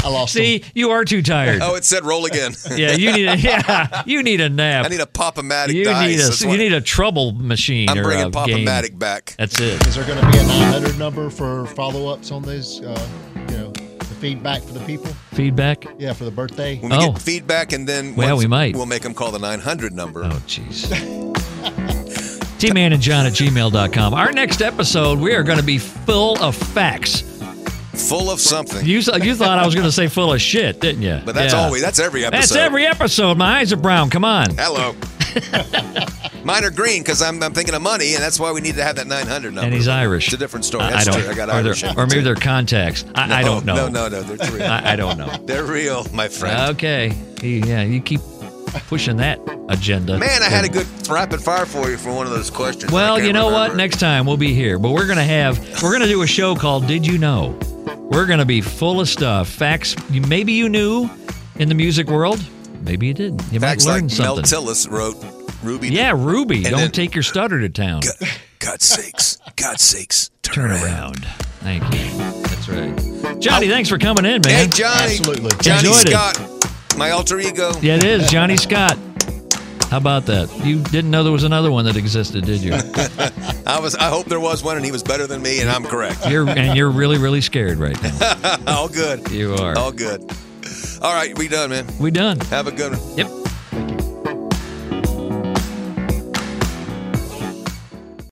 Speaker 4: I lost him.
Speaker 2: See, you are too tired.
Speaker 3: oh, it said roll again.
Speaker 2: Yeah, you need a yeah, you need a nap.
Speaker 3: I need a pop-o-matic
Speaker 2: you
Speaker 3: dice. That's
Speaker 2: need a
Speaker 3: what-
Speaker 2: you need a trouble machine.
Speaker 3: I'm
Speaker 2: or
Speaker 3: bringing
Speaker 2: a game.
Speaker 3: pop-o-matic back.
Speaker 2: That's it.
Speaker 4: Is there going to be a 900 number for follow ups on these? Uh, you know, the feedback for the people.
Speaker 2: Feedback.
Speaker 4: Yeah, for the birthday.
Speaker 3: When we
Speaker 2: Oh.
Speaker 3: get feedback, and then
Speaker 2: Well,
Speaker 3: once-
Speaker 2: we might.
Speaker 3: We'll make them call the 900 number.
Speaker 2: Oh, jeez. T Man and John at gmail.com. Our next episode, we are going to be full of facts.
Speaker 3: Full of something.
Speaker 2: You, you thought I was going to say full of shit, didn't you?
Speaker 3: but that's
Speaker 2: Yeah.
Speaker 3: always that's every episode.
Speaker 2: That's every episode. My eyes are brown. Come on.
Speaker 3: Hello. Mine are green because I'm, I'm thinking of money, and that's why we need to have that 900 number.
Speaker 2: And he's Irish.
Speaker 3: It's a different story.
Speaker 2: I, I
Speaker 3: That's
Speaker 2: don't.
Speaker 3: true. I got
Speaker 2: or,
Speaker 3: Irish.
Speaker 2: they're-
Speaker 3: in me,
Speaker 2: or maybe
Speaker 3: too.
Speaker 2: they're contacts. I, I don't know.
Speaker 3: No, no, no. They're real.
Speaker 2: I, I don't know.
Speaker 3: they're real, my friend.
Speaker 2: Okay. Yeah, you keep pushing that agenda.
Speaker 3: Man, I had a good rapid fire for you for one of those questions. I
Speaker 2: Well,
Speaker 3: can't
Speaker 2: you know what?
Speaker 3: remember.
Speaker 2: Next time we'll be here, but we're gonna have we're gonna do a show called "Did You Know." We're gonna be full of stuff, facts. You, maybe you knew in the music world, maybe you didn't. You
Speaker 3: Facts
Speaker 2: might learn
Speaker 3: like Mel
Speaker 2: something.
Speaker 3: Tillis wrote Ruby.
Speaker 2: yeah, Ruby, don't
Speaker 3: then-
Speaker 2: take your stutter to town.
Speaker 3: God, God sakes. God sakes. Turn,
Speaker 2: Turn
Speaker 3: around.
Speaker 2: around. Thank you. That's right, Johnny. Thanks for coming in, man.
Speaker 3: Hey, Johnny.
Speaker 4: Absolutely.
Speaker 3: Johnny
Speaker 2: Enjoyed it.
Speaker 3: Scott. My alter ego.
Speaker 2: yeah, it is Johnny Scott. How about that? You didn't know there was another one that existed, did you?
Speaker 3: I was. I hope there was one, and he was better than me, and I'm correct.
Speaker 2: You're and you're really, really scared right now.
Speaker 3: All good.
Speaker 2: You are.
Speaker 3: All good. All right, we done, man.
Speaker 2: We done.
Speaker 3: Have a good one.
Speaker 2: Yep.